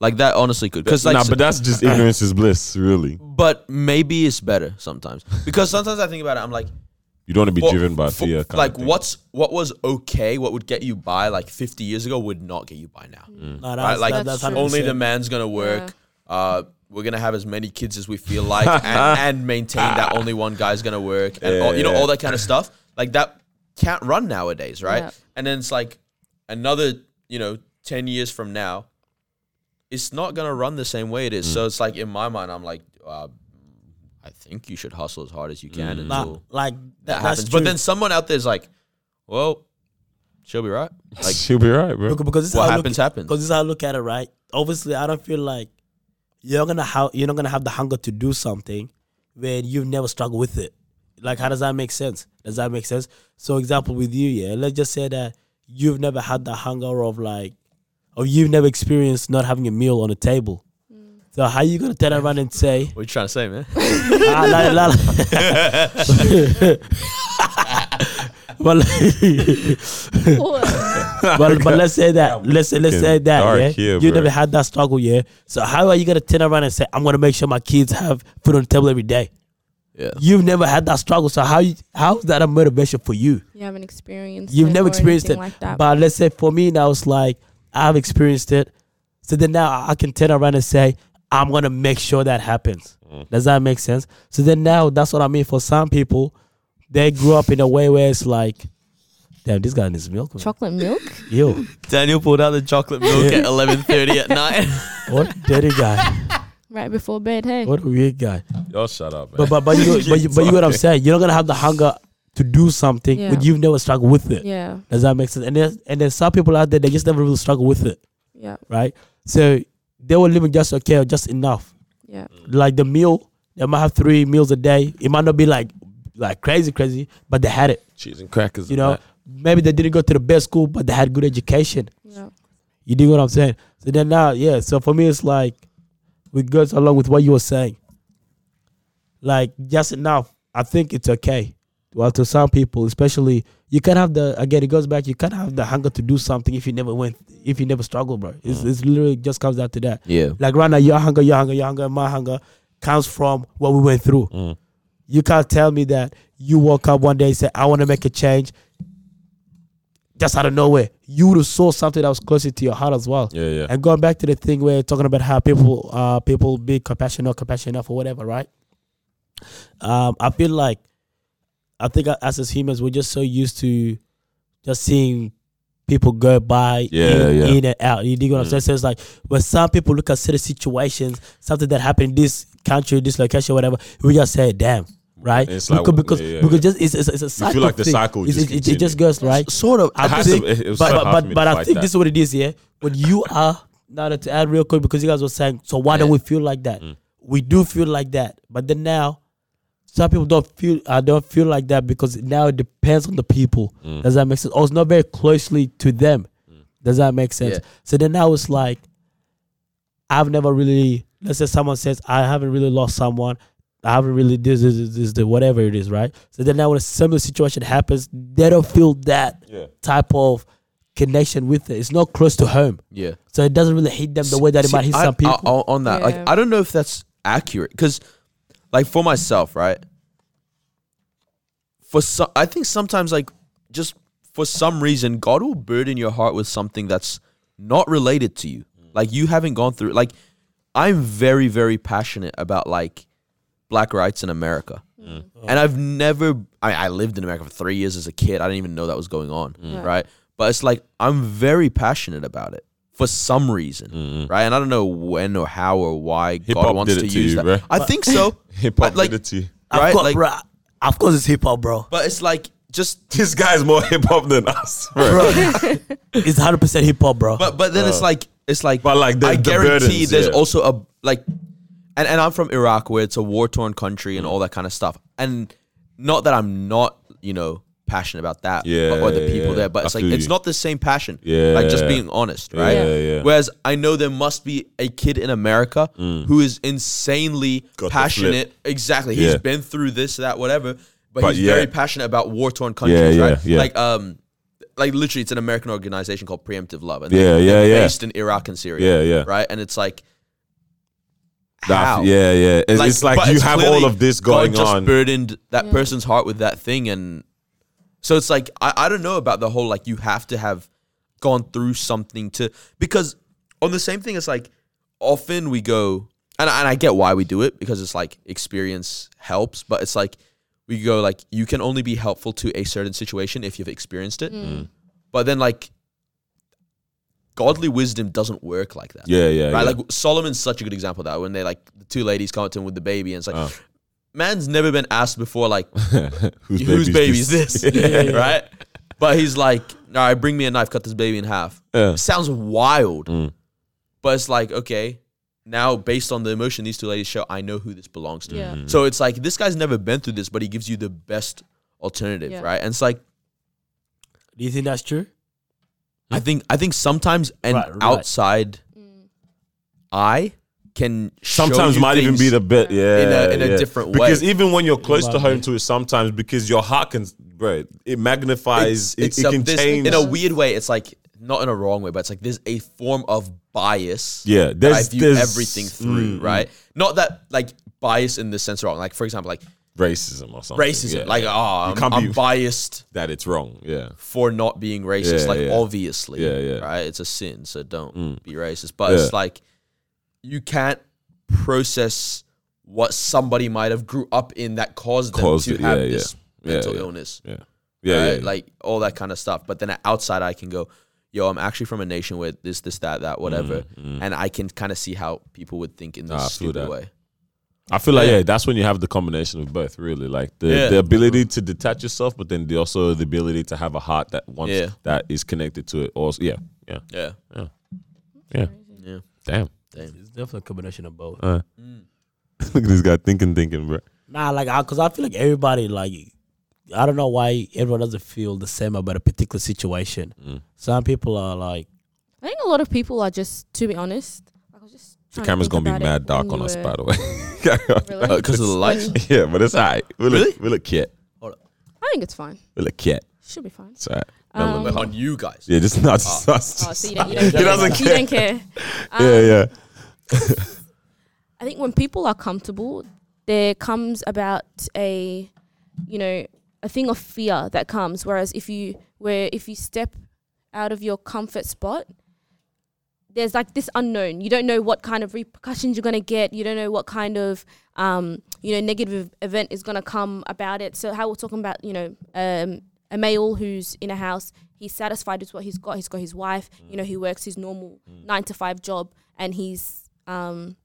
Speaker 3: like that honestly could because like
Speaker 1: nah,
Speaker 3: s-
Speaker 1: but that's just ignorance is bliss, really.
Speaker 3: but maybe it's better sometimes because sometimes I think about it. I'm like,
Speaker 1: You don't want to be
Speaker 3: what-
Speaker 1: driven by
Speaker 3: f-
Speaker 1: fear. uh, Kind
Speaker 3: like
Speaker 1: of thing.
Speaker 3: what's what was okay, what would get you by like 50 years ago would not get you by now.
Speaker 1: Mm.
Speaker 2: No,
Speaker 3: Right?
Speaker 2: that's,
Speaker 3: Like
Speaker 2: that-
Speaker 4: That's
Speaker 2: that's
Speaker 4: true.
Speaker 3: only
Speaker 2: 100%.
Speaker 3: the man's gonna Mm. work. Uh, we're gonna have as many kids as we feel like, and, and maintain that only one guy's gonna work, and all, you know all that kind of stuff. Like that can't run nowadays, right?
Speaker 4: Yeah.
Speaker 3: And then it's like another, you know, ten years from now, it's not gonna run the same way it
Speaker 1: Hmm.
Speaker 3: is. So it's like in my mind, I'm like, uh, I think you should hustle as hard as you can
Speaker 1: Hmm.
Speaker 2: Nah,
Speaker 3: until
Speaker 2: like that,
Speaker 3: that
Speaker 2: that's
Speaker 3: happens.
Speaker 2: true.
Speaker 3: But then someone out there's like, well, she'll be right. Like
Speaker 1: she'll be right, bro.
Speaker 2: Because, because this is
Speaker 3: What
Speaker 2: how I
Speaker 3: happens,
Speaker 2: look,
Speaker 3: happens.
Speaker 2: Because this is how I look at it, right? Obviously, I don't feel like you're gonna have you're not gonna have the hunger to do something when you've never struggled with it. Like, how does that make sense? Does that make sense? So, example with you, yeah. Let's just say that you've never had the hunger of like, or you've never experienced not having a meal on a table. So, how you gonna turn around and say,
Speaker 3: what you trying to say, man?
Speaker 2: ah, la, la, la. but, but, but let's say that let's say let's say
Speaker 1: fucking
Speaker 2: that
Speaker 1: dark
Speaker 2: yeah
Speaker 1: here,
Speaker 2: you
Speaker 1: bruh.
Speaker 2: never had that struggle yeah so how are you gonna turn around and say I'm gonna make sure my kids have food on the table every day
Speaker 3: Yeah.
Speaker 2: you've never had that struggle so how you, how is that a motivation for you
Speaker 4: you haven't experienced.
Speaker 2: you've
Speaker 4: it
Speaker 2: never
Speaker 4: or
Speaker 2: experienced it
Speaker 4: anything Like that.
Speaker 2: but let's say for me now it's like I've experienced it so then now I- I can turn around and say I'm gonna make sure that happens does that make sense so then now that's what I mean for some people they grew up in a way where it's like damn this guy needs milk man.
Speaker 4: chocolate milk.
Speaker 2: yo
Speaker 3: Daniel pulled out the chocolate milk at eleven thirty at night.
Speaker 2: What dirty guy?
Speaker 4: right before bed. Hey,
Speaker 2: What a weird guy?
Speaker 1: Y'all shut up, man.
Speaker 2: But but but you but you, but you what I'm saying? You're not gonna have the hunger to do something
Speaker 4: Yeah.
Speaker 2: when you've never struggled with it.
Speaker 4: yeah,
Speaker 2: Does that make sense? And there's and there's some people out there they just never really struggle with it,
Speaker 4: yeah,
Speaker 2: right? So they were living just okay or just enough.
Speaker 4: yeah,
Speaker 3: Mm.
Speaker 2: Like the meal, they might have three meals a day. It might not be like like crazy crazy, but they had it.
Speaker 1: cheese and crackers,
Speaker 2: You know, maybe they didn't go to the best school, but they had good education.
Speaker 4: yeah.
Speaker 2: You dig what I'm saying? So then now, yeah. So for me, it's like it goes along with what you were saying. Like just enough. I think it's okay. Well, to some people, especially you can't have the again. It goes back. You can't have the hunger to do something if you never went, if you never struggled, bro. It's, it's literally just comes down to that.
Speaker 3: Yeah.
Speaker 2: Like right now, your hunger, your hunger, your hunger, my hunger comes from what we went through.
Speaker 1: Mm.
Speaker 2: You can't tell me that you woke up one day and said, I want to make a change. Just out of nowhere. You would have saw something that was closer to your heart as well.
Speaker 1: Yeah, yeah.
Speaker 2: And going back to the thing where you're talking about how people uh people be compassionate, compassionate enough or whatever, right? Um, I feel like I think as as humans we're just so used to just seeing people go by
Speaker 1: Yeah,
Speaker 2: in,
Speaker 1: yeah. Mm.
Speaker 2: in and out. You dig what I'm saying? So it's like when some people look at certain situations, something that happened in this country, this location, whatever, we just say, damn. Right,
Speaker 1: It's like-
Speaker 2: because because,
Speaker 1: yeah, yeah,
Speaker 2: because
Speaker 1: yeah.
Speaker 2: just it's, it's, it's a cycle.
Speaker 1: like the
Speaker 2: thing.
Speaker 1: cycle
Speaker 2: It's-
Speaker 1: just
Speaker 2: it, it just goes right.
Speaker 3: Sort of.
Speaker 2: I
Speaker 1: has
Speaker 2: think,
Speaker 1: to- it- it was
Speaker 2: but
Speaker 1: so
Speaker 2: but
Speaker 1: hard for
Speaker 2: but,
Speaker 1: me
Speaker 2: but
Speaker 1: to
Speaker 2: I
Speaker 1: fight
Speaker 2: think
Speaker 1: that.
Speaker 2: this is what it is, yeah. When you are now that to add real quick because you guys were saying, so why don't
Speaker 3: Yeah.
Speaker 2: we feel like that?
Speaker 1: Mm.
Speaker 2: We do feel like that, but then now some people don't feel I don't feel like that because now it depends on the people.
Speaker 1: Mm.
Speaker 2: Does that make sense? Or it's not very closely to them. Does that make sense?
Speaker 3: Yeah.
Speaker 2: So then now it's like I've never really let's say someone says I haven't really lost someone. I haven't really this this this, this the whatever it is, right? So then now when a similar situation happens, they don't feel that
Speaker 1: Yeah.
Speaker 2: type of connection with it. It's not close to home.
Speaker 3: Yeah.
Speaker 2: So it doesn't really hit them the way that it
Speaker 3: See,
Speaker 2: might hit
Speaker 3: I-
Speaker 2: some people.
Speaker 3: I- I'll- on that,
Speaker 4: Yeah.
Speaker 3: like, I don't know if that's accurate because, like, for myself, right? For some, I think sometimes, like, just for some reason, God will burden your heart with something that's not related to you. Like, you haven't gone through. Like, I'm very, very passionate about like black rights in America,
Speaker 1: Mm.
Speaker 3: and I've never. I, I lived in America for three years as a kid. I didn't even know that was going on,
Speaker 1: Mm.
Speaker 4: Right.
Speaker 3: right? But it's like I'm very passionate about it for some reason, right? And I don't know when or how or why God
Speaker 1: Mm-hmm. Hip-hop
Speaker 3: wants
Speaker 1: did
Speaker 3: to
Speaker 1: it to
Speaker 3: use
Speaker 1: you,
Speaker 3: that.
Speaker 1: bruh.
Speaker 3: I think so,
Speaker 1: Hip hop
Speaker 3: But, like-
Speaker 1: ability.
Speaker 2: of
Speaker 3: right?
Speaker 2: course,
Speaker 3: Like,
Speaker 2: bro. Of course, it's hip hop, bro.
Speaker 3: but it's like just
Speaker 1: This guy's more hip hop than us, bro.
Speaker 2: It's hundred percent hip hop, bro.
Speaker 3: But but then it's like it's like
Speaker 1: But, like, the-
Speaker 3: I
Speaker 1: the
Speaker 3: guarantee
Speaker 1: burdens,
Speaker 3: there's
Speaker 1: yeah.
Speaker 3: also a like and, and I'm from Iraq where it's a war torn country and all that kind of stuff. And not that I'm not, you know, passionate about that
Speaker 1: Yeah,
Speaker 3: or the people
Speaker 1: yeah.
Speaker 3: there, but
Speaker 1: I
Speaker 3: it's like
Speaker 1: feel
Speaker 3: it's
Speaker 1: you.
Speaker 3: not the same passion.
Speaker 1: Yeah.
Speaker 3: Like just being honest, right?
Speaker 1: Yeah, yeah.
Speaker 3: Whereas I know there must be a kid in America who is insanely
Speaker 1: Mm. Got the flip.
Speaker 3: passionate. Exactly. He's
Speaker 1: Yeah.
Speaker 3: been through this, that, whatever. But,
Speaker 1: But
Speaker 3: he's
Speaker 1: yeah.
Speaker 3: very passionate about war torn countries,
Speaker 1: yeah,
Speaker 3: right?
Speaker 1: yeah.
Speaker 3: Like um like literally it's an American organization called Preemptive Love. And
Speaker 1: Yeah,
Speaker 3: they're
Speaker 1: yeah, yeah.
Speaker 3: Based in Iraq and Syria.
Speaker 1: Yeah, yeah.
Speaker 3: Right? And it's like
Speaker 1: That-
Speaker 3: how?
Speaker 1: yeah, yeah. It's like, it's
Speaker 3: but
Speaker 1: like you have
Speaker 3: clearly
Speaker 1: all of this
Speaker 3: God
Speaker 1: going
Speaker 3: just
Speaker 1: on.
Speaker 3: burdened that person's heart with that thing and so it's like I, I don't know about the whole like you have to have gone through something to because on the same thing it's like often we go and I, and I get why we do it because it's like experience helps but it's like we go like you can only be helpful to a certain situation if you've experienced it but then like godly wisdom doesn't work like that
Speaker 1: yeah, yeah.
Speaker 3: right?
Speaker 1: yeah.
Speaker 3: Like Solomon's such a good example of that when they like the two ladies come up to him with the baby and it's like,
Speaker 1: Ah.
Speaker 3: man's never been asked before like
Speaker 1: whose
Speaker 3: whose baby is this,
Speaker 2: yeah.
Speaker 3: right? But he's like, all right, bring me a knife, cut this baby in half.
Speaker 1: Yeah.
Speaker 3: Sounds wild,
Speaker 1: Mm.
Speaker 3: but it's like okay, now based on the emotion these two ladies show, I know who this belongs to.
Speaker 4: Yeah.
Speaker 1: Mm.
Speaker 3: So it's like this guy's never been through this, but he gives you the best alternative,
Speaker 4: Yeah.
Speaker 3: right? And it's like
Speaker 2: Do you think that's true?
Speaker 3: I
Speaker 1: Hmm.
Speaker 3: think I think sometimes an
Speaker 2: Right, right.
Speaker 3: outside
Speaker 4: Mm.
Speaker 3: eye can show
Speaker 1: Sometimes
Speaker 3: you
Speaker 1: might even
Speaker 3: things-
Speaker 1: be the bit, yeah,
Speaker 3: in a
Speaker 1: yeah.
Speaker 3: different
Speaker 1: Because
Speaker 3: way.
Speaker 1: even when you're close to
Speaker 2: Love
Speaker 1: home
Speaker 2: it.
Speaker 1: to it, sometimes because your heart can, bro, it magnifies, it, it
Speaker 3: a-
Speaker 1: can
Speaker 3: there's-
Speaker 1: change.
Speaker 3: in a weird way. It's like not in a wrong way, but it's like there's a form of bias.
Speaker 1: Yeah,
Speaker 3: that I
Speaker 1: there's-
Speaker 3: view
Speaker 1: there's-
Speaker 3: everything through,
Speaker 1: mm,
Speaker 3: right? Not that like bias in the sense of wrong. Like for example, like
Speaker 1: racism or something.
Speaker 3: racism.
Speaker 1: yeah.
Speaker 3: like oh, I'm,
Speaker 1: can't
Speaker 3: I'm
Speaker 1: be-
Speaker 3: biased
Speaker 1: that, it's wrong. Yeah,
Speaker 3: for not being racist.
Speaker 1: Yeah,
Speaker 3: like
Speaker 1: yeah.
Speaker 3: obviously,
Speaker 1: Yeah, yeah.
Speaker 3: right? It's a sin, so don't be racist. But it's
Speaker 1: Yeah.
Speaker 3: like you can't process what somebody might have grew up in that caused them
Speaker 1: Caused
Speaker 3: to
Speaker 1: it,
Speaker 3: have
Speaker 1: yeah, yeah.
Speaker 3: this
Speaker 1: Yeah,
Speaker 3: mental
Speaker 1: yeah.
Speaker 3: illness
Speaker 1: yeah, yeah,
Speaker 3: right?
Speaker 1: yeah.
Speaker 3: like all that kind of stuff. But then an outside I can go, yo, I'm actually from a nation where this, this, that, that, whatever, and I can kind of see how people would think in this
Speaker 1: Mm, Nah, I feel
Speaker 3: stupid
Speaker 1: that.
Speaker 3: way.
Speaker 1: I feel like
Speaker 3: Yeah.
Speaker 1: yeah. that's when you have the combination of both, really, like the,
Speaker 3: Yeah.
Speaker 1: the ability to detach yourself, but then the, also the ability to have a heart that wants
Speaker 3: Yeah.
Speaker 1: that is connected to it. Also, yeah, yeah,
Speaker 3: Yeah,
Speaker 1: yeah.
Speaker 3: yeah.
Speaker 1: Damn,
Speaker 3: Damn.
Speaker 2: It's definitely a combination of both.
Speaker 1: Uh. look at this guy thinking, thinking, bro.
Speaker 2: Nah, like, I, cause I feel like everybody, like, I don't know why everyone doesn't feel the same about a particular situation.
Speaker 3: Mm.
Speaker 2: Some people are like,
Speaker 4: I think a lot of people are just, to be honest, I was just.
Speaker 1: The
Speaker 4: trying to
Speaker 1: camera's gonna
Speaker 4: think
Speaker 1: be
Speaker 4: about it
Speaker 1: mad dark
Speaker 4: when
Speaker 1: on
Speaker 4: you
Speaker 1: us,
Speaker 4: were-
Speaker 1: by the way. Carry on.
Speaker 4: Really?
Speaker 3: Because Uh, of the lights.
Speaker 1: yeah, but it's alright. We look,
Speaker 3: Really?
Speaker 1: we look cute.
Speaker 4: I think it's fine.
Speaker 1: We look cute.
Speaker 4: Should be fine.
Speaker 1: Sorry.
Speaker 4: Um,
Speaker 3: But on you guys.
Speaker 1: Yeah, just not. Just, that's
Speaker 4: Oh, so
Speaker 1: just-
Speaker 4: you don't, you don't
Speaker 1: He
Speaker 4: care.
Speaker 1: doesn't
Speaker 4: You don't care. Um,
Speaker 1: yeah, yeah.
Speaker 4: I think when people are comfortable, there comes about a, you know, a thing of fear that comes. Whereas if you where if you step out of your comfort spot, there's like this unknown. You don't know what kind of repercussions you're gonna get. You don't know what kind of um, you know negative event is gonna come about it. So how we're talking about you know um, a male who's in a house, he's satisfied with what he's got. He's got his wife. You know he works his normal nine to five job, and he's um,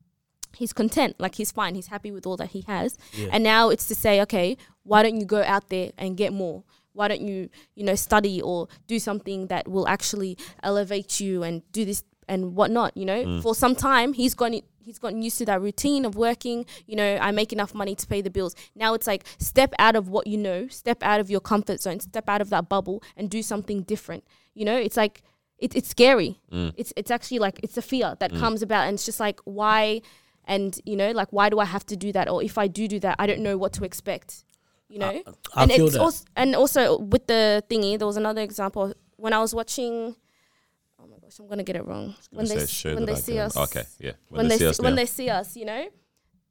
Speaker 4: he's content. Like he's fine. He's happy with all that he has. And now it's to say, okay, why don't you go out there and get more? Why don't you, you know, study or do something that will actually elevate you and do this and whatnot? You know, for some time he's gone. He's gotten used to that routine of working. You know, I make enough money to pay the bills. Now it's like step out of what you know, step out of your comfort zone, step out of that bubble, and do something different. You know, it's like it, it's scary. It's it's actually like it's a fear that comes about, and it's just like why, and you know, like why do I have to do that? Or if I do do that, I don't know what to expect. You know,
Speaker 2: I
Speaker 4: and
Speaker 2: feel
Speaker 4: it's
Speaker 2: that.
Speaker 4: also and also with the thingy, there was another example when I was watching. Oh my gosh, I'm gonna get it wrong. When they
Speaker 1: Say
Speaker 4: s-
Speaker 1: show that
Speaker 4: when they
Speaker 1: I
Speaker 4: see
Speaker 1: can-
Speaker 4: us,
Speaker 1: Okay, yeah.
Speaker 4: when, they, see, when
Speaker 1: now.
Speaker 4: they see us, you know.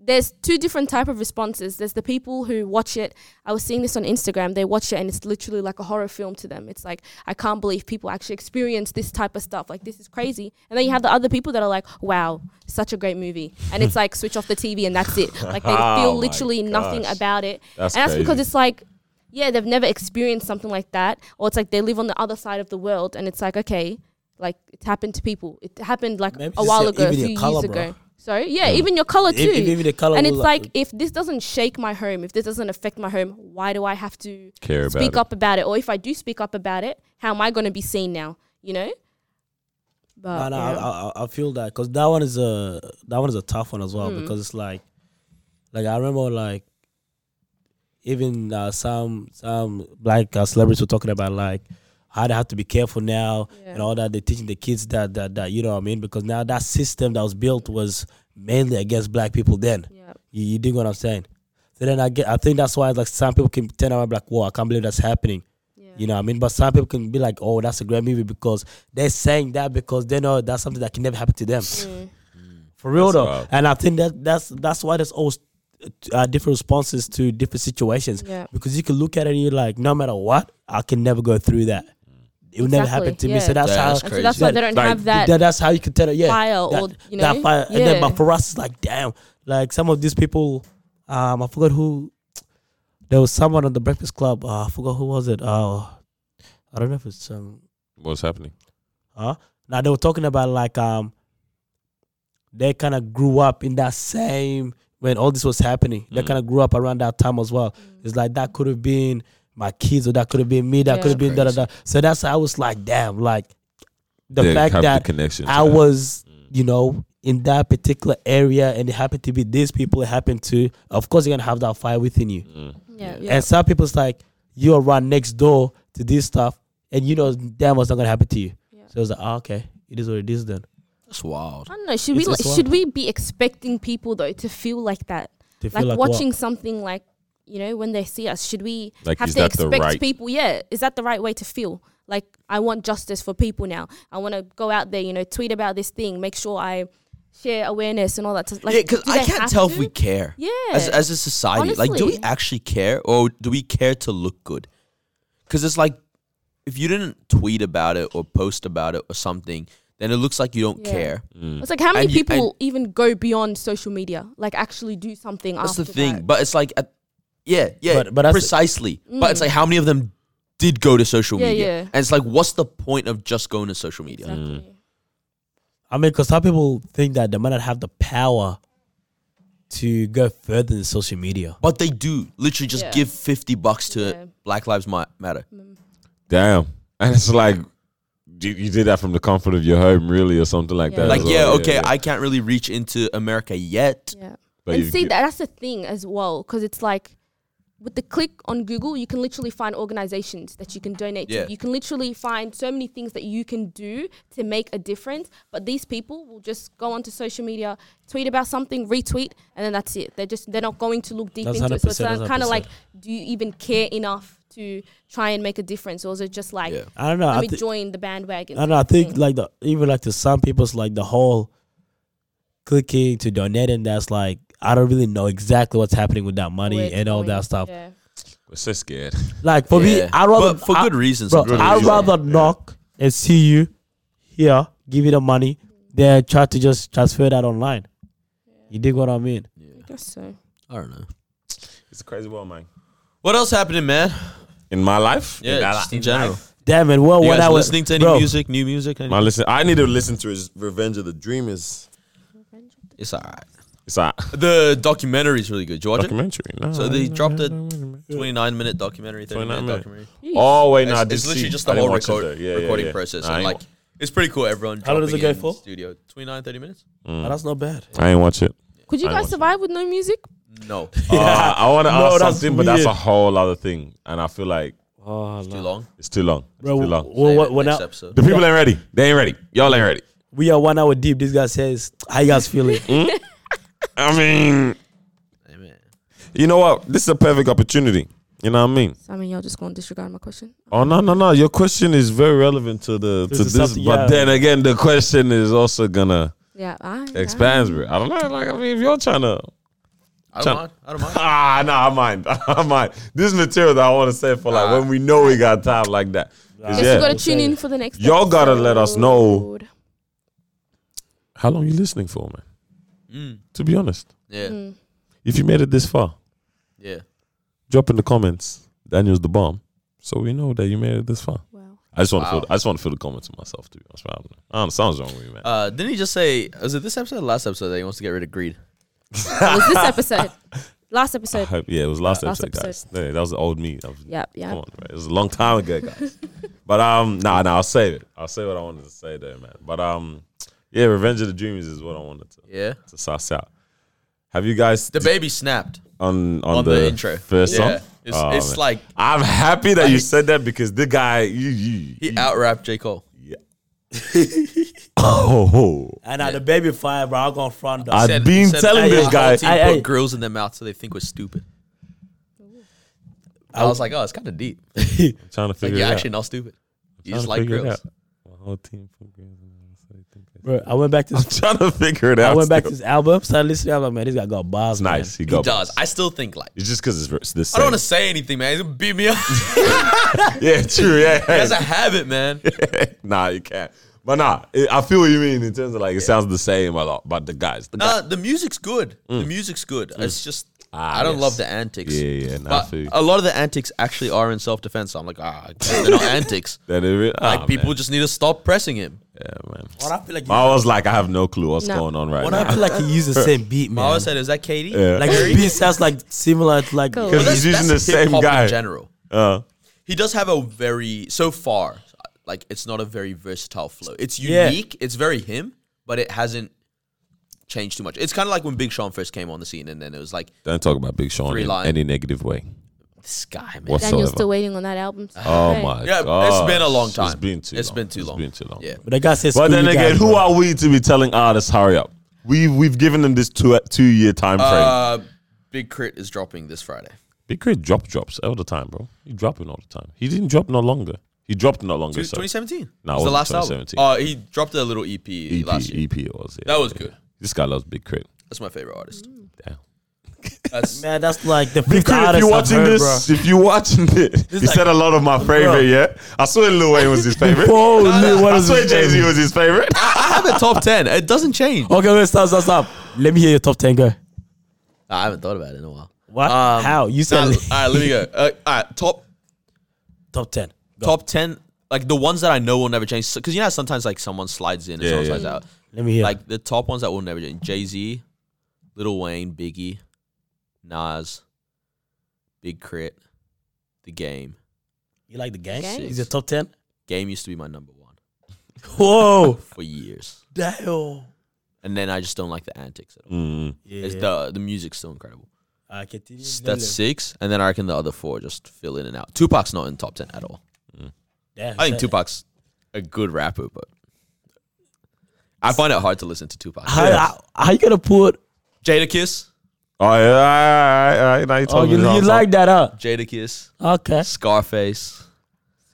Speaker 4: There's two different type of responses. There's the people who watch it. I was seeing this on Instagram. They watch it and it's literally like a horror film to them. It's like I can't believe people actually experience this type of stuff. Like this is crazy. And then you have the other people that are like, "Wow, such a great movie." And it's like switch off the TV and that's it. Like they
Speaker 1: Oh
Speaker 4: feel
Speaker 1: my
Speaker 4: literally nothing
Speaker 1: gosh.
Speaker 4: about it.
Speaker 1: That's
Speaker 4: and that's because
Speaker 1: crazy.
Speaker 4: it's like yeah, they've never experienced something like that, or it's like they live on the other side of the world, and it's like okay, like it's happened to people. It happened like
Speaker 2: Maybe
Speaker 4: a
Speaker 2: just
Speaker 4: while
Speaker 2: your-
Speaker 4: ago, a
Speaker 2: even
Speaker 4: few
Speaker 2: your colour,
Speaker 4: years
Speaker 2: bro.
Speaker 4: ago. Sorry, yeah, even your color too.
Speaker 2: Even- even the colour
Speaker 4: and it's
Speaker 2: will,
Speaker 4: like,
Speaker 2: like-
Speaker 4: if this doesn't shake my home, if this doesn't affect my home, why do I have to
Speaker 1: Care about
Speaker 4: speak
Speaker 1: it.
Speaker 4: up about it? Or if I do speak up about it, how am I going to be seen now? You know. But
Speaker 2: No, no,
Speaker 4: Uh, yeah.
Speaker 2: I, I, I feel that because that one is a that one is a tough one as well because it's like, like I remember like, even uh, some some black uh, celebrities were talking about like how they have to be careful now and all that. They're teaching the kids that that that you know what I mean because now that system that was built was mainly against black people then.
Speaker 4: yeah,
Speaker 2: You, you dig what I'm saying? So then I get, I think that's why like some people can turn around and be like, "Whoa, I can't believe that's happening." You know what I mean? But some people can be like, "Oh, that's a great movie," because they're saying that because they know that's something that can never happen to them.
Speaker 4: Mm.
Speaker 2: For real
Speaker 1: That's
Speaker 2: though,
Speaker 1: wild.
Speaker 2: and I think that that's that's why there's always uh, different responses to different situations
Speaker 4: Yeah.
Speaker 2: because you can look at it and you're like, no matter what, I can never go through that. It will never happen to
Speaker 4: Exactly,
Speaker 2: me. So
Speaker 4: yeah.
Speaker 2: that's
Speaker 3: Yeah,
Speaker 2: how
Speaker 3: that's
Speaker 4: And so
Speaker 3: crazy.
Speaker 4: that's why
Speaker 2: Yeah,
Speaker 4: they don't
Speaker 1: like,
Speaker 4: have that.
Speaker 2: that, that's how you can tell it. Yeah,
Speaker 4: fire
Speaker 2: that,
Speaker 4: or, you
Speaker 2: that
Speaker 4: know,
Speaker 2: fire. And then,
Speaker 4: yeah.
Speaker 2: but for us, it's like damn. Like some of these people, um, I forgot who. There was someone on the Breakfast Club. Uh, I forgot who was it. Uh, I don't know if it's um.
Speaker 1: What's happening?
Speaker 2: Huh? Now they were talking about like um. They kind of grew up in that same when all this was happening. They kind of grew up around that time as well. It's like that could have been my kids, or that could have been me, that
Speaker 4: Mm. Yeah.
Speaker 2: could have been da da da. So that's how I was like, damn, like the
Speaker 1: They
Speaker 2: fact
Speaker 1: have
Speaker 2: that
Speaker 1: the connection. to
Speaker 2: I
Speaker 1: that.
Speaker 2: was, you know, in that particular area, and it happened to be these people. It happened to, of course, you're gonna have that fire within you.
Speaker 4: yeah, yeah.
Speaker 2: And some people's like, you're right next door to this stuff, and you know, damn, what's not gonna happen to you. So it was like, oh, okay, it is what it is then.
Speaker 3: That's wild.
Speaker 4: I don't know. Should we
Speaker 2: It's
Speaker 4: like,
Speaker 2: as well.
Speaker 4: should we be expecting people though to feel like that?
Speaker 2: To feel
Speaker 4: Like,
Speaker 2: like what?
Speaker 4: watching something like you know when they see us, should we
Speaker 1: Like,
Speaker 4: have
Speaker 1: is
Speaker 4: to
Speaker 1: that the
Speaker 4: expect
Speaker 1: right-
Speaker 4: people? Yeah, is that the right way to feel? Like I want justice for people now. I want to go out there, you know, tweet about this thing, make sure I share awareness and all that. Like,
Speaker 3: yeah, because
Speaker 4: do
Speaker 3: I
Speaker 4: they
Speaker 3: can't
Speaker 4: have
Speaker 3: tell
Speaker 4: to?
Speaker 3: if we care.
Speaker 4: Yeah.
Speaker 3: As, as a society, like, do we
Speaker 4: Honestly.
Speaker 3: actually care or do we care to look good? Because it's like, if you didn't tweet about it or post about it or something, then it looks like you don't
Speaker 4: Yeah.
Speaker 3: care.
Speaker 1: Mm.
Speaker 4: It's like how many
Speaker 3: And you-
Speaker 4: people even go beyond social media, like actually do something.
Speaker 3: That's
Speaker 4: after
Speaker 3: the thing.
Speaker 4: that?
Speaker 3: But it's like, at, yeah, yeah,
Speaker 2: But- but that's-
Speaker 3: precisely. But it's like, how many of them did go to social
Speaker 4: Mm. Yeah,
Speaker 3: media?
Speaker 4: yeah.
Speaker 3: And it's like, what's the point of just going to social media?
Speaker 4: Exactly.
Speaker 2: I mean, because some people think that they might not have the power to go further than social media.
Speaker 3: But they do literally just
Speaker 4: Yeah.
Speaker 3: give 50 bucks to
Speaker 4: Yeah.
Speaker 3: Black Lives Ma- Matter.
Speaker 1: Damn. And it's like, you, you did that from the comfort of your home, really, or something like
Speaker 4: Yeah.
Speaker 1: that.
Speaker 3: Like,
Speaker 1: as well.
Speaker 3: yeah, okay, I can't really reach into America yet.
Speaker 4: Yeah.
Speaker 1: But
Speaker 4: and
Speaker 1: you
Speaker 4: see
Speaker 1: get-
Speaker 4: that that's the thing as well because it's like with the click on Google, you can literally find organizations that you can donate
Speaker 3: Yeah.
Speaker 4: to. You can literally find so many things that you can do to make a difference. But these people will just go onto social media, tweet about something, retweet, and then that's it. They're just they're not going to look deep
Speaker 2: That's
Speaker 4: into it. So it's
Speaker 2: 100%, that's
Speaker 4: kind of
Speaker 2: 100%.
Speaker 4: like, do you even care enough to try and make a difference, or is it just like
Speaker 3: Yeah.
Speaker 2: I don't know.
Speaker 4: let
Speaker 2: I
Speaker 4: me
Speaker 2: thi-
Speaker 4: join the bandwagon?
Speaker 2: And I
Speaker 4: Mm.
Speaker 2: think like the even like to some people's like the whole clicking to donate and that's like I don't really know exactly what's happening with that money
Speaker 4: Where it's
Speaker 2: and all
Speaker 4: going.
Speaker 2: that stuff.
Speaker 4: Yeah.
Speaker 1: We're so scared.
Speaker 2: Like for me,
Speaker 3: Yeah.
Speaker 2: I rather
Speaker 3: But for
Speaker 2: I-
Speaker 3: good reasons.
Speaker 2: bro,
Speaker 3: sometimes.
Speaker 2: I'd
Speaker 1: reason.
Speaker 2: rather knock and see you here, give you the money, than try to just transfer that online. You dig what I mean?
Speaker 4: I guess so.
Speaker 3: I don't know.
Speaker 1: It's a crazy world, man.
Speaker 3: What else happening, man?
Speaker 1: In my life,
Speaker 3: Yeah,
Speaker 1: that-
Speaker 3: just in general.
Speaker 2: Damn it! Well,
Speaker 3: You
Speaker 2: Oh, when
Speaker 3: guys
Speaker 2: I was
Speaker 3: listening to any
Speaker 2: bro,
Speaker 3: music, new music? Any?
Speaker 1: My listen, I need to listen to his Revenge of the Dreamers.
Speaker 3: It's alright.
Speaker 1: It's a
Speaker 3: The documentary is really good. Did you watch
Speaker 1: documentary. No,
Speaker 3: it? So they dropped a 29 minute documentary, 30 minute
Speaker 1: 29 minute.
Speaker 3: documentary.
Speaker 1: Oh wait, no,
Speaker 3: It's,
Speaker 1: I did
Speaker 3: it's literally
Speaker 1: see.
Speaker 3: just
Speaker 1: I
Speaker 3: the
Speaker 1: didn't
Speaker 3: whole
Speaker 1: watch it
Speaker 3: record,
Speaker 1: though. Yeah, yeah,
Speaker 3: recording
Speaker 1: yeah.
Speaker 3: process.
Speaker 1: I
Speaker 3: and
Speaker 1: ain't
Speaker 3: like, it's pretty cool. Everyone.
Speaker 2: How long does it
Speaker 3: dropping
Speaker 2: go
Speaker 3: in
Speaker 2: for?
Speaker 3: Studio 29, 30 minutes?
Speaker 2: Oh, that's not bad.
Speaker 1: wa- I ain't watch it.
Speaker 4: Could you
Speaker 1: I
Speaker 4: guys
Speaker 1: watch it.
Speaker 4: survive with no music?
Speaker 3: No.
Speaker 1: Uh, I want to
Speaker 2: No,
Speaker 1: ask
Speaker 2: that's
Speaker 1: something, but that's a
Speaker 2: weird.
Speaker 1: whole other thing, and I feel like
Speaker 2: Oh,
Speaker 3: Too long.
Speaker 1: it's too long. It's too
Speaker 2: bro, w-
Speaker 1: long.
Speaker 2: w-
Speaker 3: Save it
Speaker 2: w- when
Speaker 3: next
Speaker 2: I,
Speaker 3: episode.
Speaker 1: the people ain't ready. They ain't ready. Y'all ain't ready.
Speaker 2: we are one hour deep, this guy says, "How you guys feeling?"
Speaker 1: I mean,
Speaker 3: Amen.
Speaker 1: you know what? This is a perfect opportunity. You know what I mean?
Speaker 4: Simon, y'all just gonna disregard my question.
Speaker 1: Oh no, no, no! Your question is very relevant to the
Speaker 2: This
Speaker 1: to
Speaker 2: is
Speaker 1: this,
Speaker 2: something-
Speaker 1: but
Speaker 2: yeah.
Speaker 1: then again, the question is also gonna
Speaker 4: Yeah, I
Speaker 1: expand. bro. I don't know. Like, I mean, if you're trying to
Speaker 3: I don't
Speaker 1: Chan-
Speaker 3: mind. I don't mind.
Speaker 1: Ah, no, I mind. I mind. This is material that I want to say for like
Speaker 3: Ah.
Speaker 1: when we know we got time like that. 'Cause,
Speaker 4: Guess
Speaker 1: yeah.
Speaker 4: you gotta tune in for the next.
Speaker 1: Y'all gotta let us know.
Speaker 4: episode.
Speaker 1: How long you listening for, man?
Speaker 3: Mm.
Speaker 1: To be honest,
Speaker 3: Yeah.
Speaker 4: Mm.
Speaker 1: if you made it this far,
Speaker 3: Yeah.
Speaker 1: drop in the comments. Daniel's the bomb, so we know that you made it this far.
Speaker 4: Wow.
Speaker 1: I just want to
Speaker 3: Wow.
Speaker 1: feel. I just want to feel the comments to myself. To be honest, I don't know. I don't know. Sounds wrong with you, man.
Speaker 3: Uh, didn't he just say, was it this episode or last episode that he wants to get rid of greed?
Speaker 4: it was this episode. Last
Speaker 1: I
Speaker 4: episode.
Speaker 1: hope, yeah, it was last,
Speaker 4: Last
Speaker 1: episode,
Speaker 4: episode.
Speaker 1: guys. Yeah, that was the old me. That was,
Speaker 4: Yep, yep.
Speaker 1: Come on, man. It was a long time ago, guys. but um, nah, nah, I'll save it. I'll say what I wanted to say though, man. But um, yeah, Revenge of the Dreamers is what I wanted to
Speaker 3: Yeah.
Speaker 1: to suss out. Have you guys
Speaker 3: The baby snapped
Speaker 1: on, on
Speaker 3: on the, intro.
Speaker 1: first
Speaker 3: yeah.
Speaker 1: song?
Speaker 3: It's,
Speaker 1: Oh,
Speaker 3: it's
Speaker 1: man.
Speaker 3: like
Speaker 1: I'm happy that you said that because the guy you you,
Speaker 3: he
Speaker 1: you-
Speaker 3: out rapped J. Cole.
Speaker 1: oh, oh.
Speaker 2: and now the baby fire, bro. I'm gonna front that.
Speaker 1: I've
Speaker 3: Said-
Speaker 1: been
Speaker 3: said
Speaker 1: telling
Speaker 3: the
Speaker 1: this
Speaker 3: whole
Speaker 1: guy.
Speaker 3: team
Speaker 2: Aye,
Speaker 3: put
Speaker 2: aye.
Speaker 3: grills in their mouth so they think we're stupid. I
Speaker 2: I
Speaker 3: was like, oh, it's kind of deep.
Speaker 1: I'm trying to
Speaker 3: Like,
Speaker 1: figure
Speaker 3: you're
Speaker 1: it
Speaker 3: actually
Speaker 1: out.
Speaker 3: not stupid. You
Speaker 1: Trying
Speaker 3: just
Speaker 1: to
Speaker 3: like
Speaker 1: figure it
Speaker 3: grills.
Speaker 1: out. My whole team put grills in their mouth, so they think they're-
Speaker 2: Bro, I went back to
Speaker 1: I'm
Speaker 2: this,
Speaker 1: trying to figure it out.
Speaker 2: I went back to
Speaker 1: still.
Speaker 2: this album, started listening. I'm like, man, this guy got bars.
Speaker 1: It's nice. He,
Speaker 3: He
Speaker 1: got
Speaker 3: does. I still think like
Speaker 1: It's just because it's, it's the
Speaker 3: I
Speaker 1: same.
Speaker 3: don't want to say anything, man. He's gonna beat me up.
Speaker 1: yeah, true. Yeah,
Speaker 3: That's a habit, man.
Speaker 1: nah, you can't. But nah, it, I feel what you mean in terms of like it sounds the same a lot, but the guys, the guys.
Speaker 3: Nah, the music's good. The music's good. It's just
Speaker 1: Mm. Ah,
Speaker 3: I don't
Speaker 1: yes.
Speaker 3: love the antics.
Speaker 1: Yeah, yeah, nah, I
Speaker 3: but
Speaker 1: feel you.
Speaker 3: a lot of the antics actually are in self defense. So I'm like, ah, they're not antics.
Speaker 1: That it, re-
Speaker 3: Like
Speaker 1: ah,
Speaker 3: people
Speaker 1: man.
Speaker 3: just need to stop pressing him.
Speaker 1: yeah, man.
Speaker 2: When I feel like,
Speaker 1: I was like, I have no clue what's
Speaker 4: No.
Speaker 1: going on right
Speaker 2: when
Speaker 1: now.
Speaker 2: I feel like he used the same beat,
Speaker 3: I
Speaker 2: man.
Speaker 3: always said, is that Katie?
Speaker 1: Yeah.
Speaker 2: Like the beat sounds like similar to like.
Speaker 4: Cool.
Speaker 3: But
Speaker 1: Because he's using the same
Speaker 3: hip-hop
Speaker 1: guy.
Speaker 3: in general.
Speaker 1: Uh,
Speaker 3: He does have a very so far, like it's not a very versatile flow. It's
Speaker 2: Yeah.
Speaker 3: unique. It's very him, but it hasn't changed too much. It's kind of like when Big Sean first came on the scene, and then it was like
Speaker 1: don't talk about Big Sean
Speaker 3: Three
Speaker 1: in
Speaker 3: line.
Speaker 1: any negative way.
Speaker 3: this guy, man.
Speaker 1: What's-
Speaker 4: Daniel's
Speaker 1: Whatsoever.
Speaker 4: still waiting on that album.
Speaker 1: Oh my
Speaker 3: Yeah,
Speaker 1: god,
Speaker 3: it's been a long
Speaker 1: It's
Speaker 3: time.
Speaker 1: been too.
Speaker 3: It's
Speaker 1: long.
Speaker 3: been too long.
Speaker 1: It's been too long.
Speaker 3: Yeah.
Speaker 2: But the guy says,
Speaker 1: But
Speaker 2: screw
Speaker 1: then
Speaker 2: you
Speaker 1: again,
Speaker 2: guys,
Speaker 1: who
Speaker 2: bro.
Speaker 1: are we to be telling artists hurry up? We we've given them this two two year time frame.
Speaker 3: Uh, Big Crit is dropping this Friday.
Speaker 1: Big Crit drop drops all the time, bro. He dropping all the time. He didn't drop no longer. He dropped no longer.
Speaker 3: Tw-
Speaker 1: so
Speaker 3: 2017.
Speaker 1: No,
Speaker 3: It was the
Speaker 1: it
Speaker 3: last
Speaker 1: wasn't
Speaker 3: album.
Speaker 1: 2017.
Speaker 3: Oh, he dropped a little EP,
Speaker 1: EP,
Speaker 3: last year.
Speaker 1: EP E it was. Yeah,
Speaker 3: That was
Speaker 1: yeah.
Speaker 3: good.
Speaker 1: This guy loves Big Crit.
Speaker 3: That's my favorite artist.
Speaker 1: Damn.
Speaker 3: That's
Speaker 2: Man, that's like the
Speaker 1: Big
Speaker 2: first
Speaker 1: Crit, if
Speaker 2: artist
Speaker 1: you're
Speaker 2: I've
Speaker 1: watching
Speaker 2: heard, bro.
Speaker 1: this, if you're watching this, he
Speaker 2: like-
Speaker 1: said a lot of my favorite. Yeah, I swear Lil Wayne was his favorite.
Speaker 2: Whoa, Lil, what
Speaker 1: I
Speaker 2: is
Speaker 1: swear
Speaker 2: his
Speaker 1: Jay Z
Speaker 2: favorite?
Speaker 1: was his favorite.
Speaker 3: I have a top ten. It doesn't change.
Speaker 2: Okay, wait, stop, stop, stop. Let me hear your top ten go.
Speaker 3: I haven't thought about it in a while.
Speaker 2: What?
Speaker 3: Um,
Speaker 2: How you
Speaker 3: Nah,
Speaker 2: said
Speaker 3: all right, let me go. Uh, all right, top
Speaker 2: top ten? Go.
Speaker 3: top ten, like the ones that I know will never change. Because you know, how sometimes like someone slides in and
Speaker 1: Yeah,
Speaker 3: someone
Speaker 1: yeah.
Speaker 3: slides out.
Speaker 2: Let me hear.
Speaker 3: Like the top ones that will never change: Jay Z, Lil Wayne, Biggie, Nas, Big Crit, The Game.
Speaker 2: you like the gang?
Speaker 4: Gang?
Speaker 2: Is your top ten?
Speaker 3: Game used to be my number one
Speaker 2: Whoa,
Speaker 3: for years,
Speaker 2: damn.
Speaker 3: and then I just don't like the antics at all.
Speaker 1: Mm.
Speaker 2: Yeah.
Speaker 3: It's the the music's still incredible.
Speaker 2: I continue.
Speaker 3: S-
Speaker 2: doing
Speaker 3: That's
Speaker 2: the-
Speaker 3: six, and then I reckon the other four just fill in and out. Tupac's not in top ten at all.
Speaker 2: Damn,
Speaker 3: I think
Speaker 2: so-
Speaker 3: Tupac's a good rapper, but I find it hard to listen to Tupac.
Speaker 2: How, how, how you gonna put? oh,
Speaker 3: Jada Kiss,
Speaker 1: Oh yeah, yeah, yeah, yeah, now you
Speaker 2: Oh,
Speaker 1: told
Speaker 2: you,
Speaker 1: me
Speaker 2: you like that, huh?
Speaker 3: Jada Kiss,
Speaker 2: Okay.
Speaker 3: Scarface.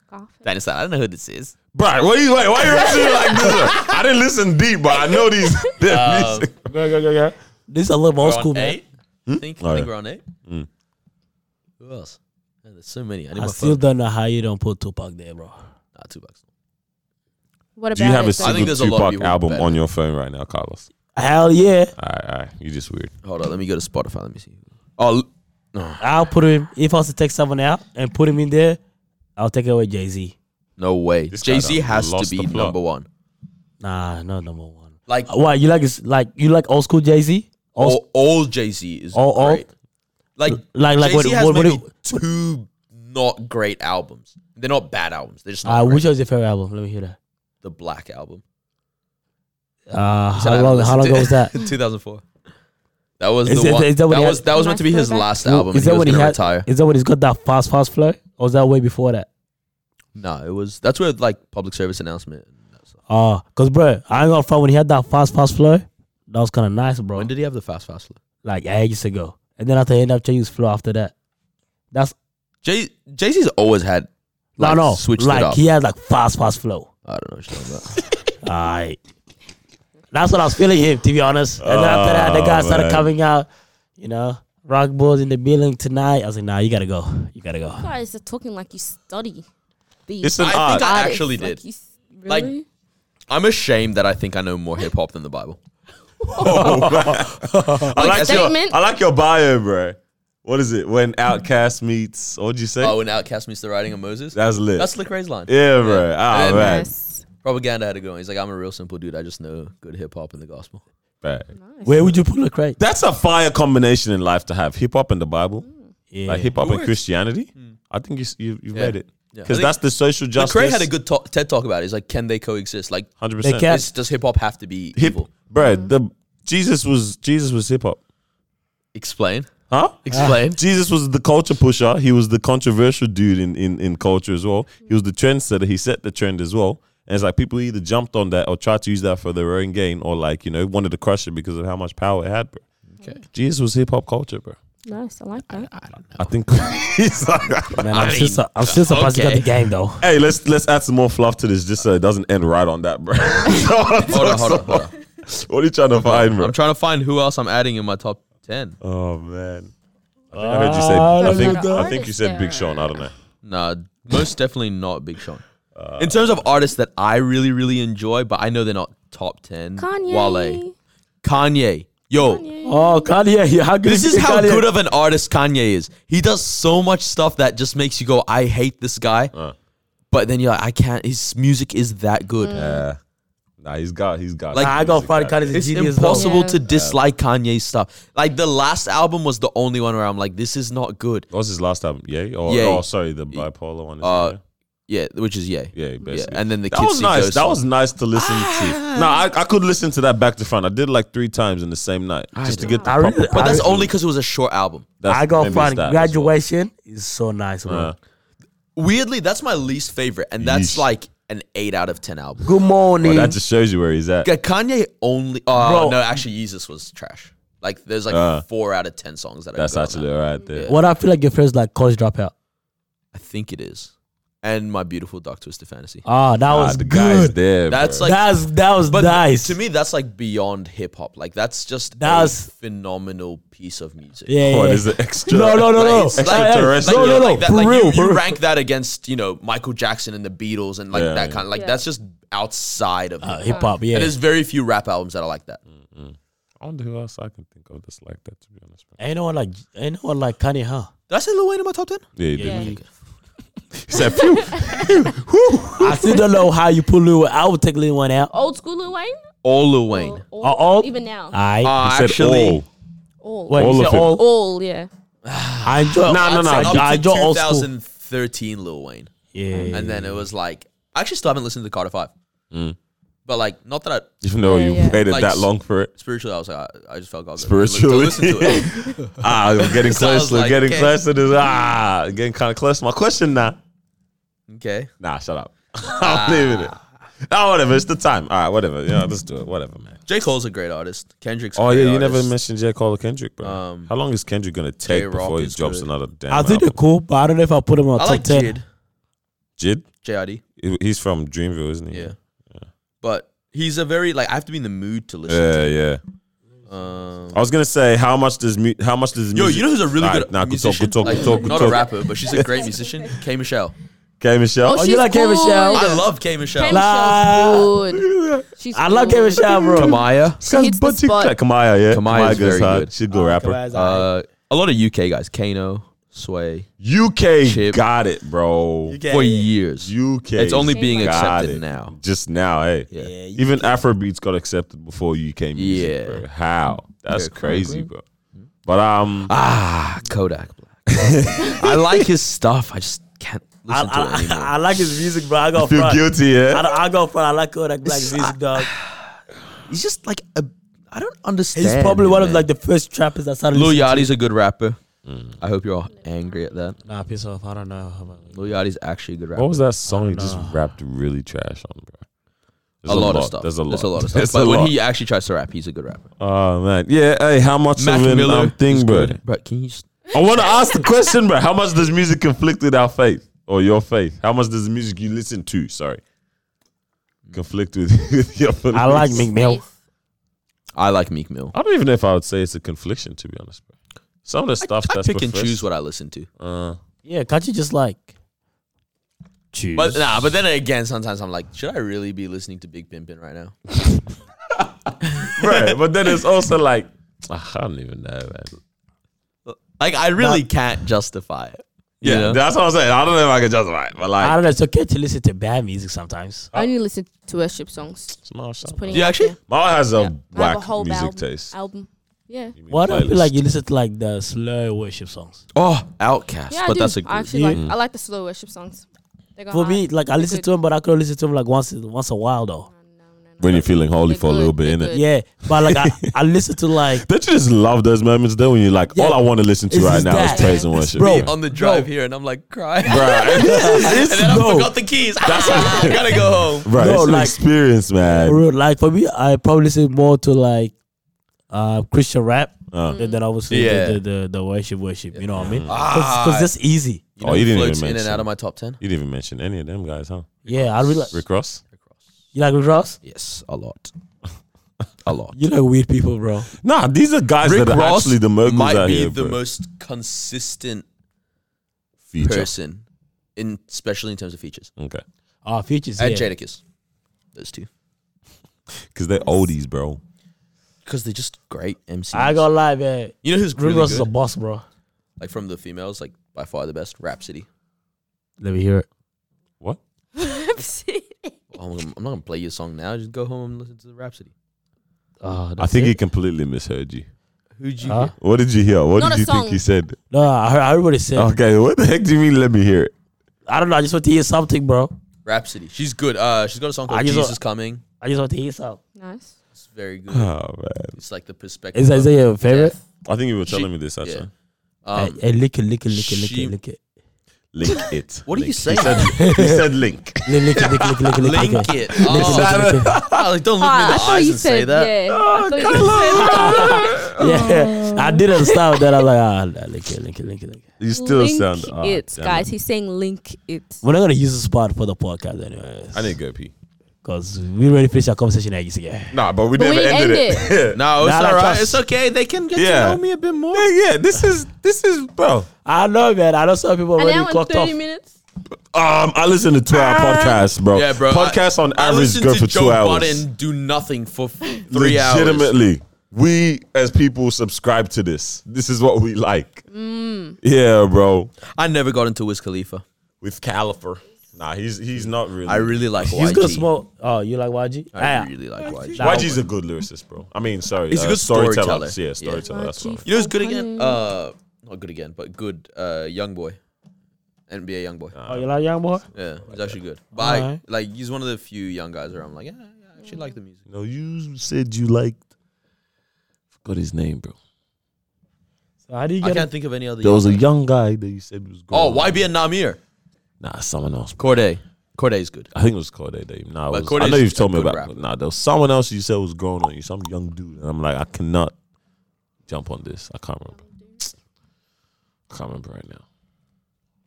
Speaker 4: Scarf.
Speaker 3: That is, I don't know who this is.
Speaker 1: Bro, why you wait, why you listening like this? I didn't listen deep, but I know these. their
Speaker 2: Uh,
Speaker 1: music. Go go go go.
Speaker 2: This is a little old
Speaker 3: We're on
Speaker 2: school, man.
Speaker 3: eight?
Speaker 1: Oh,
Speaker 3: Think, think
Speaker 1: yeah.
Speaker 3: we're on eight. Who else? Man, there's so many. I need
Speaker 2: I
Speaker 3: my
Speaker 2: still
Speaker 3: phone.
Speaker 2: don't know how you don't put Tupac there, bro.
Speaker 3: Nah, Tupac's.
Speaker 4: What about
Speaker 1: Do you have
Speaker 4: it,
Speaker 1: a
Speaker 4: though?
Speaker 3: I think
Speaker 1: single
Speaker 3: there's a lot
Speaker 1: Tupac
Speaker 3: of people
Speaker 1: album
Speaker 3: better.
Speaker 1: on your phone right now, Carlos?
Speaker 2: Hell yeah,
Speaker 1: Alright, alright. You just weird.
Speaker 3: Hold on, let me go to Spotify. Let me see. Oh, l- no,
Speaker 2: I'll put him. If I was to take someone out and put him in there, I'll take away Jay Z.
Speaker 3: no way.
Speaker 1: This guy
Speaker 3: Jay Z
Speaker 1: done
Speaker 3: has to
Speaker 1: lost
Speaker 3: be
Speaker 1: the plot.
Speaker 3: number one.
Speaker 2: Nah, no number one.
Speaker 3: Like
Speaker 2: Uh, Why you like is like you like old school Jay Z?
Speaker 3: all, all Jay Z is
Speaker 2: All- all-
Speaker 3: great. Oh, Like,
Speaker 2: like- like
Speaker 3: Jay-Z
Speaker 2: what-
Speaker 3: has
Speaker 2: what- what
Speaker 3: maybe
Speaker 2: do-
Speaker 3: two not great albums. They're not bad albums. They're just not
Speaker 2: Uh,
Speaker 3: great.
Speaker 2: which was your favorite album? Let me hear that.
Speaker 3: the Black album.
Speaker 2: Uh,
Speaker 3: You said I
Speaker 2: how
Speaker 3: haven't
Speaker 2: long? How
Speaker 3: listened
Speaker 2: long
Speaker 3: to
Speaker 2: ago was that?
Speaker 3: 2004. That was
Speaker 2: Is
Speaker 3: the
Speaker 2: that-
Speaker 3: one.
Speaker 2: is that
Speaker 3: that,
Speaker 2: when he
Speaker 3: was
Speaker 2: had-
Speaker 3: that was meant to be his
Speaker 4: Flashback?
Speaker 3: last album.
Speaker 2: Is
Speaker 3: and
Speaker 2: that
Speaker 3: he was
Speaker 2: when he
Speaker 3: gonna
Speaker 2: had?
Speaker 3: retire?
Speaker 2: Is that when he's got that fast fast flow? Or was that way before that?
Speaker 3: No, it was. That's where like public service announcement.
Speaker 2: Oh, cause bro, I ain't gonna front when he had that fast fast flow. That was kind of nice, bro.
Speaker 3: When did he have the fast fast?
Speaker 2: like ages ago. And then after he ended up changing his flow after that. That's
Speaker 3: Jay Jay Z's always had like,
Speaker 2: no no
Speaker 3: switched
Speaker 2: like
Speaker 3: it up.
Speaker 2: he had like fast fast flow.
Speaker 3: I don't know what you're talking about.
Speaker 2: Alright. That's what I was feeling him to be honest. And then after that the guy
Speaker 1: Oh,
Speaker 2: started
Speaker 1: man.
Speaker 2: coming out, you know, rock balls in the building tonight. I was like, nah, you gotta go. You gotta go.
Speaker 4: You guys are talking like you study these.
Speaker 1: It's an
Speaker 3: I
Speaker 1: art.
Speaker 3: think I
Speaker 4: artists.
Speaker 3: actually
Speaker 4: Like,
Speaker 3: did.
Speaker 4: you s-
Speaker 3: Like-
Speaker 4: really?
Speaker 3: I'm ashamed that I think I know more hip hop than the Bible.
Speaker 1: I Oh, like
Speaker 4: statement.
Speaker 1: your I like your bio, bro. What is it? When Outcast meets what'd you say?
Speaker 3: Oh, when Outkast meets the writing of Moses.
Speaker 1: That's lit.
Speaker 3: That's Slick Ray's line.
Speaker 1: yeah, bro. Ah,
Speaker 3: And-
Speaker 1: man.
Speaker 4: Nice.
Speaker 3: Propaganda had a good one. He's like, I'm a real simple dude. I just know good hip hop and the gospel.
Speaker 1: Right.
Speaker 2: Where would you put Lecrae?
Speaker 1: That's a fire combination in life to have hip hop and the Bible,
Speaker 2: Yeah. Hmm.
Speaker 1: like hip hop
Speaker 3: It
Speaker 1: and
Speaker 3: works.
Speaker 1: Christianity. I think you s- you you
Speaker 3: Yeah.
Speaker 1: read it
Speaker 3: Yeah. I
Speaker 1: because
Speaker 3: think-
Speaker 1: that's the social
Speaker 3: But
Speaker 1: justice.
Speaker 3: Craig had a good talk, TED talk about it. He's like, can they coexist? Like,
Speaker 1: hundred
Speaker 2: They
Speaker 1: percent.
Speaker 2: can't-
Speaker 3: is, does hip hop have to be
Speaker 1: Hip,
Speaker 3: evil?
Speaker 1: bro. The Jesus was Jesus was hip hop,
Speaker 3: Explain.
Speaker 1: huh?
Speaker 3: Explain.
Speaker 1: Jesus was the culture pusher. He was the controversial dude in, in, in culture as well. He was the trendsetter. He set the trend as well. And it's like people either jumped on that or tried to use that for their own gain or like, you know, wanted to crush it because of how much power it had, bro.
Speaker 3: Okay.
Speaker 1: Jesus was hip hop culture, bro.
Speaker 4: Nice. I like that.
Speaker 3: I don't know.
Speaker 1: I think he's like,
Speaker 2: Man, I'm still su- I'm still surprised you got the
Speaker 3: okay.
Speaker 2: game though.
Speaker 1: Hey, let's let's add some more fluff to this just so it doesn't end right on that, bro.
Speaker 3: Hold on, hold on, hold on.
Speaker 1: What are you trying to find, bro?
Speaker 3: I'm trying to find who else I'm adding in my top 10.
Speaker 1: oh man. I heard you say I
Speaker 2: don't
Speaker 1: think
Speaker 4: know.
Speaker 1: I think you said Big Sean, I don't know.
Speaker 3: Nah, most definitely not Big Sean.
Speaker 1: Uh.
Speaker 3: in terms of artists that I really, really enjoy, but I know they're not top 10.
Speaker 4: Kanye.
Speaker 3: Wale. Kanye. Yo,
Speaker 2: Oh Kanye, how good
Speaker 3: this is
Speaker 2: you,
Speaker 3: how
Speaker 2: Kanye?
Speaker 3: good of an artist Kanye is. He does so much stuff that just makes you go, I hate this guy.
Speaker 1: Uh.
Speaker 3: But then you're like, I can't. His music is that good.
Speaker 1: Yeah. Nah, he's got he's got
Speaker 3: Like-
Speaker 2: Nah, I gotta find Kanye's a
Speaker 3: It's
Speaker 2: genius though.
Speaker 3: impossible
Speaker 4: Yeah.
Speaker 3: to dislike Kanye's stuff. Like the last album was the only one where I'm like, this is not good.
Speaker 1: What was his last album? Yay? Or,
Speaker 3: Yay.
Speaker 1: Oh, sorry, the bipolar one.
Speaker 3: Uh, yeah, which is yeah,
Speaker 1: yeah, basically.
Speaker 3: and then the
Speaker 1: that
Speaker 3: kids
Speaker 1: was nice. That was nice to listen
Speaker 2: Ah.
Speaker 1: to. No, I, I could listen to that back to front. I did like three times in the same night just to
Speaker 3: don't-
Speaker 1: get the
Speaker 2: I
Speaker 1: proper.
Speaker 2: really-
Speaker 1: proper
Speaker 3: but that's
Speaker 1: feel.
Speaker 3: only because it was a short album.
Speaker 1: That's
Speaker 2: I got
Speaker 1: maybe
Speaker 2: fun.
Speaker 1: it's that as well.
Speaker 2: Graduation is so nice, bro.
Speaker 1: Uh,
Speaker 3: Weirdly, that's my least favorite, and that's
Speaker 1: Yeesh.
Speaker 3: like an eight out of ten album.
Speaker 2: Good morning.
Speaker 1: But that just shows you where he's at.
Speaker 3: Yeah, Kanye only. Oh
Speaker 2: Bro.
Speaker 3: no, actually, Jesus was trash. Like there's like
Speaker 1: Uh,
Speaker 3: four out of ten songs that. are
Speaker 1: That's
Speaker 3: good on
Speaker 1: actually
Speaker 3: that.
Speaker 1: all right there.
Speaker 2: what I feel like your friends like college dropout.
Speaker 3: I think it is, and my beautiful dark twisted fantasy.
Speaker 2: Ah, that
Speaker 1: Nah,
Speaker 2: was
Speaker 1: the guy's
Speaker 2: good.
Speaker 1: there.
Speaker 3: That's
Speaker 1: bro.
Speaker 3: like-
Speaker 2: That's that was
Speaker 3: But
Speaker 2: nice.
Speaker 3: to me, that's like beyond hip hop. Like that's just
Speaker 2: That's-
Speaker 3: a phenomenal piece of music.
Speaker 2: yeah,
Speaker 1: what
Speaker 2: yeah.
Speaker 1: is it extra?
Speaker 2: No, no, no,
Speaker 3: Like,
Speaker 2: no.
Speaker 3: it's
Speaker 2: Hey,
Speaker 3: like-
Speaker 2: hey,
Speaker 1: extraterrestrial.
Speaker 2: No, no, no.
Speaker 3: Like, that,
Speaker 2: for
Speaker 3: like
Speaker 2: real,
Speaker 3: you,
Speaker 2: for
Speaker 3: you
Speaker 2: real.
Speaker 3: rank that against you know Michael Jackson and the Beatles and like
Speaker 1: Yeah,
Speaker 3: that
Speaker 1: yeah.
Speaker 3: kind of like
Speaker 4: Yeah.
Speaker 3: that's just outside of
Speaker 2: Uh,
Speaker 3: hip-hop.
Speaker 2: Hip hop, yeah.
Speaker 3: And there's very few rap albums that are like that.
Speaker 1: Mm. I wonder who else I can think of that's like that. To be honest, bro.
Speaker 2: Ain't no one like ain't no one like Kanye, huh?
Speaker 3: Did I say Lil Wayne in my top ten?
Speaker 1: Yeah, he
Speaker 2: Yeah.
Speaker 1: did.
Speaker 4: Yeah.
Speaker 1: He said, phew.
Speaker 2: I still don't know how you pull Lil. I would take Lil one out.
Speaker 4: Old school Lil Wayne?
Speaker 3: Or Lil Wayne.
Speaker 1: Uh,
Speaker 4: Or,
Speaker 2: Are all-
Speaker 4: Even now.
Speaker 2: I
Speaker 3: Uh,
Speaker 1: He said
Speaker 3: actually,
Speaker 1: all.
Speaker 4: all.
Speaker 2: wait,
Speaker 1: Ah, all
Speaker 2: you
Speaker 1: of
Speaker 2: said
Speaker 1: it.
Speaker 2: all.
Speaker 4: All, yeah.
Speaker 2: I enjoy.
Speaker 1: Nah, no, no,
Speaker 2: I
Speaker 1: no.
Speaker 3: up
Speaker 2: enjoy, I
Speaker 3: to
Speaker 2: enjoy old school.
Speaker 3: 2013 Lil Wayne,
Speaker 2: Yeah,
Speaker 3: and then it was like I actually still haven't listened to Carter Five. But like, not that I,
Speaker 1: Even though
Speaker 4: Yeah,
Speaker 1: you
Speaker 4: yeah.
Speaker 1: waited
Speaker 3: Like
Speaker 1: that
Speaker 3: s-
Speaker 1: long for it.
Speaker 3: spiritually, I was like, I, I just felt God. was like,
Speaker 1: Spiritually.
Speaker 3: Listen to it.
Speaker 1: Ah, I'm getting
Speaker 3: So I was
Speaker 1: closer,
Speaker 3: like,
Speaker 1: getting
Speaker 3: okay.
Speaker 1: closer to ah, getting kind of close to my question now.
Speaker 3: okay.
Speaker 1: Nah, shut up.
Speaker 3: Ah.
Speaker 1: I'm leaving it. Oh, whatever. It's the time. All right, whatever. Yeah, let's do it. Whatever, man.
Speaker 3: J Cole's a great artist. Kendrick's. a
Speaker 1: Oh
Speaker 3: great
Speaker 1: yeah, you never
Speaker 3: artist.
Speaker 1: mentioned J. Cole or Kendrick, bro.
Speaker 3: Um,
Speaker 1: How long is Kendrick gonna take
Speaker 3: J-Rock
Speaker 1: before he
Speaker 3: is
Speaker 1: drops
Speaker 3: good.
Speaker 1: another damn?
Speaker 2: I think they're
Speaker 1: album?
Speaker 2: cool, but I don't know if I'll put them on
Speaker 3: I
Speaker 2: top
Speaker 3: like
Speaker 2: ten.
Speaker 3: Jid.
Speaker 1: Jid.
Speaker 3: JID.
Speaker 1: He- He's from Dreamville, isn't
Speaker 3: Yeah.
Speaker 1: he?
Speaker 3: But he's a very like I have to be in the mood to listen.
Speaker 1: Yeah, yeah.
Speaker 3: to um,
Speaker 1: I was gonna say how much does mu- how much does
Speaker 3: Yo,
Speaker 1: music-
Speaker 3: you know who's a really
Speaker 1: Nah,
Speaker 3: good
Speaker 1: nah, good talk,
Speaker 3: musician?
Speaker 1: good talk,
Speaker 3: Like,
Speaker 1: good talk, good
Speaker 3: not
Speaker 1: talk.
Speaker 3: a rapper, but she's a great musician. K Michelle.
Speaker 1: Okay,
Speaker 4: Oh,
Speaker 1: Michelle.
Speaker 2: you like K. Michelle?
Speaker 3: I love K Michelle.
Speaker 2: Michelle. La-
Speaker 4: Michelle's good. She's
Speaker 2: I love
Speaker 4: good.
Speaker 2: giving shout, bro.
Speaker 3: Kamaya.
Speaker 4: She hits the spot. Oh,
Speaker 1: like Kamaya, yeah.
Speaker 3: Kamaya's
Speaker 1: goes
Speaker 3: very
Speaker 1: hard.
Speaker 3: good.
Speaker 1: She's a good rapper.
Speaker 2: Guys, I-
Speaker 3: Uh, a lot of UK guys. Kano, Sway.
Speaker 1: UK
Speaker 3: Chip.
Speaker 1: got it, bro.
Speaker 2: UK.
Speaker 3: For years.
Speaker 1: UK.
Speaker 3: It's only being
Speaker 1: got
Speaker 3: accepted
Speaker 1: it.
Speaker 3: now.
Speaker 1: Just now, hey.
Speaker 3: Yeah.
Speaker 2: Yeah, you-
Speaker 1: Even Afrobeats got accepted before UK music,
Speaker 3: Yeah.
Speaker 1: bro. How? That's
Speaker 3: Yeah,
Speaker 1: crazy,
Speaker 3: correct.
Speaker 1: bro. But um,
Speaker 3: Ah, Kodak Black. I like his stuff. I just can't
Speaker 2: I,
Speaker 3: listen to it
Speaker 2: I,
Speaker 3: anymore.
Speaker 2: I like his music, bro. I go
Speaker 1: feel
Speaker 2: front.
Speaker 1: guilty,
Speaker 2: I,
Speaker 1: yeah.
Speaker 2: don't- I go front. I like Kodak Black's music, dog.
Speaker 3: He's just like a. I don't understand.
Speaker 2: He's probably
Speaker 3: him,
Speaker 2: one of
Speaker 3: man.
Speaker 2: like the first trappers that started.
Speaker 3: Lil
Speaker 2: listening to-
Speaker 3: Yachty's a good rapper. I hope you're all angry at that.
Speaker 2: Nah, piss off. I don't know. How about
Speaker 3: Lil Yachty's actually a good rapper.
Speaker 1: What was that song he just
Speaker 2: know.
Speaker 1: rapped really trash on, bro?
Speaker 3: a,
Speaker 1: There's
Speaker 3: lot, of stuff.
Speaker 1: There's a lot.
Speaker 3: of stuff.
Speaker 1: There's
Speaker 3: But
Speaker 1: a
Speaker 3: when
Speaker 1: lot.
Speaker 3: he actually tries to rap, he's a good rapper.
Speaker 1: oh man, yeah. Hey, how much
Speaker 3: Mac
Speaker 1: of an
Speaker 3: Miller
Speaker 1: um, thing,
Speaker 3: is
Speaker 1: bro?
Speaker 3: good. Bro, can you just
Speaker 1: I want to ask the question, bro. How much does music conflict with our faith or your faith? How much does the music you listen to, sorry, conflict with, with your beliefs?
Speaker 2: I like Meek Mill.
Speaker 3: I like Meek Mill.
Speaker 1: I don't even know if I would say it's a confliction, to be honest, bro. Some of the stuff
Speaker 3: I
Speaker 1: that's
Speaker 3: pick and
Speaker 1: professed-
Speaker 3: choose what I listen to.
Speaker 1: Uh,
Speaker 2: Yeah, can't you just like choose?
Speaker 3: But nah, but then again, sometimes I'm like, should I really be listening to Big Pimpin' right now?
Speaker 1: right, but then it's also like ah, I don't even know, man.
Speaker 3: Like I really can't justify it.
Speaker 1: Yeah,
Speaker 3: you know?
Speaker 1: that's what I'm saying. I don't know if I can justify it, but
Speaker 2: I
Speaker 1: like,
Speaker 2: don't know. It's okay to listen to bad music sometimes.
Speaker 4: I only listen to worship songs.
Speaker 1: it's my song.
Speaker 4: Putting
Speaker 3: Do you
Speaker 4: it out
Speaker 3: actually?
Speaker 4: there.
Speaker 1: My wife has a
Speaker 4: Yeah. I have
Speaker 1: whack
Speaker 4: a whole
Speaker 1: music
Speaker 4: album,
Speaker 1: taste.
Speaker 4: Album. Yeah.
Speaker 2: Why don't you
Speaker 1: Playlist.
Speaker 2: like you listen to like the slow worship songs?
Speaker 3: Oh, Outcast.
Speaker 4: Yeah, I
Speaker 3: but
Speaker 4: do.
Speaker 3: that's a
Speaker 4: I
Speaker 3: good. Mm.
Speaker 4: actually
Speaker 2: Yeah.
Speaker 4: like I like the slow worship songs. They go
Speaker 2: For me,
Speaker 4: hard.
Speaker 2: like I
Speaker 4: They're
Speaker 2: listen
Speaker 4: good.
Speaker 2: to them, but I could listen to them like once once a while though.
Speaker 4: No, no, no.
Speaker 1: When you're feeling holy
Speaker 4: They're
Speaker 1: for a little bit,
Speaker 4: good, they're
Speaker 1: innit?
Speaker 4: good.
Speaker 2: Yeah, but like I, I listen to like
Speaker 1: Don't you just love those moments though when you're like,
Speaker 2: Yeah.
Speaker 1: all I want to listen to
Speaker 2: It's
Speaker 1: right
Speaker 2: just
Speaker 1: now
Speaker 2: that.
Speaker 1: is praise and worship,
Speaker 2: Bro.
Speaker 1: man.
Speaker 3: On the drive here, and I'm like crying.
Speaker 2: it's,
Speaker 3: and then I
Speaker 2: no,
Speaker 3: forgot the keys. Ah, I gotta go home.
Speaker 1: Right,
Speaker 2: No,
Speaker 1: it's an
Speaker 2: like-
Speaker 1: experience,
Speaker 2: for
Speaker 1: man.
Speaker 2: real, like for me, I probably listen more to like uh Christian rap
Speaker 1: Uh,
Speaker 2: than, than obviously
Speaker 3: Yeah.
Speaker 2: the, the, the the worship worship. You know what I mean?
Speaker 3: Ah.
Speaker 2: Because that's easy.
Speaker 3: You
Speaker 1: Oh,
Speaker 3: know,
Speaker 1: you
Speaker 3: who
Speaker 1: didn't even
Speaker 3: floats in and
Speaker 1: mention.
Speaker 3: out of my top ten.
Speaker 1: You didn't even mention any of them guys, huh?
Speaker 2: Yeah, I really like,
Speaker 1: Rick Ross?
Speaker 2: you like Rick Ross.
Speaker 3: Yes, a lot, a lot.
Speaker 2: You like weird people, bro.
Speaker 1: Nah, these are guys
Speaker 3: Rick
Speaker 1: that are
Speaker 3: Ross
Speaker 1: actually the moguls
Speaker 3: might
Speaker 1: out
Speaker 3: be
Speaker 1: here.
Speaker 3: the
Speaker 1: bro.
Speaker 3: most consistent
Speaker 1: Feature.
Speaker 3: person, in especially in terms of features.
Speaker 1: Okay,
Speaker 2: Oh, features. Yeah.
Speaker 3: And Jadakiss, those two,
Speaker 1: because they're oldies, bro.
Speaker 3: because they're just great MCs.
Speaker 2: I got live, man.
Speaker 3: you know who's
Speaker 2: Rick
Speaker 3: really
Speaker 2: Ross
Speaker 3: good?
Speaker 2: is a boss, bro.
Speaker 3: like from the females, like by far the best. Rhapsody.
Speaker 2: Let me hear it.
Speaker 1: What?
Speaker 3: Oh, I'm, I'm not gonna play your song now. Just go home and listen to the Rhapsody.
Speaker 2: Oh,
Speaker 1: I think he completely misheard you.
Speaker 3: Who'd you?
Speaker 2: Huh?
Speaker 3: hear?
Speaker 1: What did you hear? What
Speaker 4: Not
Speaker 1: did
Speaker 4: a
Speaker 1: you think
Speaker 4: song.
Speaker 1: he said?
Speaker 2: No, I heard, I heard what he said.
Speaker 1: Okay, what the heck do you mean? Let me hear it.
Speaker 2: I don't know. I just want to hear something, bro.
Speaker 3: Rhapsody. She's good. Uh, she's got a song
Speaker 2: I
Speaker 3: called
Speaker 2: just-
Speaker 3: Jesus Coming.
Speaker 2: I just want to hear something.
Speaker 4: Nice.
Speaker 3: It's very good.
Speaker 1: Oh man,
Speaker 3: It's like the perspective.
Speaker 2: Is that,
Speaker 3: of
Speaker 2: is that your favorite?
Speaker 3: death.
Speaker 1: I think you were
Speaker 3: She-
Speaker 1: telling me this actually.
Speaker 3: yeah.
Speaker 2: Hey,
Speaker 3: Um,
Speaker 2: hey, lick it, lick it, lick it, lick
Speaker 3: she-
Speaker 2: it, lick it.
Speaker 1: Link it.
Speaker 3: What are
Speaker 1: Link.
Speaker 3: you saying?
Speaker 1: He said, he said link.
Speaker 2: Lick, lick it, lick it, lick it, lick it,
Speaker 3: Link
Speaker 2: lick it.
Speaker 3: it. Oh, oh, like, don't look me in
Speaker 4: Ah, I
Speaker 3: the
Speaker 4: thought
Speaker 3: eyes
Speaker 4: you
Speaker 3: and say
Speaker 4: said
Speaker 3: that.
Speaker 2: Oh,
Speaker 4: yeah. I thought you said that.
Speaker 3: Oh.
Speaker 2: Yeah, I didn't stop that. I like ah, nah, lick it, lick it, lick it, lick it.
Speaker 1: You still
Speaker 4: link
Speaker 1: sound. ah,
Speaker 4: it,
Speaker 1: damn
Speaker 4: guys. He's saying link it.
Speaker 2: We're not gonna use the spot for the podcast anyway,
Speaker 1: I need to go pee.
Speaker 2: because we already finished our conversation ages ago.
Speaker 1: Nah, but we
Speaker 4: But we
Speaker 1: never
Speaker 4: didn't
Speaker 1: ended
Speaker 4: end
Speaker 1: it. Yeah.
Speaker 3: No, it's
Speaker 2: Nah, like,
Speaker 3: all right.
Speaker 2: trust-
Speaker 3: It's okay. They can get
Speaker 1: Yeah.
Speaker 3: to know me a bit more.
Speaker 1: yeah, yeah, this is this is bro.
Speaker 2: I know, man. I know some people
Speaker 4: An
Speaker 2: already
Speaker 4: hour and
Speaker 2: clocked off.
Speaker 4: thirty minutes.
Speaker 1: Um, I listen to two hour podcasts, bro.
Speaker 3: Yeah, bro.
Speaker 1: Podcasts on
Speaker 3: I
Speaker 1: average
Speaker 3: listened
Speaker 1: go
Speaker 3: to
Speaker 1: for
Speaker 3: Joe
Speaker 1: two hours.
Speaker 3: Budden do nothing for f- three hours.
Speaker 1: Legitimately, we as people subscribe to this. This is what we like. Yeah, bro.
Speaker 3: I never got into Wiz Khalifa.
Speaker 1: With Califer. Nah, he's he's not really.
Speaker 3: I really like YG.
Speaker 2: He's gonna smoke. Oh, you like YG?
Speaker 3: I
Speaker 2: Ah,
Speaker 3: really like YG.
Speaker 2: Nah.
Speaker 1: YG's a good lyricist, bro. I mean, sorry,
Speaker 3: He's a
Speaker 1: uh,
Speaker 3: good
Speaker 1: storyteller.
Speaker 3: storyteller.
Speaker 1: Yeah, storyteller. That's what. I mean.
Speaker 3: You know who's good again? Uh, not good again, but good. Uh, young boy, NBA young boy.
Speaker 2: Oh, you like young boy?
Speaker 3: Yeah, he's actually good. But I-
Speaker 2: Alright.
Speaker 3: like, he's one of the few young guys where I'm like, yeah, yeah, She liked the music.
Speaker 1: No, you said you liked. Forgot his name, bro.
Speaker 2: So how do you
Speaker 3: I
Speaker 2: get?
Speaker 3: can't think of any other.
Speaker 1: There was a
Speaker 3: young-
Speaker 1: young guy that you said was.
Speaker 3: oh,
Speaker 1: going on.
Speaker 3: YBN Namir.
Speaker 1: Nah, someone else.
Speaker 3: Corday. Corday is good.
Speaker 1: I think it was Corday Dame. Nah, it
Speaker 3: But
Speaker 1: was,
Speaker 3: Cordae's
Speaker 1: I know you've
Speaker 3: a
Speaker 1: told me
Speaker 3: good
Speaker 1: about.
Speaker 3: rapper.
Speaker 1: Nah, there was someone else you said was growing on you, some young dude, and I'm like, I cannot jump on this. I can't remember. I can't remember right now.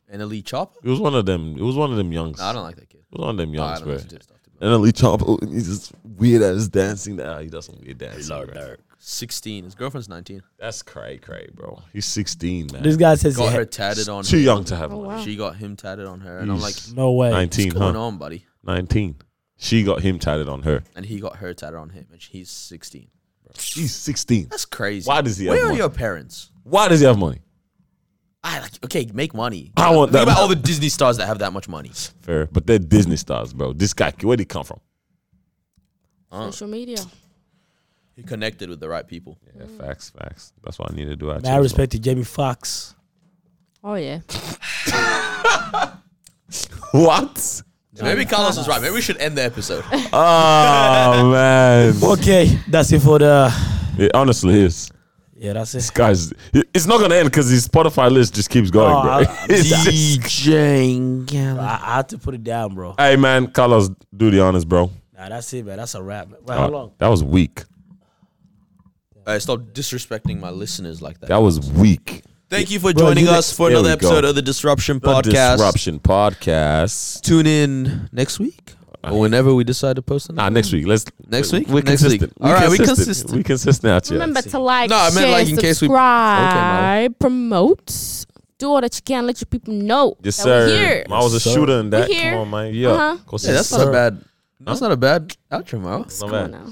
Speaker 3: And Elite Chopper.
Speaker 1: It was one of them. It was one of them youngs.
Speaker 3: No, I don't like that kid.
Speaker 1: It was one of them
Speaker 3: No, I
Speaker 1: youngs,
Speaker 3: don't
Speaker 1: bro.
Speaker 3: listen to his stuff. to be honest.
Speaker 1: And then Lee Chopper, he's just weird ass dancing. Ah, he does some weird dancing. bro.
Speaker 3: Sixteen. His girlfriend's nineteen.
Speaker 1: That's cray cray, bro. He's 16, man.
Speaker 2: This guy says he
Speaker 3: Got her
Speaker 2: ha-
Speaker 3: tatted on.
Speaker 1: Too
Speaker 3: him.
Speaker 1: young to have
Speaker 4: Oh,
Speaker 1: one.
Speaker 4: wow.
Speaker 3: She got him tatted on her, and I'm like,
Speaker 1: He's
Speaker 2: no way.
Speaker 1: 19,
Speaker 3: what's going
Speaker 1: huh?
Speaker 3: on, buddy?
Speaker 1: 19. She got him tatted on her.
Speaker 3: And he got her tatted on him, and he's sixteen.
Speaker 1: He's 16.
Speaker 3: That's crazy.
Speaker 1: Why does he have
Speaker 3: Where are
Speaker 1: money?
Speaker 3: your parents?
Speaker 1: Why does he have money?
Speaker 3: I like okay, make money.
Speaker 1: I want
Speaker 3: Think
Speaker 1: that.
Speaker 3: about all the Disney stars that have that much money.
Speaker 1: Fair. But they're Disney stars, bro. This guy, where'd he come from?
Speaker 4: Social media.
Speaker 3: He connected with the right people.
Speaker 1: Yeah, facts, facts. That's what I need to do.
Speaker 2: Man, I respect to Jamie Foxx.
Speaker 4: Oh yeah.
Speaker 1: What?
Speaker 3: Maybe Carlos is right. Maybe we should end the episode.
Speaker 1: Oh, man.
Speaker 2: Okay, that's it for the.
Speaker 1: It honestly is.
Speaker 2: Yeah, that's it.
Speaker 1: This guy's. It's not going to end because his Spotify list just keeps going,
Speaker 2: Oh,
Speaker 1: bro.
Speaker 2: I-
Speaker 1: It's just-
Speaker 3: DJing.
Speaker 2: I, I had to put it down, bro.
Speaker 1: hey, man. Carlos, do the honors, bro.
Speaker 2: Nah, that's it, man. That's a wrap. Wait, how
Speaker 1: Uh,
Speaker 2: long?
Speaker 1: That was weak.
Speaker 3: Alright, stop disrespecting my listeners like that.
Speaker 1: That was weak.
Speaker 3: Thank you for
Speaker 2: Bro,
Speaker 3: joining
Speaker 2: you
Speaker 3: us
Speaker 1: ne-
Speaker 3: for
Speaker 1: There
Speaker 3: another
Speaker 1: we go.
Speaker 3: episode of the Disruption
Speaker 1: The
Speaker 3: Podcast.
Speaker 1: Disruption podcast.
Speaker 3: Tune in next week or whenever we decide to post another.
Speaker 1: Nah, next week. Let's
Speaker 3: Next week?
Speaker 1: We're
Speaker 3: Next week.
Speaker 1: consistent.
Speaker 3: All right, we
Speaker 1: consistent.
Speaker 3: consistent.
Speaker 1: We consistent out here.
Speaker 4: Remember to like,
Speaker 3: No, I meant
Speaker 4: share,
Speaker 3: like in case we-
Speaker 4: subscribe, promote, do all that you can, let your people know
Speaker 1: Yes,
Speaker 4: that we're
Speaker 1: sir.
Speaker 4: here.
Speaker 1: I was a
Speaker 2: Yes, sir.
Speaker 1: shooter in that.
Speaker 4: here.
Speaker 1: Come on, man. Yeah.
Speaker 4: Uh-huh.
Speaker 1: Go see
Speaker 3: Yeah, that's
Speaker 1: the
Speaker 3: not a
Speaker 1: sir.
Speaker 3: bad. That's not a bad outro, Mo.
Speaker 1: Not
Speaker 4: Come on
Speaker 1: bad.
Speaker 4: now.